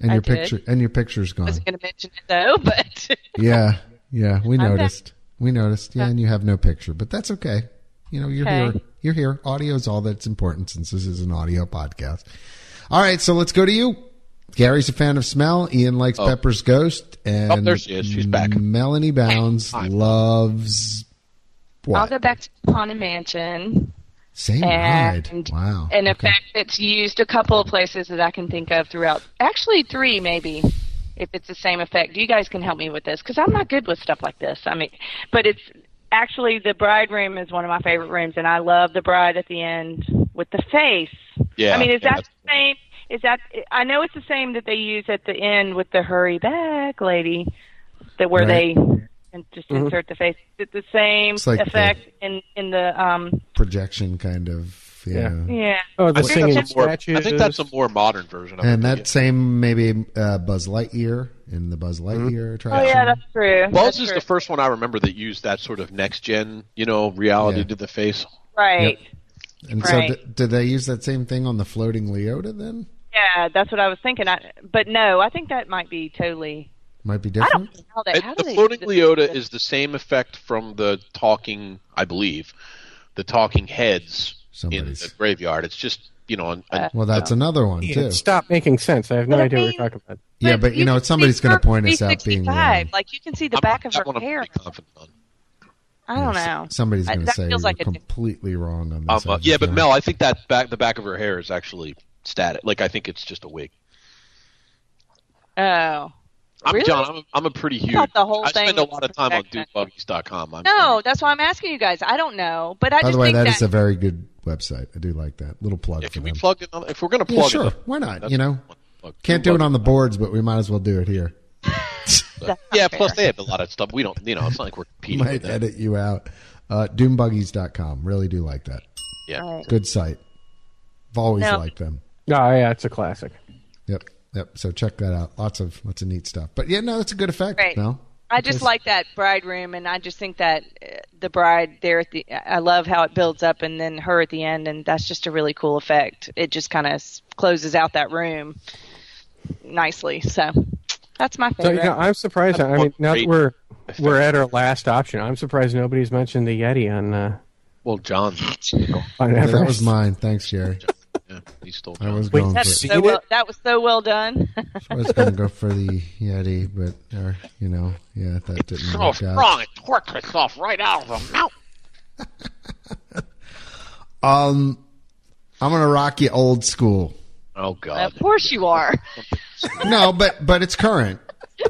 And
I
your
did.
picture and your picture's
I
gone.
was going to mention it though, *laughs* but
Yeah. Yeah, we
back.
noticed. We noticed. Yeah, and you have no picture, but that's okay. You know, you're
Okay.
here. You're here. Audio is all that's important since this is an audio podcast. All right, so let's go to you. Gary's a fan of smell. Ian likes Pepper's Ghost, and
Oh, there she is. She's back.
Melanie Bounds loves what?
I'll go back to Haunted Mansion.
Same
and
ride. Wow.
and in
okay.
fact it's used a couple of places that i can think of throughout actually three maybe if it's the same effect you guys can help me with this because i'm not good with stuff like this i mean but it's actually the bride room is one of my favorite rooms and i love the bride at the end with the face
Yeah,
i mean is
yeah,
that the same is that i know it's the same that they use at the end with the hurry back lady that where
Right.
they and just insert the face is it the same
It's like the-
effect in in the um
projection kind of yeah.
yeah
Oh, the
I think,
singing
that's a more, I
statues.
think that's a more modern version of
And
it.
that same maybe uh, Buzz Lightyear in the Buzz Lightyear
Oh
attraction.
yeah, that's true. That's
Buzz is
true.
the first one I remember that used that sort of next gen, you know, reality
Yeah.
to the face.
right.
and so
right.
th- did they use that same thing on the floating Leota then?
Yeah, that's what I was thinking. I, but no, I think that might be totally.
Might be
I
different.
don't know how they.
It-
How do
the
they
floating
do this?
Leota is the same effect from the talking, I believe, the talking heads
Somebody's-
in the graveyard. It's just you know, an,
Uh,
an-
Well, that's another one too.
Stop making sense. I have no
But I
idea what
mean-
you're talking about.
yeah, but you know,
can see
somebody's going
her
to point us out being uh,
365.
wrong.
Like you can see the
I'm-
back of
that
her
one I'm
hair.
pretty confident on.
I don't
Yeah, s-
know.
Somebody's
I-
going to
that
say
feels
you're
like a diff-
completely wrong on
Um,
this.
uh,
I
yeah,
just
but
know.
Mel, I think that back the back of her hair is actually static. Like I think it's just a wig.
Oh
I'm
Really?
John. I'm a, I'm a pretty huge.
thought the whole
I spend
thing
a
was
lot of time on
projection.
dudebuggies.com. I'm,
no, that's why I'm asking you guys. I don't know, but I
By
just
the way,
think
that
that
is a very good website. I do like that little plug
Yeah,
for
can we
them.
plug it? On, if we're gonna
yeah,
plug it,
sure.
up,
Why not?
that's
You know,
one plug.
can't do
Plug
it on the boards, but we might as well do it here.
that's not
Yeah, plus
fair.
they have a lot of stuff. We don't, *laughs* you know, it's not like we're competing.
Might
with that.
edit you out. Uh, doombuggies.com. Really do like that.
Yeah.
Good site. I've always
No.
liked them.
Oh, yeah, it's a classic.
Yep. Yep. So check that out. Lots of lots of neat stuff. But yeah, no, that's a good effect.
Right.
No.
I just
Because-
like that bride room, and I just think that uh, the bride there at the. I love how it builds up, and then her at the end, and that's just a really cool effect. It just kind of closes out that room nicely. So that's my
So,
favorite.
you know, I'm surprised. I mean, now that we're we're at our last option, I'm surprised nobody's mentioned the Yeti on uh,
Well, John,
on
Yeah,
Everest.
that was mine. Thanks, Jerry.
yeah, he stole.
I was
Wait,
going for
that,
that's-
was
it.
Seen
so well,
it?
that was so well done.
I was going to go for the Yeti, but or, you know, yeah, that didn't
so
Oh,
work out.
strong, it torques itself right out of the mouth.
Um, I'm going to rock you old school.
Oh God.
of course you are.
No, but but it's current.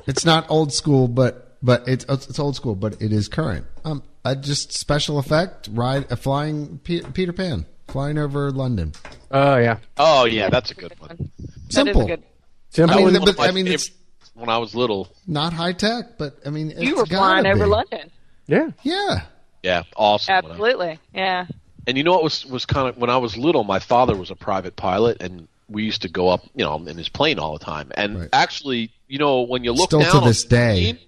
It's not old school, but but it's it's old school, but it is current. Um, I just special effect ride a flying Pe- Peter Pan flying over London.
Oh yeah,
Oh yeah, that's a good one.
Simple.
good-
simple.
I mean,
and-
the- but,
My
I mean, it's
favorite- when I was little,
not high tech, but I mean, it's
You were
gotta
flying over
be.
London.
yeah,
Yeah.
yeah, awesome. When I-
Absolutely. Yeah.
and you know what was was kind of when I was little, my father was a private pilot, and we used to go up, you know, in his plane all the time. And
Right.
actually, you know, when you look
Still
down
to
on
this
the
day.
plane,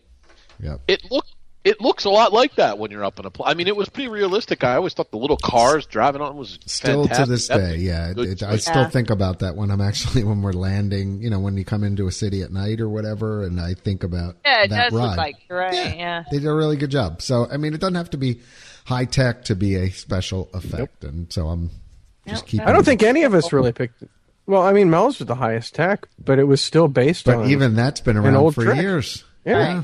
Yep.
it looked it looks a lot like that when you're up in a plane. I mean, it was pretty realistic. I always thought the little cars driving on was
Still
fantastic.
to this
That's
day,
a
yeah.
good
It, I
choice.
still
Yeah.
think about that when I'm actually *laughs* when we're landing. You know, when you come into a city at night or whatever, and I think about
Yeah, it
that
does
ride.
look like you're right. Yeah.
They did a really good job. So I mean, it doesn't have to be high tech to be a special effect, and so I'm just
Nope,
keeping.
I don't think any of us really picked. Well, I mean, Mel's was the highest tech, but it was still based
but
on
even that's been around
old
for
trick.
years.
Yeah.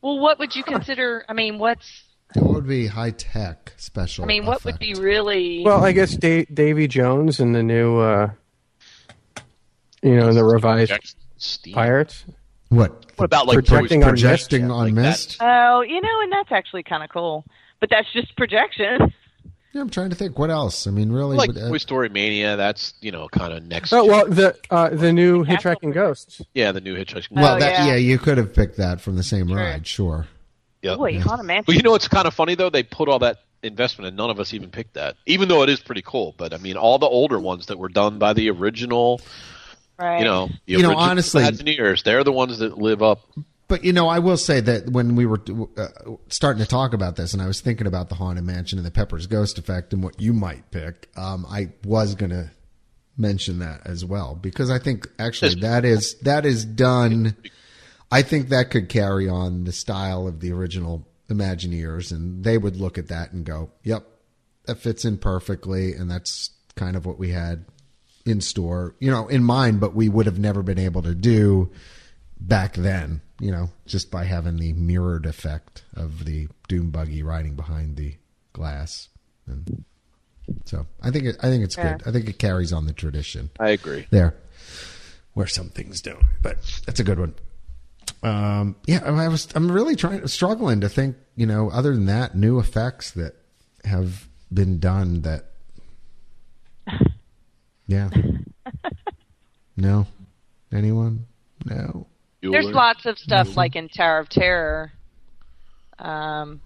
Well, what would you consider? I mean, what's?
Yeah. What would be high tech special?
I mean, what would
effect?
be really?
Well, I guess da- Davy Jones and the new, uh, you know, the revised
Jackson Steve.
pirates.
what
What about like
Projecting
Bruce
on mist?
projecting
Yeah,
on
like that.
mist?
oh, you know, and that's actually kind of cool. But that's just projection.
Yeah, I'm trying to think. What else? I mean, really,
like
but, uh,
Toy Story Mania? That's you know kind of next.
Oh well, the uh, the new
Castle
Hitchhiking Ghosts.
yeah, the new Hitchhiker.
well,
Oh,
that, yeah.
yeah.
you could have picked that from the same ride, sure.
yeah.
Boy, Haunted Mansion.
Well, you know what's kind of funny though? They put all that investment and none of us even picked that. Even though it is pretty cool, but I mean, all the older ones that were done by the original,
right.
you know, the
You know,
original
honestly-
Imagineers, they're the ones that live up.
But you know, I will say that when we were uh, starting to talk about this, and I was thinking about the haunted mansion and the Pepper's ghost effect and what you might pick, um, I was going to mention that as well because I think actually that is that is done. I think that could carry on the style of the original Imagineers, and they would look at that and go, "Yep, that fits in perfectly," and that's kind of what we had in store, you know, in mind, but we would have never been able to do back then, you know, just by having the mirrored effect of the doom buggy riding behind the glass. And so I think it, I think it's good. I think it carries on the tradition
I agree.
there where some things don't, but that's a good one. Um, yeah, I was, I'm really trying, struggling to think, you know, other than that, new effects that have been done that, yeah. No. Anyone? No.
There's
Bueller.
lots of
Mm-hmm.
stuff like in Tower of Terror. Um,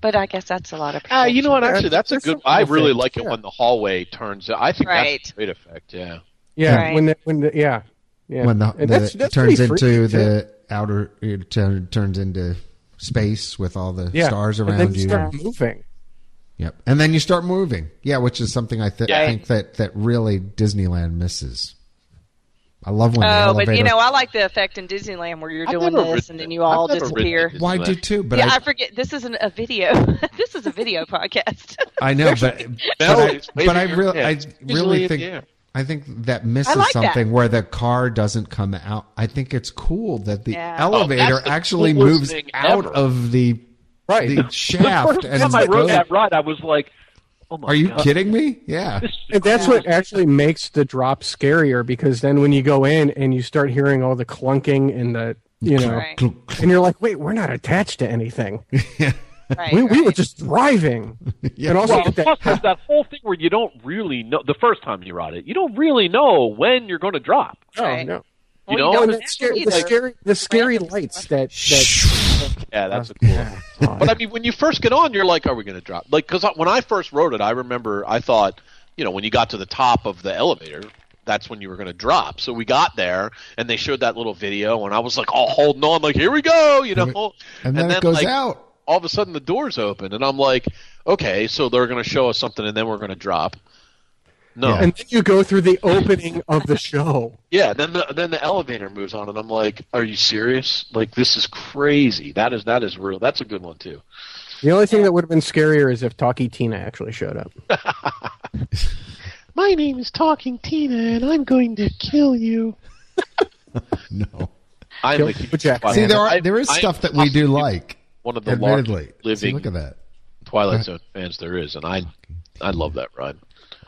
but I guess that's a lot of.
Ah, you know what? Actually, that's a
There's
good.
some
I
cool
really
things,
like it
yeah.
when the hallway turns. I think that's
Right.
a great effect. Yeah.
Yeah,
Right.
when the, when the, yeah, yeah.
When the,
And
the turns
pretty freaky,
into
too.
the outer, it turn, turns into space with all the
yeah.
stars
And
around
then you
you.
start moving.
Yep. And then you start moving. Yeah, which is something I th-
Yeah.
think that, that really Disneyland misses. I love when the
Oh,
elevator.
but you know, I like the effect in Disneyland where you're
I've
doing
never
this
ridden
and then
it.
you all
I've never ridden
disappear.
it.
why do too? But
yeah, I,
I,
forget. This isn't a video. *laughs* this is a video *laughs* podcast.
I,
*laughs*
know, but
Mel
but
is
I,
waving
but I
her
really, I
hand. Usually
really
in the
think
air.
I think that misses
like that.
something where the car doesn't come out. I think it's cool that the
Yeah.
elevator
Oh, that's the
actually
coolest
moves
thing
out
ever.
of the
Right. *laughs*
the shaft.
First
and
time I
goes-
rode that ride, I was like, "Oh my
Are you
god!"
kidding me? Yeah.
And that's what actually makes the drop scarier because then when you go in and you start hearing all the clunking and the you know
Right.
and you're like, wait, we're not attached to anything.
right,
We, we were
right.
just
*laughs*
driving. And also
Well,
get that-
plus there's that whole thing where you don't really know the first time you ride it, you don't really know when you're going to drop.
Right.
oh, no.
You
Well,
know?
Oh,
you
and
don't
the, scary,
either.
the scary, the scary lights that that
Yeah, that's a
*laughs*
cool. one. But I mean, when you first get on, you're like, "Are we going to drop?" Like, because when I first rode it, I remember I thought, you know, when you got to the top of the elevator, that's when you were going to drop. So we got there, and they showed that little video, and I was like, all holding on, like, "Here we go," you know.
And then, it goes
like,
out.
All of a sudden, the doors open, and I'm like, "Okay, so they're going to show us something, and then we're going to drop." No, yeah.
and then you go through the opening of the show.
then the then the elevator moves on, and I'm like, "Are you serious? Like, this is crazy. That is that is real. That's a good one too."
The only thing that would have been scarier is if Talkie Tina actually showed up.
My name is Talking Tina, and I'm going to kill you.
No.
I'm
Kill
a huge
Michael Jackson.
Twilight
See, there
fan.
are there is
I-
stuff
I'm
that we do
possibly
like.
One of the
Admittedly,
largest
See,
living
look at that.
Twilight Zone fans there is, and I, I love that ride.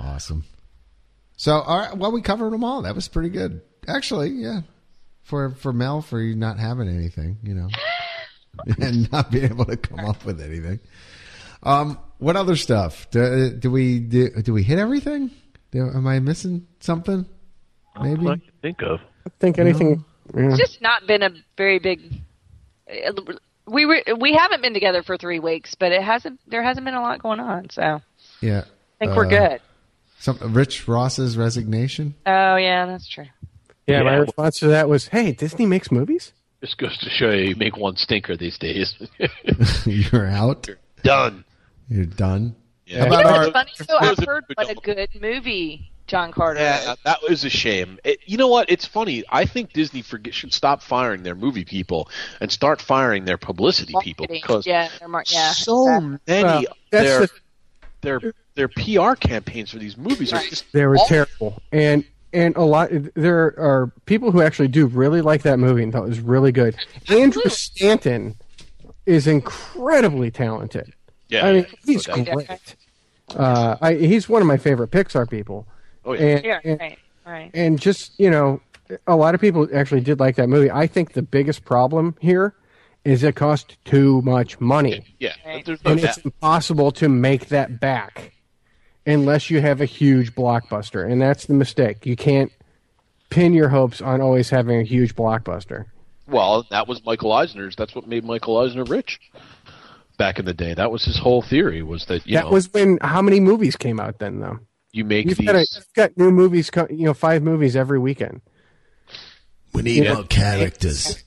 Awesome. So, all right, well, we covered them all. That was pretty good, actually. Yeah, for for Mel for you not having anything, you know, *laughs* and not being able to come up with anything. Um, what other stuff do, do we do? Do we hit everything? Do, am I missing something? Maybe.
What I can think of.
I think anything. yeah.
It's just not been a very big. We were we haven't been together for three weeks, but it hasn't. There hasn't been a lot going on, so I
Yeah.
think we're
Uh,
good.
Some Rich Ross's resignation. *laughs*
Oh yeah, that's true.
yeah, my
Yeah.
response to that was, "Hey, Disney makes movies."
Just goes to show you, you make one stinker these days.
You're out.
Done.
You're done.
Yeah.
How
You know
about
what's
our-
funny though?
It was
I've
a
heard
good
what a
double.
good movie John
*laughs*
Carter
Yeah,
is.
that was a shame. It, you know what? It's funny. I think Disney forget, should stop firing their movie people and start firing their publicity people
Marketing.
because
yeah, they're mar- yeah,
so
exactly.
many
Well,
of
Uh, that's
their,
the-
their their PR campaigns for these movies are just
They were
Oh.
awful.
terrible, and and a lot there are people who actually do really like that movie and thought it was really good. Andrew Stanton is incredibly talented.
Yeah,
I mean,
yeah.
he's
No doubt.
great. Uh, I, he's one of my favorite Pixar people.
Oh, yeah.
and,
yeah,
and,
right, right.
and just you know, a lot of people actually did like that movie. I think the biggest problem here is it cost too much money
Yeah,
Right.
there's no
and it's
doubt.
impossible to make that back unless you have a huge blockbuster and that's the mistake you can't pin your hopes on always having a huge blockbuster
Well, that was Michael Eisner's. That's what made Michael Eisner rich back in the day. That was his whole theory was that you
that
know
was when how many movies came out then though
you make
you've
these.
got, a, you've got new movies co- you know five movies every weekend
We need more characters.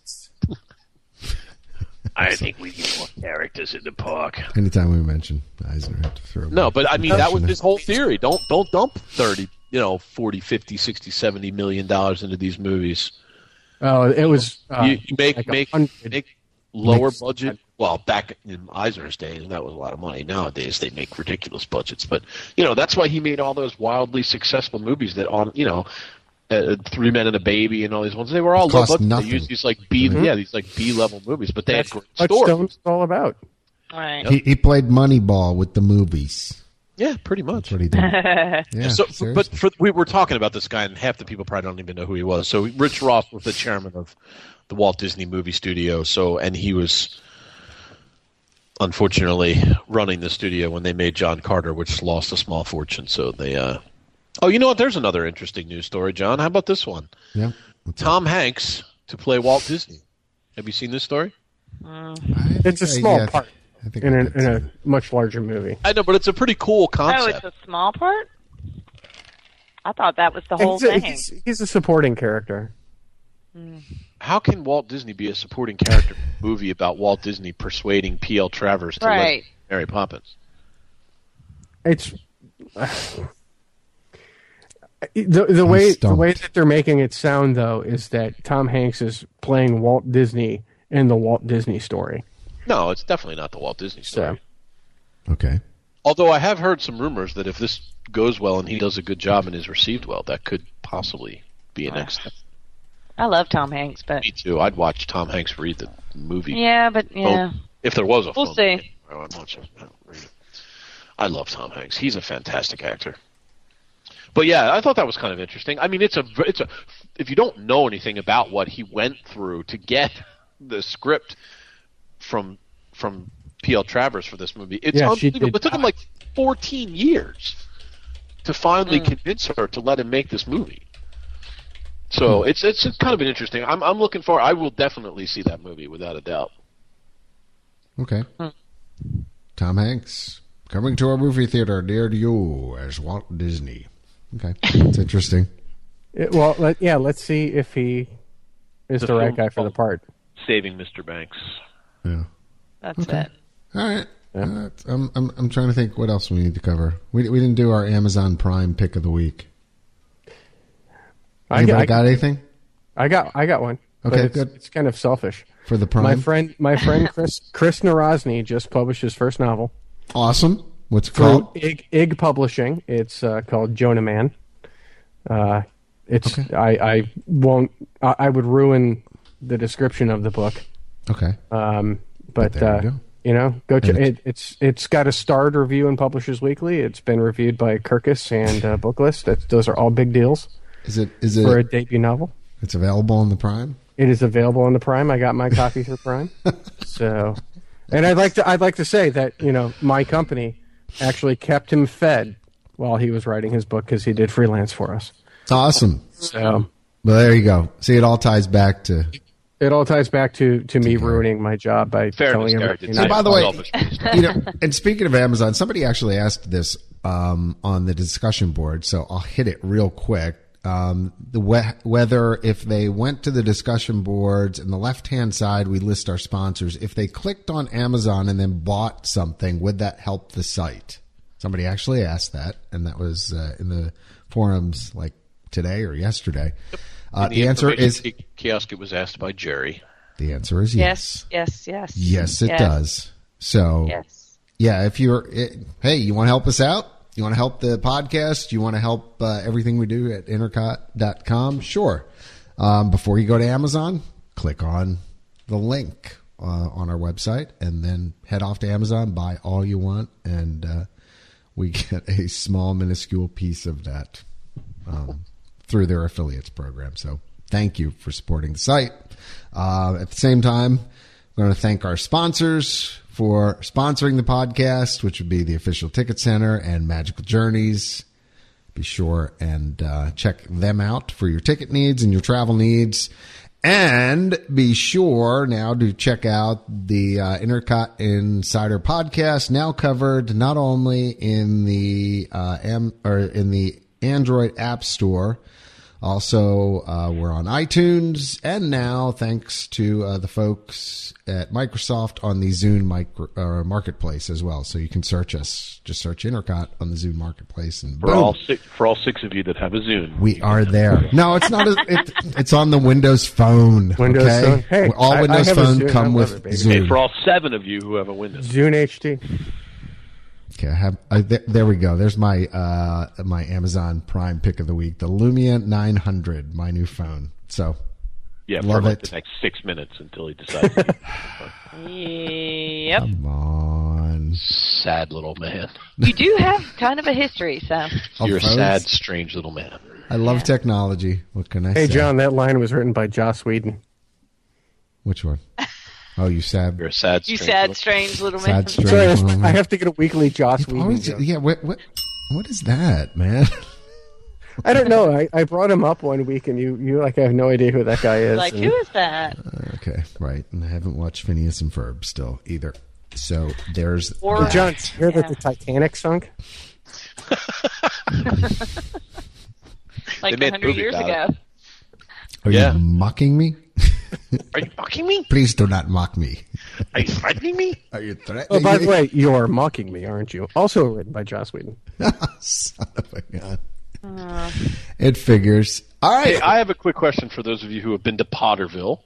I think we need more characters in the park.
Anytime we mention Eisner, I have to throw
No, but I mean that was
Sure.
his whole theory. Don't don't dump 30, you know, 40, 50, 60, 70 million dollars into these movies.
oh it was uh,
you, you make
like a
make
hundred.
make lower
Makes-
budget. Well, back in Eisner's day, that was a lot of money. Nowadays, they make ridiculous budgets. But you know, that's why he made all those wildly successful movies that on you know. Uh, Three Men and a Baby and all these ones—they were all
It
low
cost
budget.
nothing.
They used these like B,
Mm-hmm.
yeah, these like B-level movies, but they had great
touchstone
stories.
is all about
right.
He, he played Moneyball with the movies.
Yeah, pretty much.
That's what he did. Yeah,
so, but
seriously.
for, we were talking about this guy, and half the people probably don't even know who he was. So, Rich Ross was the chairman of the Walt Disney Movie Studio. So, and he was unfortunately running the studio when they made John Carter, which lost a small fortune. So they, uh, oh, you know what? There's another interesting news story, John. How about this one?
yeah.
Tom Hanks to play Walt Disney. Have you seen this story?
I think
it's a
I-
small
yeah, I
part
think- I think
in
I
a,
did
in
see
a much larger movie
I know, but it's a pretty cool
Oh,
concept.
it's a small part. I thought that was the whole
he's, a,
thing.
he's, he's a supporting character
How can Walt Disney be a supporting character in a movie about Walt Disney persuading P.L. Travers to let
Right.
Mary Poppins?
it's *sighs* the the way the
stumped.
way that they're making it sound though is that Tom Hanks is playing Walt Disney in the Walt Disney story.
No, it's definitely not the Walt Disney story.
So
it. Okay.
Although I have heard some rumors that if this goes well and he does a good job and is received well, that could possibly be an next step.
I love Tom Hanks, but
Me too. I'd watch Tom Hanks read the movie.
yeah, but yeah,
Phone- If there was a
We'll
phone
see.
book, I would watch it. I don't read it. I love Tom Hanks. He's a fantastic actor. But yeah, I thought that was kind of interesting. I mean, it's a it's a if you don't know anything about what he went through to get *laughs* the script from from P.L. Travers for this movie, it's
Yeah, she
unbelievable.
did
It took him like 14 years to
Hmm.
finally convince her to let him make this movie. So it's it's kind of an interesting. I'm I'm looking for. I will definitely see that movie without a doubt.
Okay. Tom Hanks coming to a movie theater near you as Walt Disney. Okay, that's interesting.
it- well, let, yeah, let's see if he is the,
The
right
film
guy for the
called-
part.
Saving Mr. Banks.
Yeah.
that's it.
All right. Uh, I'm, I'm I'm trying to think what else we need to cover. We we didn't do our Amazon Prime pick of the week.
I,
Anybody
I,
got anything
I got I got one. but
Okay,
it's,
good.
it's kind of selfish.
for the Prime?
My friend, my friend Chris Chris Narosny just published his first novel
Awesome. What's it
through
called?
Ig, Ig Publishing. It's uh, called Jonah Man. Uh, it's I, I won't I, I would ruin the description of the book,
Okay.
um, but
there
uh,
you
you,
go.
know, go to
And
it, it's it's got a starred review in Publishers Weekly. It's been reviewed by Kirkus and uh, Booklist. That's, those are all big deals
Is it is
for a
it
debut novel.
it's available on the Prime?
It is available on the Prime. I got my copy through Prime. So, and I'd like to I'd like to say that you know my company actually kept him fed while he was writing his book because he did freelance for us.
Awesome.
So
Well, there you go. See, it all ties back to.
it all ties back to to me ruining my job by
Fairness,
telling him.
Gary did
you
say
know,
And by the way-
selfish.
you know, and speaking of Amazon, somebody actually asked this um, on the discussion board, so I'll hit it real quick. Um, the we- whether if they went to the discussion boards in the left hand side, we list our sponsors. If they clicked on Amazon and then bought something, would that help the site? Somebody actually asked that, and that was uh, in the forums like today or yesterday. Uh,
In
the answer is
information kiosk. It was asked by Jerry.
the answer is yes.
Yes, yes,
Yes,
yes.
it does. So
Yes.
yeah, if you're, it, hey, you want to help us out? You want to help the podcast? You want to help uh, everything we do at intercot.com? Sure. Um, before you go to Amazon, click on the link uh, on our website and then head off to Amazon, buy all you want, and uh, we get a small, minuscule piece of that um, through their affiliates program. So thank you for supporting the site. Uh, at the same time, I'm going to thank our sponsors for sponsoring the podcast, which would be the Official Ticket Center and Magical Journeys. Be sure and uh, check them out for your ticket needs and your travel needs. And be sure now to check out the uh, Intercot Insider podcast, now covered not only in the uh, M or in the Android App Store, also uh, we're on iTunes, and now thanks to uh, the folks at Microsoft on the Zune micro, uh, Marketplace as well. So you can search us, just search Intercot on the Zune Marketplace, and
For
boom.
all six, for all six of you that have a Zoom,
We are there. No, it's not. A, it, it's on the Windows Phone.
Windows
okay?
phone. Hey,
all
I- I
Windows
have a
Phone
Zoom. I
come
love
with
it, baby.
Zoom.
for all seven of you who have a Windows.
Zune HD.
okay, I have. I, th- there we go. There's my uh, my Amazon Prime pick of the week: the Lumia 900, my new phone. So
Yeah,
Love
for like
it.
the next six minutes until he decides. to
Yep.
come on,
*laughs* Sad little man.
You do have kind of a history, so
Of
You're a
Oh, phones?
sad, strange little man.
I love technology. What can I
Hey,
say?
John, that line was written by Joss Whedon.
Which one? Oh, you sad.
You're a sad,
you
strange
sad,
little
strange little man.
Sad
Sorry,
strange. woman.
I have to get a weekly Joss Whedon.
Always,
joke.
yeah. What, what? What is that, man? *laughs*
I don't know. I, I brought him up one week, and you you like I have no idea who that guy is.
Like
And
who is that?
okay, right. And I haven't watched Phineas and Ferb still either. So there's
Or-
that.
John, did you hear that the Titanic sunk?
Like
made a
hundred
movie
years
about
ago.
it.
Are
Yeah.
you mocking me?
Are you mocking me?
Please do not mock me.
Are you threatening me?
Are you threatening
Oh, *laughs* by the
me?
way, you're mocking me, aren't you? Also written by Joss Whedon.
*laughs* Son of a gun. It figures. All right.
Hey, I have a quick question for those of you who have been to Potterville.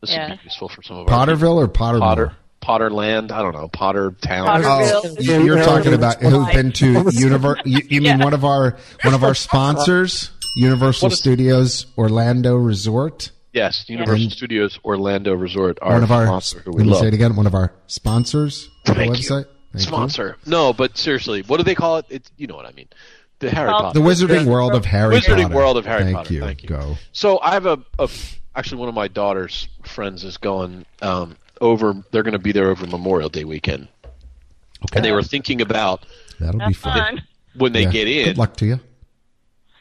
This
Yeah.
would be useful for some of our
Potterville or Pottermore?
Potter Potterland. I don't know Potter Town.
Potter-
Oh,
Potterville.
you- you're talking about who've been
*laughs*
to Univer- you, you mean
Yeah.
one of our one of our sponsors, Universal
What is-
Studios Orlando Resort.
Yes, Universal
And-
Studios Orlando Resort. Our
One of our
sponsor, who we
let me
love.
say it again. One of our sponsors. on
Thank
the
you.
website. Thank you.
sponsor. No, but seriously, what do they call it? It's you know what I mean. The Harry
Well,
Potter.
The Wizarding World of Harry
Wizarding
Potter.
World of Harry
Thank
Potter.
You.
Thank you.
Go.
So I have a, a actually one of my daughter's friends is going um, over. They're going to be there over Memorial Day weekend, and they were thinking about
That'll be
Have
fun.
fun.
when they
Yeah.
get in
Good luck to you.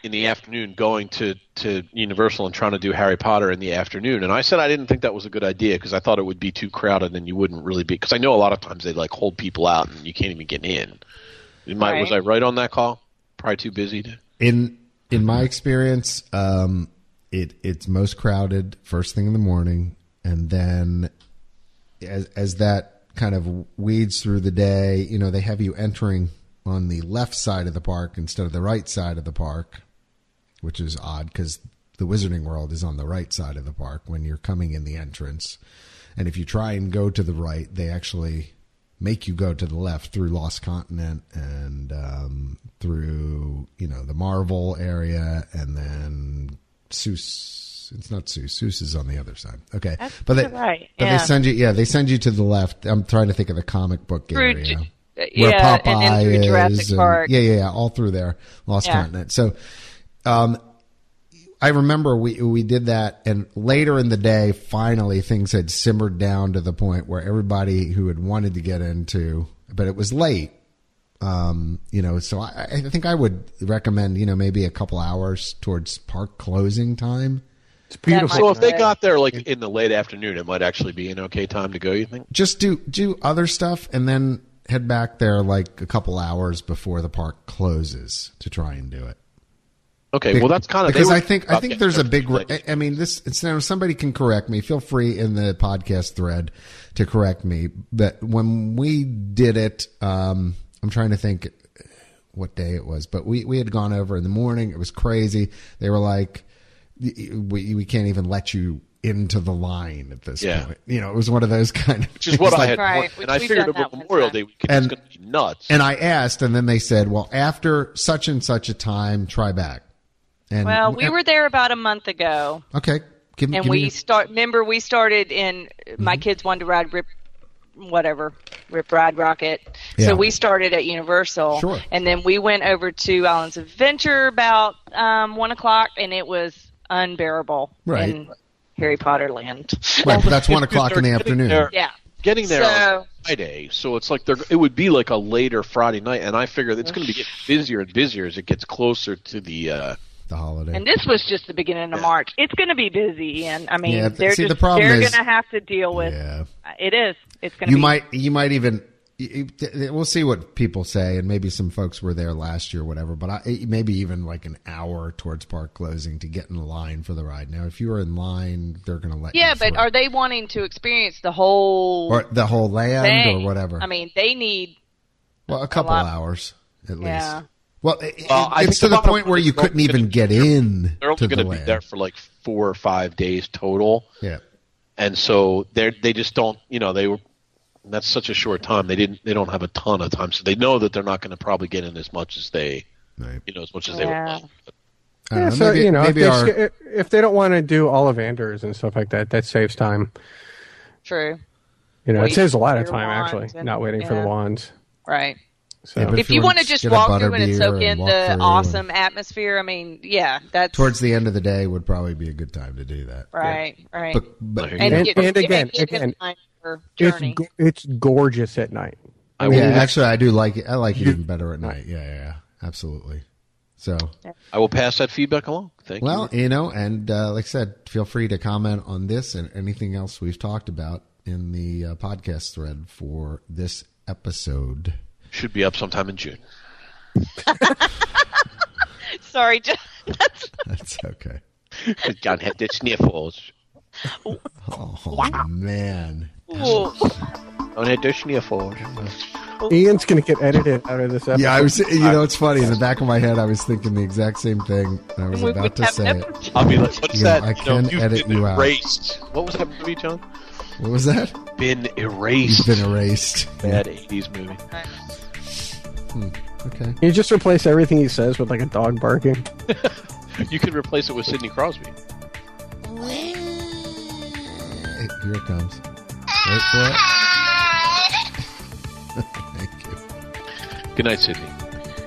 in the afternoon, going to to Universal and trying to do Harry Potter in the afternoon. And I said I didn't think that was a good idea because I thought it would be too crowded and you wouldn't really be. Because I know a lot of times they like hold people out and you can't even get in. Am I- Was I
Right.
right on that call? Probably too busy. To,
in in my experience, um, it it's most crowded first thing in the morning, and then as as that kind of weeds through the day, you know, they have you entering on the left side of the park instead of the right side of the park, which is odd because the Wizarding World is on the right side of the park when you're coming in the entrance, and if you try and go to the right, they actually make you go to the left through Lost Continent and um, through you know the Marvel area, and then Seuss. It's not Seuss. Seuss is on the other side. Okay, but they,
right,
but
yeah.
they send you. Yeah, they send you to the left. I'm trying to think of the comic book
Through
area.
Ju-
where
yeah,
Popeye
and then through Jurassic
is, and-
Park.
yeah, yeah, yeah, all through there, Lost
Yeah.
Continent. So, um, I remember we we did that, and later in the day, finally things had simmered down to the point where everybody who had wanted to get into, but it was late. Um, you know, so I, I think I would recommend, you know, maybe a couple hours towards park closing time.
It's beautiful.
so if they
Right.
got there like in the late afternoon, it might actually be an okay time to go. You think?
Just do do other stuff, and then head back there like a couple hours before the park closes to try and do it.
Okay, well that's kind of
because I think I think there's a big. I- I mean, this. It's now somebody can correct me. Feel free in the podcast thread to correct me. But when we did it, um, I'm trying to think what day it was. But we we had gone over in the morning. It was crazy. They were like, we we can't even let you into the line at this
Yeah.
point. You know, it was one of those *laughs* kind of.
which is what I
like,
had,
Right,
warned,
which
and I
we've
figured
done
over
that one
Memorial
time.
Day weekend
And-
it's going to be nuts.
And I asked, and then they said, "Well, after such and such a time, try back." And
Well, we were there about a month ago,
okay. Give, me- give me
and
Mm-hmm.
we
your-
start. Remember, we started in. My kids wanted to ride Rip, whatever, Rip Ride Rocket.
Yeah.
So we started at Universal,
Sure.
and then we went over to Islands of Adventure about um, one o'clock, and it was unbearable
Right.
in Harry Potter Land. *laughs*
Right, but that's one
If
o'clock in the
they're getting
afternoon.
there-
yeah.
Getting there on
So-
Friday, so it's like they're it would be like a later Friday night, and I figure it's going to be getting busier and busier as it gets closer to the. Uh,
The holiday.
And this was just the beginning of March. It's going to be busy, and I mean,
Yeah, th-
they're
see,
just,
the problem
they're
is-
going to have to deal with.
yeah.
It is. It's going to
You
be.
might you might even you- you- we'll see what people say and maybe some folks were there last year whatever but I, maybe even like an hour towards park closing to get in line for the ride now if you were in line they're going to let
Yeah,
you
but
through.
are they wanting to experience the whole
or the whole land
thing?
or whatever
I mean, they need.
well a couple
lot.
hours at
Yeah.
least well, it,
Well, I
it, it's to the
think the bottom
point where
line is
you
they're
couldn't
only
even
gonna-
get in
they're only
to the
going to be
land.
there for like four or five days total,
yeah
and so they they just don't you know they were that's such a short time they didn't they don't have a ton of time so they know that they're not going to probably get in as much as they
right
you know as much as they
Yeah.
would like.
I don't
Yeah,
know,
so
maybe,
you know, if
maybe
they,
our-
sk- if they don't want to do Ollivanders and stuff like that, that saves time.
True.
You know,
Well,
it
you
saves a lot
can
of
do
time
wands
actually,
and-
not waiting for the
yeah.
wands.
Right.
So
Yeah, but
If, you
wanna
want to just
get a
walk through and
butterbeer
soak in
walk through
the
and-
awesome atmosphere, I mean, yeah, that's
towards the end of the day would probably be a good time to do that
right, right.
but, but
And- and again,
get in
again,
line for
it's
journey.
go- it's gorgeous at night. I
yeah,
mean,
actually, I do like it. I like it even better at night. Yeah, yeah, yeah. absolutely. So,
I will pass that feedback along. Thank
well,
you.
you know, and uh, like I said, feel free to comment on this and anything else we've talked about in the uh, podcast thread for this episode. *laughs*
Should be up sometime in *laughs* June.
Sorry, *laughs* just,
That's okay.
John had the sniffles.
Oh man,
John had the sniffles.
Oh.
Ian's gonna get edited out of this episode.
yeah, I was. You know, it's funny. In the back of my head, I was thinking the exact same thing, and I was
*laughs* we
about
would
to
have
say
never-
it.
I'll be like, what's
You know,
that?
I
You know,
can
you've
edit
been
you out.
erased. What was that movie, John?
What was that?
Been
He's
erased.
been erased.
Bad 80s movie.
Okay.
You just replace everything he says with like a dog barking.
You can replace it with Sidney Crosby.
Hey, Here it comes. Wait for it. *laughs* Thank you.
Good night, Sidney.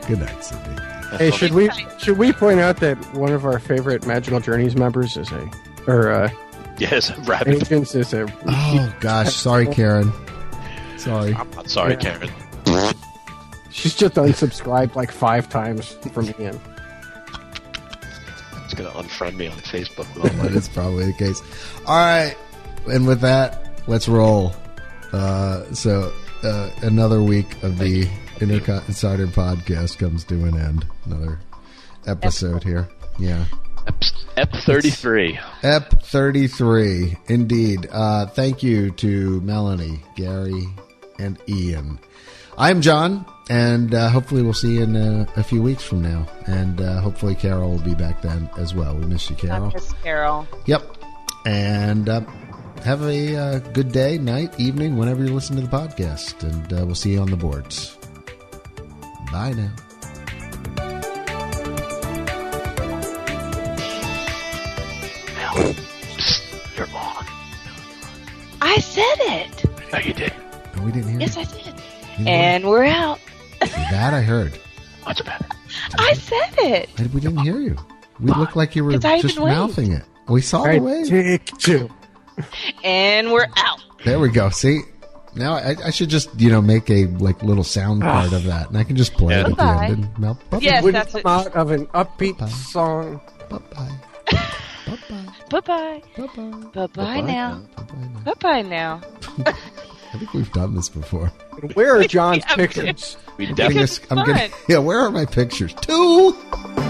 Good night, Cindy.
Hey, should we should we point out that one of our favorite Magical Journeys members is a or uh,
Yes, I'm rabid.
agents is a
Oh gosh, sorry, Karen. Sorry.
I'm not sorry,
Yeah.
Karen.
she's just unsubscribed like five times from Ian.
It's going to unfriend me
*laughs*
on Facebook.
That is probably the case. All right, and with that, let's roll. Uh, so uh, another week of the Intercon Insider Podcast comes to an end. Another episode here. Yeah.
Ep 33.
Ep 33, indeed. Uh, thank you to Melanie, Gary, and Ian. I'm John, and uh, hopefully we'll see you in uh, a few weeks from now. And uh, hopefully Carol will be back then as well. We miss you, Carol.
Miss Carol.
Yep. And uh, have a uh, good day, night, evening, whenever you listen to the podcast. And uh, we'll see you on the boards. Bye now.
You're on.
I said it.
No, you did.
No, we didn't hear
Yes, I did.
You
And we're out.
that. I heard.
That's bad.
I said it.
I- We didn't hear you. We looked like you were
Because I
just
even waved.
mouthing it. We saw the wave.
take two.
And we're out.
There we go. See, now I, I should just you know make a like little sound part of that, and I can just play it at the
Bye-bye.
end. And mouth, bye-bye,
Yes,
Wouldn't
that's
come
it.
out of an upbeat
Bye.
song.
bye-bye, bye-bye,
Bye bye.
bye-bye,
Bye bye now.
bye-bye now.
Bye bye now.
I think we've done this before.
*laughs*
Where are John's
Yeah, I'm
pictures?
We
Getting *laughs*
definitely.
this- I'm getting-
fun.
yeah, where are my pictures? Two.